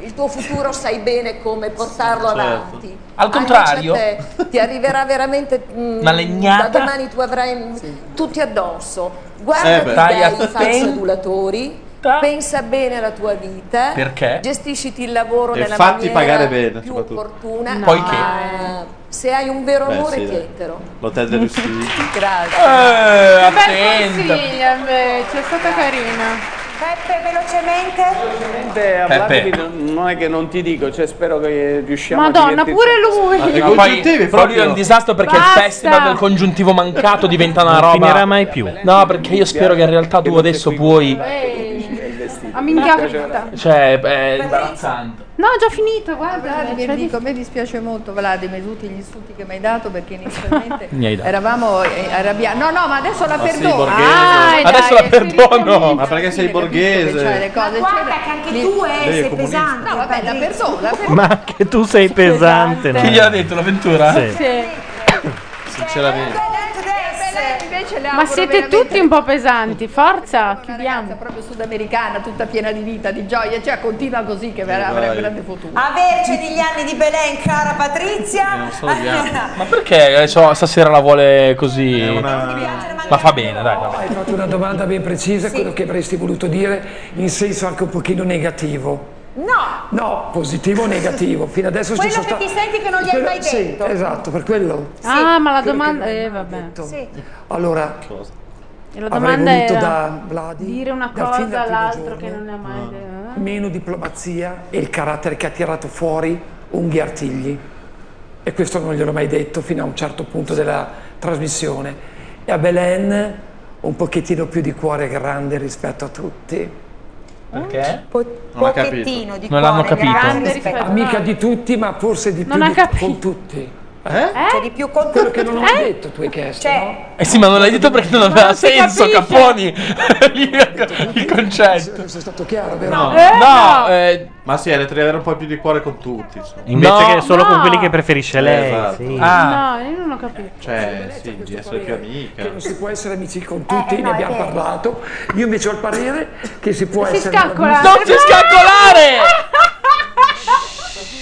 il tuo futuro sai bene come portarlo Certo. avanti. Al contrario. Invece a te ti arriverà veramente mm, Una legnata. Da domani tu avrai mm, tutti addosso. Guarda Eh beh. Taglia- dai falsi adulatori. Pensa bene alla tua vita. Perché? Gestisciti il lavoro E nella fatti maniera pagare bene, più soprattutto. opportuna. No. Poi che? Ma Se hai un vero Beh, amore, sì, ti dai. etero. L'hotel del Russia. Grazie. É, Eh, Bel attenta. consiglio invece, è Eh, stata carina. Peppe, velocemente. Te, a Peppe. Vladimir, non è che non ti dico, cioè spero che riusciamo Madonna, a divertirci. pure lui. Ma che Ma poi, congiuntivi poi lui proprio. è un disastro perché Basta. il festival del congiuntivo mancato diventa una Non roba. finirà mai più. No, perché io spero che in realtà tu adesso puoi. A minchia vita. Cioè, è imbarazzante. No, ho già finito, guarda. Vladimir, cioè, dico, a me dispiace molto Vladimir, tutti gli insulti che mi hai dato perché inizialmente Mi hai dato. eravamo eh, arrabbiati. No, no, ma adesso la Ma sei perdono. borghese. Ah, Adesso la perdono. Ma perché sei cioè, le borghese? cose, c'era- Anche tu eh, Lei è sei comunista. pesante. No, vabbè, la perdono, la perdono. Ma anche tu sei pesante. Chi gliel'ha detto l'avventura? Sì. Sinceramente. Ma siete tutti un po' pesanti, forza, chiudiamo. proprio sudamericana, tutta piena di vita, di gioia, cioè continua così che verrà, avrà un grande futuro. Averci degli anni di Belen, cara Patrizia. Ma perché adesso stasera la vuole così? La fa bene, dai. va Hai bene. fatto una domanda ben precisa, Sì. quello che avresti voluto dire in senso anche un pochino negativo. No, No, positivo o negativo, fino adesso ci quello sono che stati... ti senti che non gli hai Quello- mai sì, detto. esatto, per quello. Ah, ma la domanda... Eh, vabbè. Allora, E la avrei domanda voluto era da Vladi dire una dal fin cosa dal primo all'altro giorno che non è mai... meno diplomazia e il carattere che ha tirato fuori Unghie Artigli. E questo non gliel'ho mai detto fino a un certo punto della trasmissione. E a Belen un pochettino più di cuore grande rispetto a tutti. Perché? Non ha capito. Pochettino di Non l'hanno cuore capito. grande rispetto a- Amica di tutti, ma forse di più Non ha di- capito. con tutti. Eh? Cioè di più con Quello che non ho detto tu hai chiesto. Cioè, Eh sì, ma non l'hai detto perché non aveva senso, Capponi. Il concetto. Sono stato chiaro, vero? No, eh, no, ma sì, è avere un po' più di cuore con tutti. insomma. Invece No. che solo No. con quelli che preferisce lei. Esatto. sì. No, io non ho capito. Cioè, sì, di essere più amica. Che non si può essere amici con tutti, Eh, no, ne è abbiamo vero. parlato. Io invece ho il parere che si può Si essere scalcola. eh, amici- Non si scalcolare!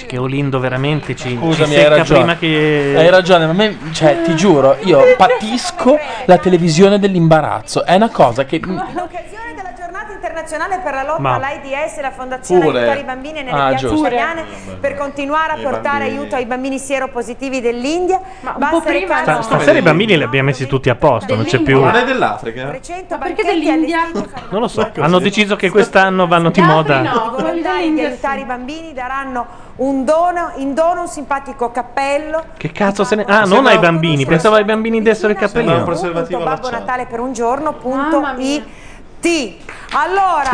Che Olindo veramente ci, ci Scusami, hai secca ragione. prima che... Hai ragione, ma a me, cioè, ti giuro, io patisco la televisione dell'imbarazzo. È una cosa che. L'occasione della giornata internazionale per la lotta Ma- all'AIDS e la Fondazione Pure. Aiutare i Bambini nelle Ah, piazze giusto. Pure. italiane per continuare a I portare bambini. aiuto ai bambini sieropositivi dell'India. Ma un po' prima Sta- stasera i bambini li abbiamo messi tutti a posto, non c'è più. Non è dell'Africa? 300 perché dell'India? Non lo Ecco, so. Hanno deciso che quest'anno vanno di moda. I volontari di aiutare i bambini daranno un dono, in dono un simpatico cappello, Che cazzo se ne. Ah, Sembra- non ai bambini. Pensavo ai bambini dessero il Sembra un cappellino. preservativo Babbo allacciato. Natale per un giorno, punto IT. Allora,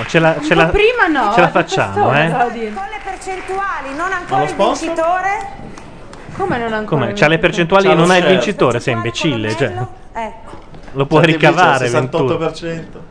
Oh, ce la, ce la- Ce la facciamo, eh. Con le percentuali, non Ma ancora lo il sponsor? vincitore. Come non ancora? Come? C'ha le percentuali C'ha e non lo ha il share. vincitore, sei imbecille. Cioè, Ecco. lo puoi ricavare. 28 68%.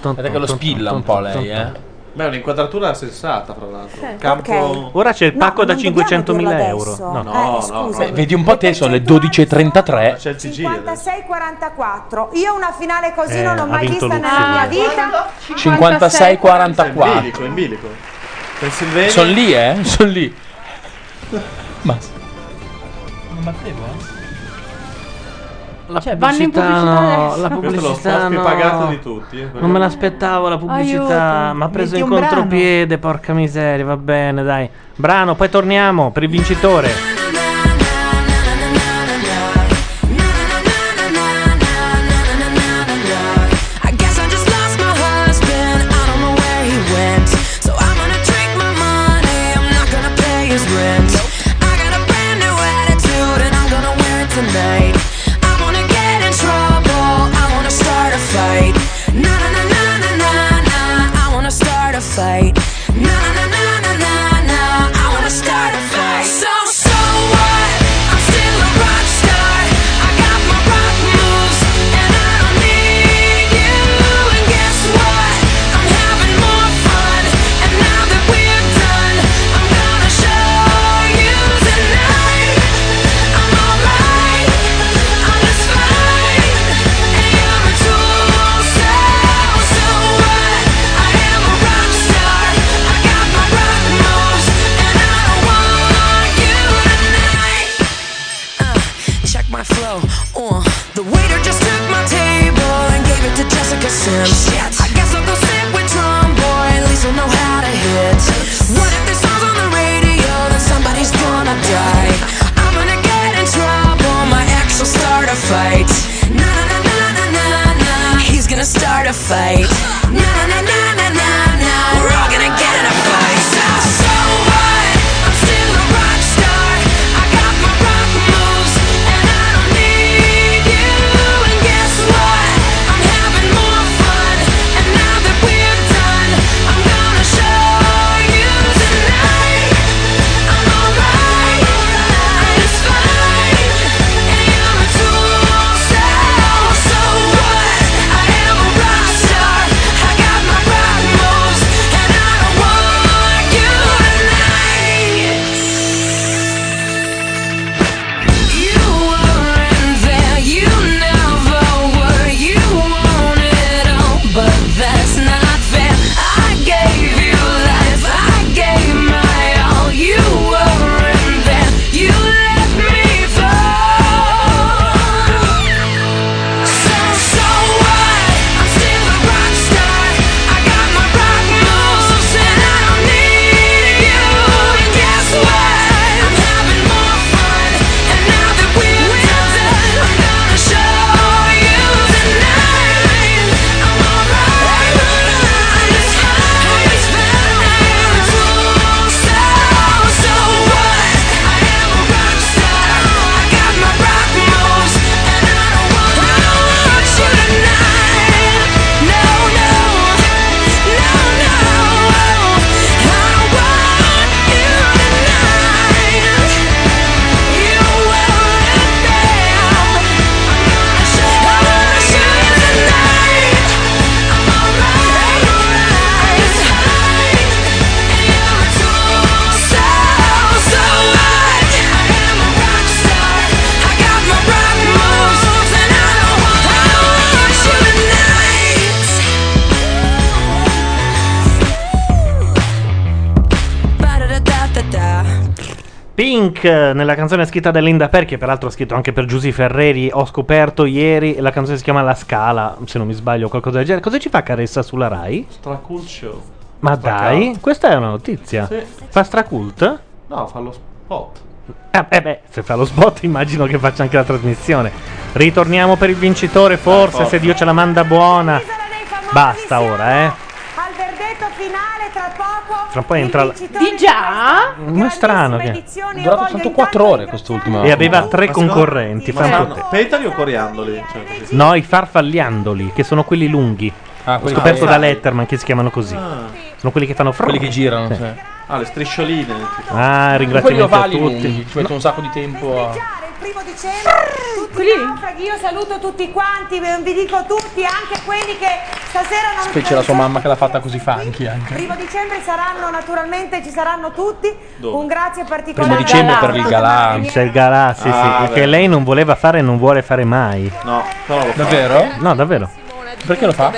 Guarda che lo spilla un po' lei, eh. Beh, è un'inquadratura sensata, fra l'altro. Cioè, Sì. Campo. Ok. Ora c'è il No, pacco da non dobbiamo 500.000 dirlo euro. adesso. No, Eh, No, no, scusa. no. Cioè, Vedi un po' te, sono le 12.33. C'è il 56-44. Io una finale così Eh, non ha l'ho mai vinto vista Lucio. nella mia Ah, vita. 56-44. In bilico, in bilico. Pennsylvania. Sono lì, eh? Sono lì. Ma. Non battevo, eh? La Cioè, vanno in pubblicità pubblicità no, adesso. Questo la è lo pubblicità spot più no. pagato di tutti, eh, perché- Non me l'aspettavo la Ah, pubblicità, Aiuto. ma ha preso Metti in un brano. contropiede, porca miseria, va bene, dai. Brano, poi torniamo per il vincitore. I guess I just lost my husband. I don't know where he went. So I'm gonna drink my money. I'm not gonna pay his rent. I got a brand new attitude and I'm gonna wear it tonight. I fight. Na na na na na na. We're all gonna get in a fight. So, so what? I'm still a rock star. I got my rock moves, and I don't need you. And guess what? I'm having more fun. And now that we're done, I'm gonna show you tonight. I'm alright. It's fine. And you're a tool, so so what? I am a rock star. I got my rock moves, and I don't want you tonight. You weren't there, you never were, you want it all, but that's not fair. I gave you life, I gave my all, you weren't there, you let me fall. So so what? I'm still a rock star. I got my rock moves, and I don't need you. And guess what? I'm having more fun. And now that we're done, I'm gonna show you tonight. I'm alright. It's fine. It's fine. So, so what? I am a rock star. I got my rock moves, and I don't want you tonight. No, no, no, no. I don't want you tonight. You weren't there. I'm gonna show you tonight. I'm alright. It's fine. And you're a tool. So, so what? I am a rock star. I got my rock moves, and I don't want you tonight. Ba-da-da-da-da-da. Pink eh, nella canzone scritta da Linda Per, che peraltro ha scritto anche per Giusy Ferreri, ho scoperto ieri, e la canzone si chiama La Scala, se non mi sbaglio, qualcosa del genere. Cosa ci fa Caressa sulla Rai? Stracul show. Ma Fa dai, cult. questa è una notizia. Sì. Fa stracult? No, fa lo spot. Eh, eh beh, se fa lo spot immagino che faccia anche la trasmissione. Ritorniamo per il vincitore forse, forza. se Dio ce la manda buona. Basta ora, eh. Al verdetto finale tra poco. Tra un po' entra la- Di già? Ma è strano che... Edizione È durato Durato Voglio soltanto 4 ore quest'ultima. E aveva tre Ma concorrenti, Ma fa un po' saranno petali o coriandoli? Cioè, così. No, i farfalliandoli, che sono quelli lunghi. Ho quelli- scoperto ah, da ok. Letterman che si chiamano così. Ah. Sono quelli che fanno frrr. Quelli che girano, Sì. cioè. Ah, le striscioline. tipo. Ah, Quelli ringraziamento a ovali tutti. lunghi, ci mettono un sacco di tempo a... primo dicembre. Tutti i naufraghi, io saluto tutti quanti, ve- vi dico tutti, anche quelli che stasera non Specie la sua mamma che l'ha fatta così funky anche. Primo dicembre saranno naturalmente, ci saranno tutti. Dove? Un grazie particolare. galà. C'è il galà, sì, Ah, sì. Che beh. lei non voleva fare e non vuole fare mai. No, però lo fa. No, davvero. Perché lo fa?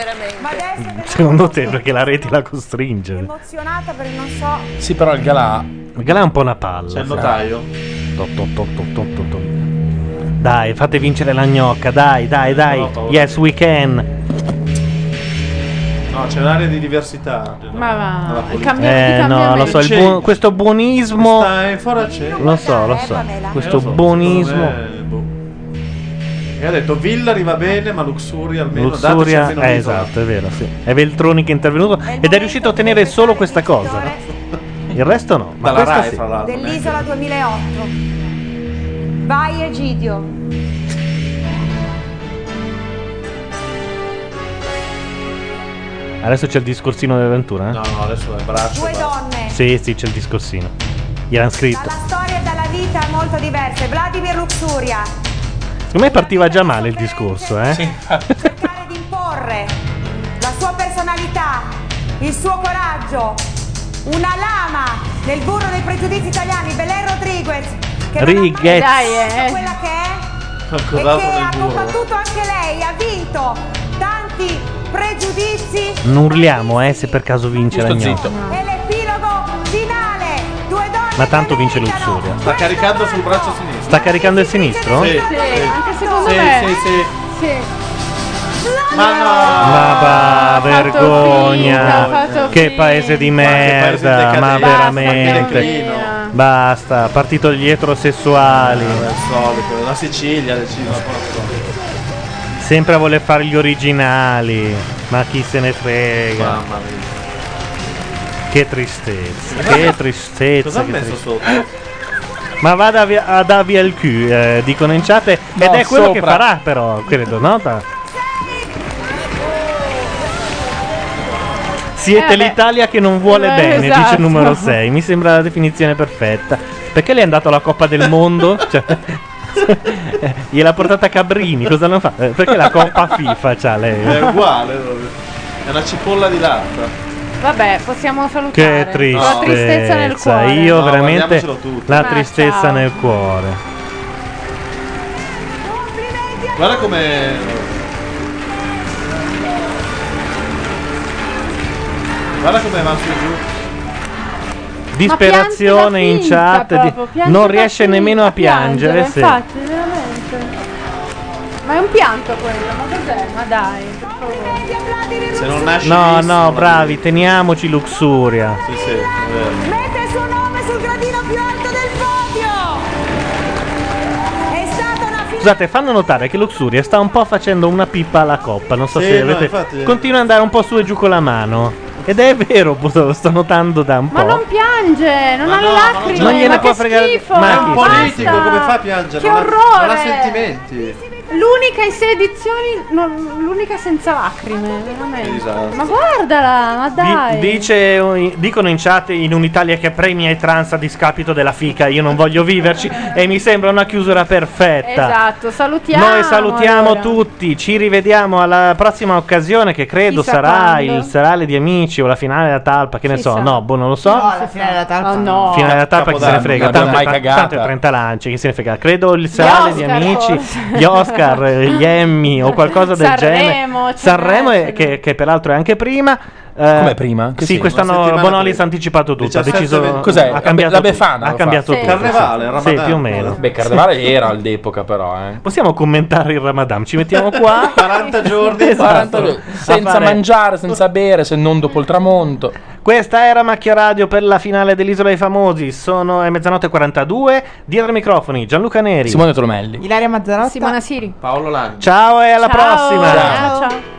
Secondo te perché la rete la costringe? Emozionata perché non so. Sì, però il galà... Il galà è un po' una palla. C'è il sai. notaio? To, to, to, to, to, to, to. Dai, fate vincere la gnocca, dai, dai, dai. No, paura. Yes, we can. No, c'è un'area di diversità. cioè, Ma va, Alla politica. cambiamo- Eh no, lo so, il C'è- buon- questo buonismo... Stai fuori a cielo. Lo so, lo so. Eh, lo Questo so, buonismo... secondo me, boh. E ha detto Villari va bene, ma Luxuria almeno dateci Luxuria, almeno eh, un esatto, è vero, sì. È Veltroni che è intervenuto ed è riuscito a ottenere solo questa cosa. Il resto no, ma Dalla questa Rai, sì. fra l'altro. Dell'isola 2008. Vai Egidio. Adesso c'è il discorsino dell'avventura, eh? No, no, adesso è braccio. braccio. Due Eh. donne. Sì, sì, c'è il discorsino. Gliel'hanno scritto. Storie dalla vita molto diverse. Vladimir Luxuria. Secondo me partiva già male il discorso, eh? imporre la sua personalità, il suo coraggio, una lama nel burro dei pregiudizi italiani, Belen Rodriguez, che non ha mai Riguez. Dai, visto quella che è e Cos'altro che nel ha burro? combattuto anche lei, ha vinto tanti pregiudizi Non urliamo, eh, se per caso vince la Giusto gnocca. e l'epilogo finale, due donne Ma tanto vince Luxuria. Sta caricando sul braccio sinistro. Sta caricando il sinistro? Sì, Sì, anche secondo Sì, me. sì, sì. Sì. Ma no! Ma va, finta, ha vergogna! fatto Che paese di Ma che paese merda, ma decadente. Basta, veramente. declino. Basta, partito degli eterosessuali. Come al solito, la Sicilia decide. Sempre a voler fare gli originali. Ma chi se ne frega? Mamma mia. Che tristezza, che tristezza. Cosa ha che messo tristezza. sotto? Ma vada via- ad AVLQ, eh, dicono in chat. ed No, è quello che sopra. farà, però, credo, nota? Siete Eh, beh. l'Italia che non vuole Eh, bene, dice esatto. il numero 6. Mi sembra la definizione perfetta. Perché lei è andato alla Coppa del Mondo? Cioè, gliel'ha portata Cabrini, cosa non fa? Eh, Perché la Coppa FIFA c'ha lei? È uguale. proprio. È una cipolla di latta. Vabbè, possiamo salutare. Che tristezza, Ho tristezza nel cuore. io No, veramente guardiamocelo tutto. la Ma tristezza ciao. nel cuore. Guarda come. Guarda come va su e giù. Disperazione in finta chat, di- proprio, piange non la riesce finta nemmeno a a piangere, piangere. sì. infatti, veramente. Ma è un pianto quello, ma cos'è? Ma dai, per favore. Se non nasci No, visto, non no, la bravi, teniamoci Luxuria. Sì, sì, è vero. Mette il suo nome sul gradino più alto del podio. È stata una Scusate, fanno notare che Luxuria sta un po' facendo una pippa alla coppa. Non so Sì, se no, avete. infatti- Continua ad andare un po' su e giù con la mano. Ed è vero, lo sto notando da un Ma po'. non piange, non Ma ha no, ma le non lacrime. c'è- Non gliene ma può che fregare- schifo, ma È un basta. politico, come fa a piangere? Che Non ha- orrore. Non ha sentimenti. L'unica in sei edizioni, non- l'unica senza lacrime, veramente. Che disastro. Ma guardala, ma Di- dai. dice- dicono in chat in un'Italia che premia i trans a discapito della fica. Io non voglio viverci. e mi sembra una chiusura perfetta. Esatto, salutiamo. Noi salutiamo allora. tutti, ci rivediamo alla prossima occasione che credo Chissà sarà quando. il serale di amici o la finale della talpa, che ne so, Chissà. no, boh, non lo so. alla finale della talpa. Oh, no. Finale della tappa, chi se ne Capodanno, frega? non abbiamo Tanto, mai ta- cagata. tanto è 30 lanci, chi se ne frega? Credo il serale di Oscar, amici, forse. gli Oscar, eh, gli Emmy o qualcosa del Sanremo, genere. ce Sanremo, è- che, che peraltro è anche prima. Come prima? Che sì, sì? Una quest'anno settimana Bonolis ha anticipato tutto. Ha 17, deciso. 20. Cos'è? Ha La- cambiato la tutto, Befana Ha lo cambiato fa. tutto. Carnevale, sì. Ramadan. Sì, più o meno. Beh, Carnevale era all'epoca, però, eh. Possiamo commentare il Ramadan? Ci mettiamo qua. Esatto. 40 giorni. Esatto. 40 giorni. Senza mangiare, senza bere, se non dopo il tramonto. Questa era Macchia Radio per la finale dell'Isola dei Famosi. Sono è mezzanotte e 42. Dietro ai microfoni Gianluca Neri. Simone Tromelli. Ilaria Mazzarotta. Simona Siri. Paolo Lange. Ciao e alla prossima. Ciao. ciao.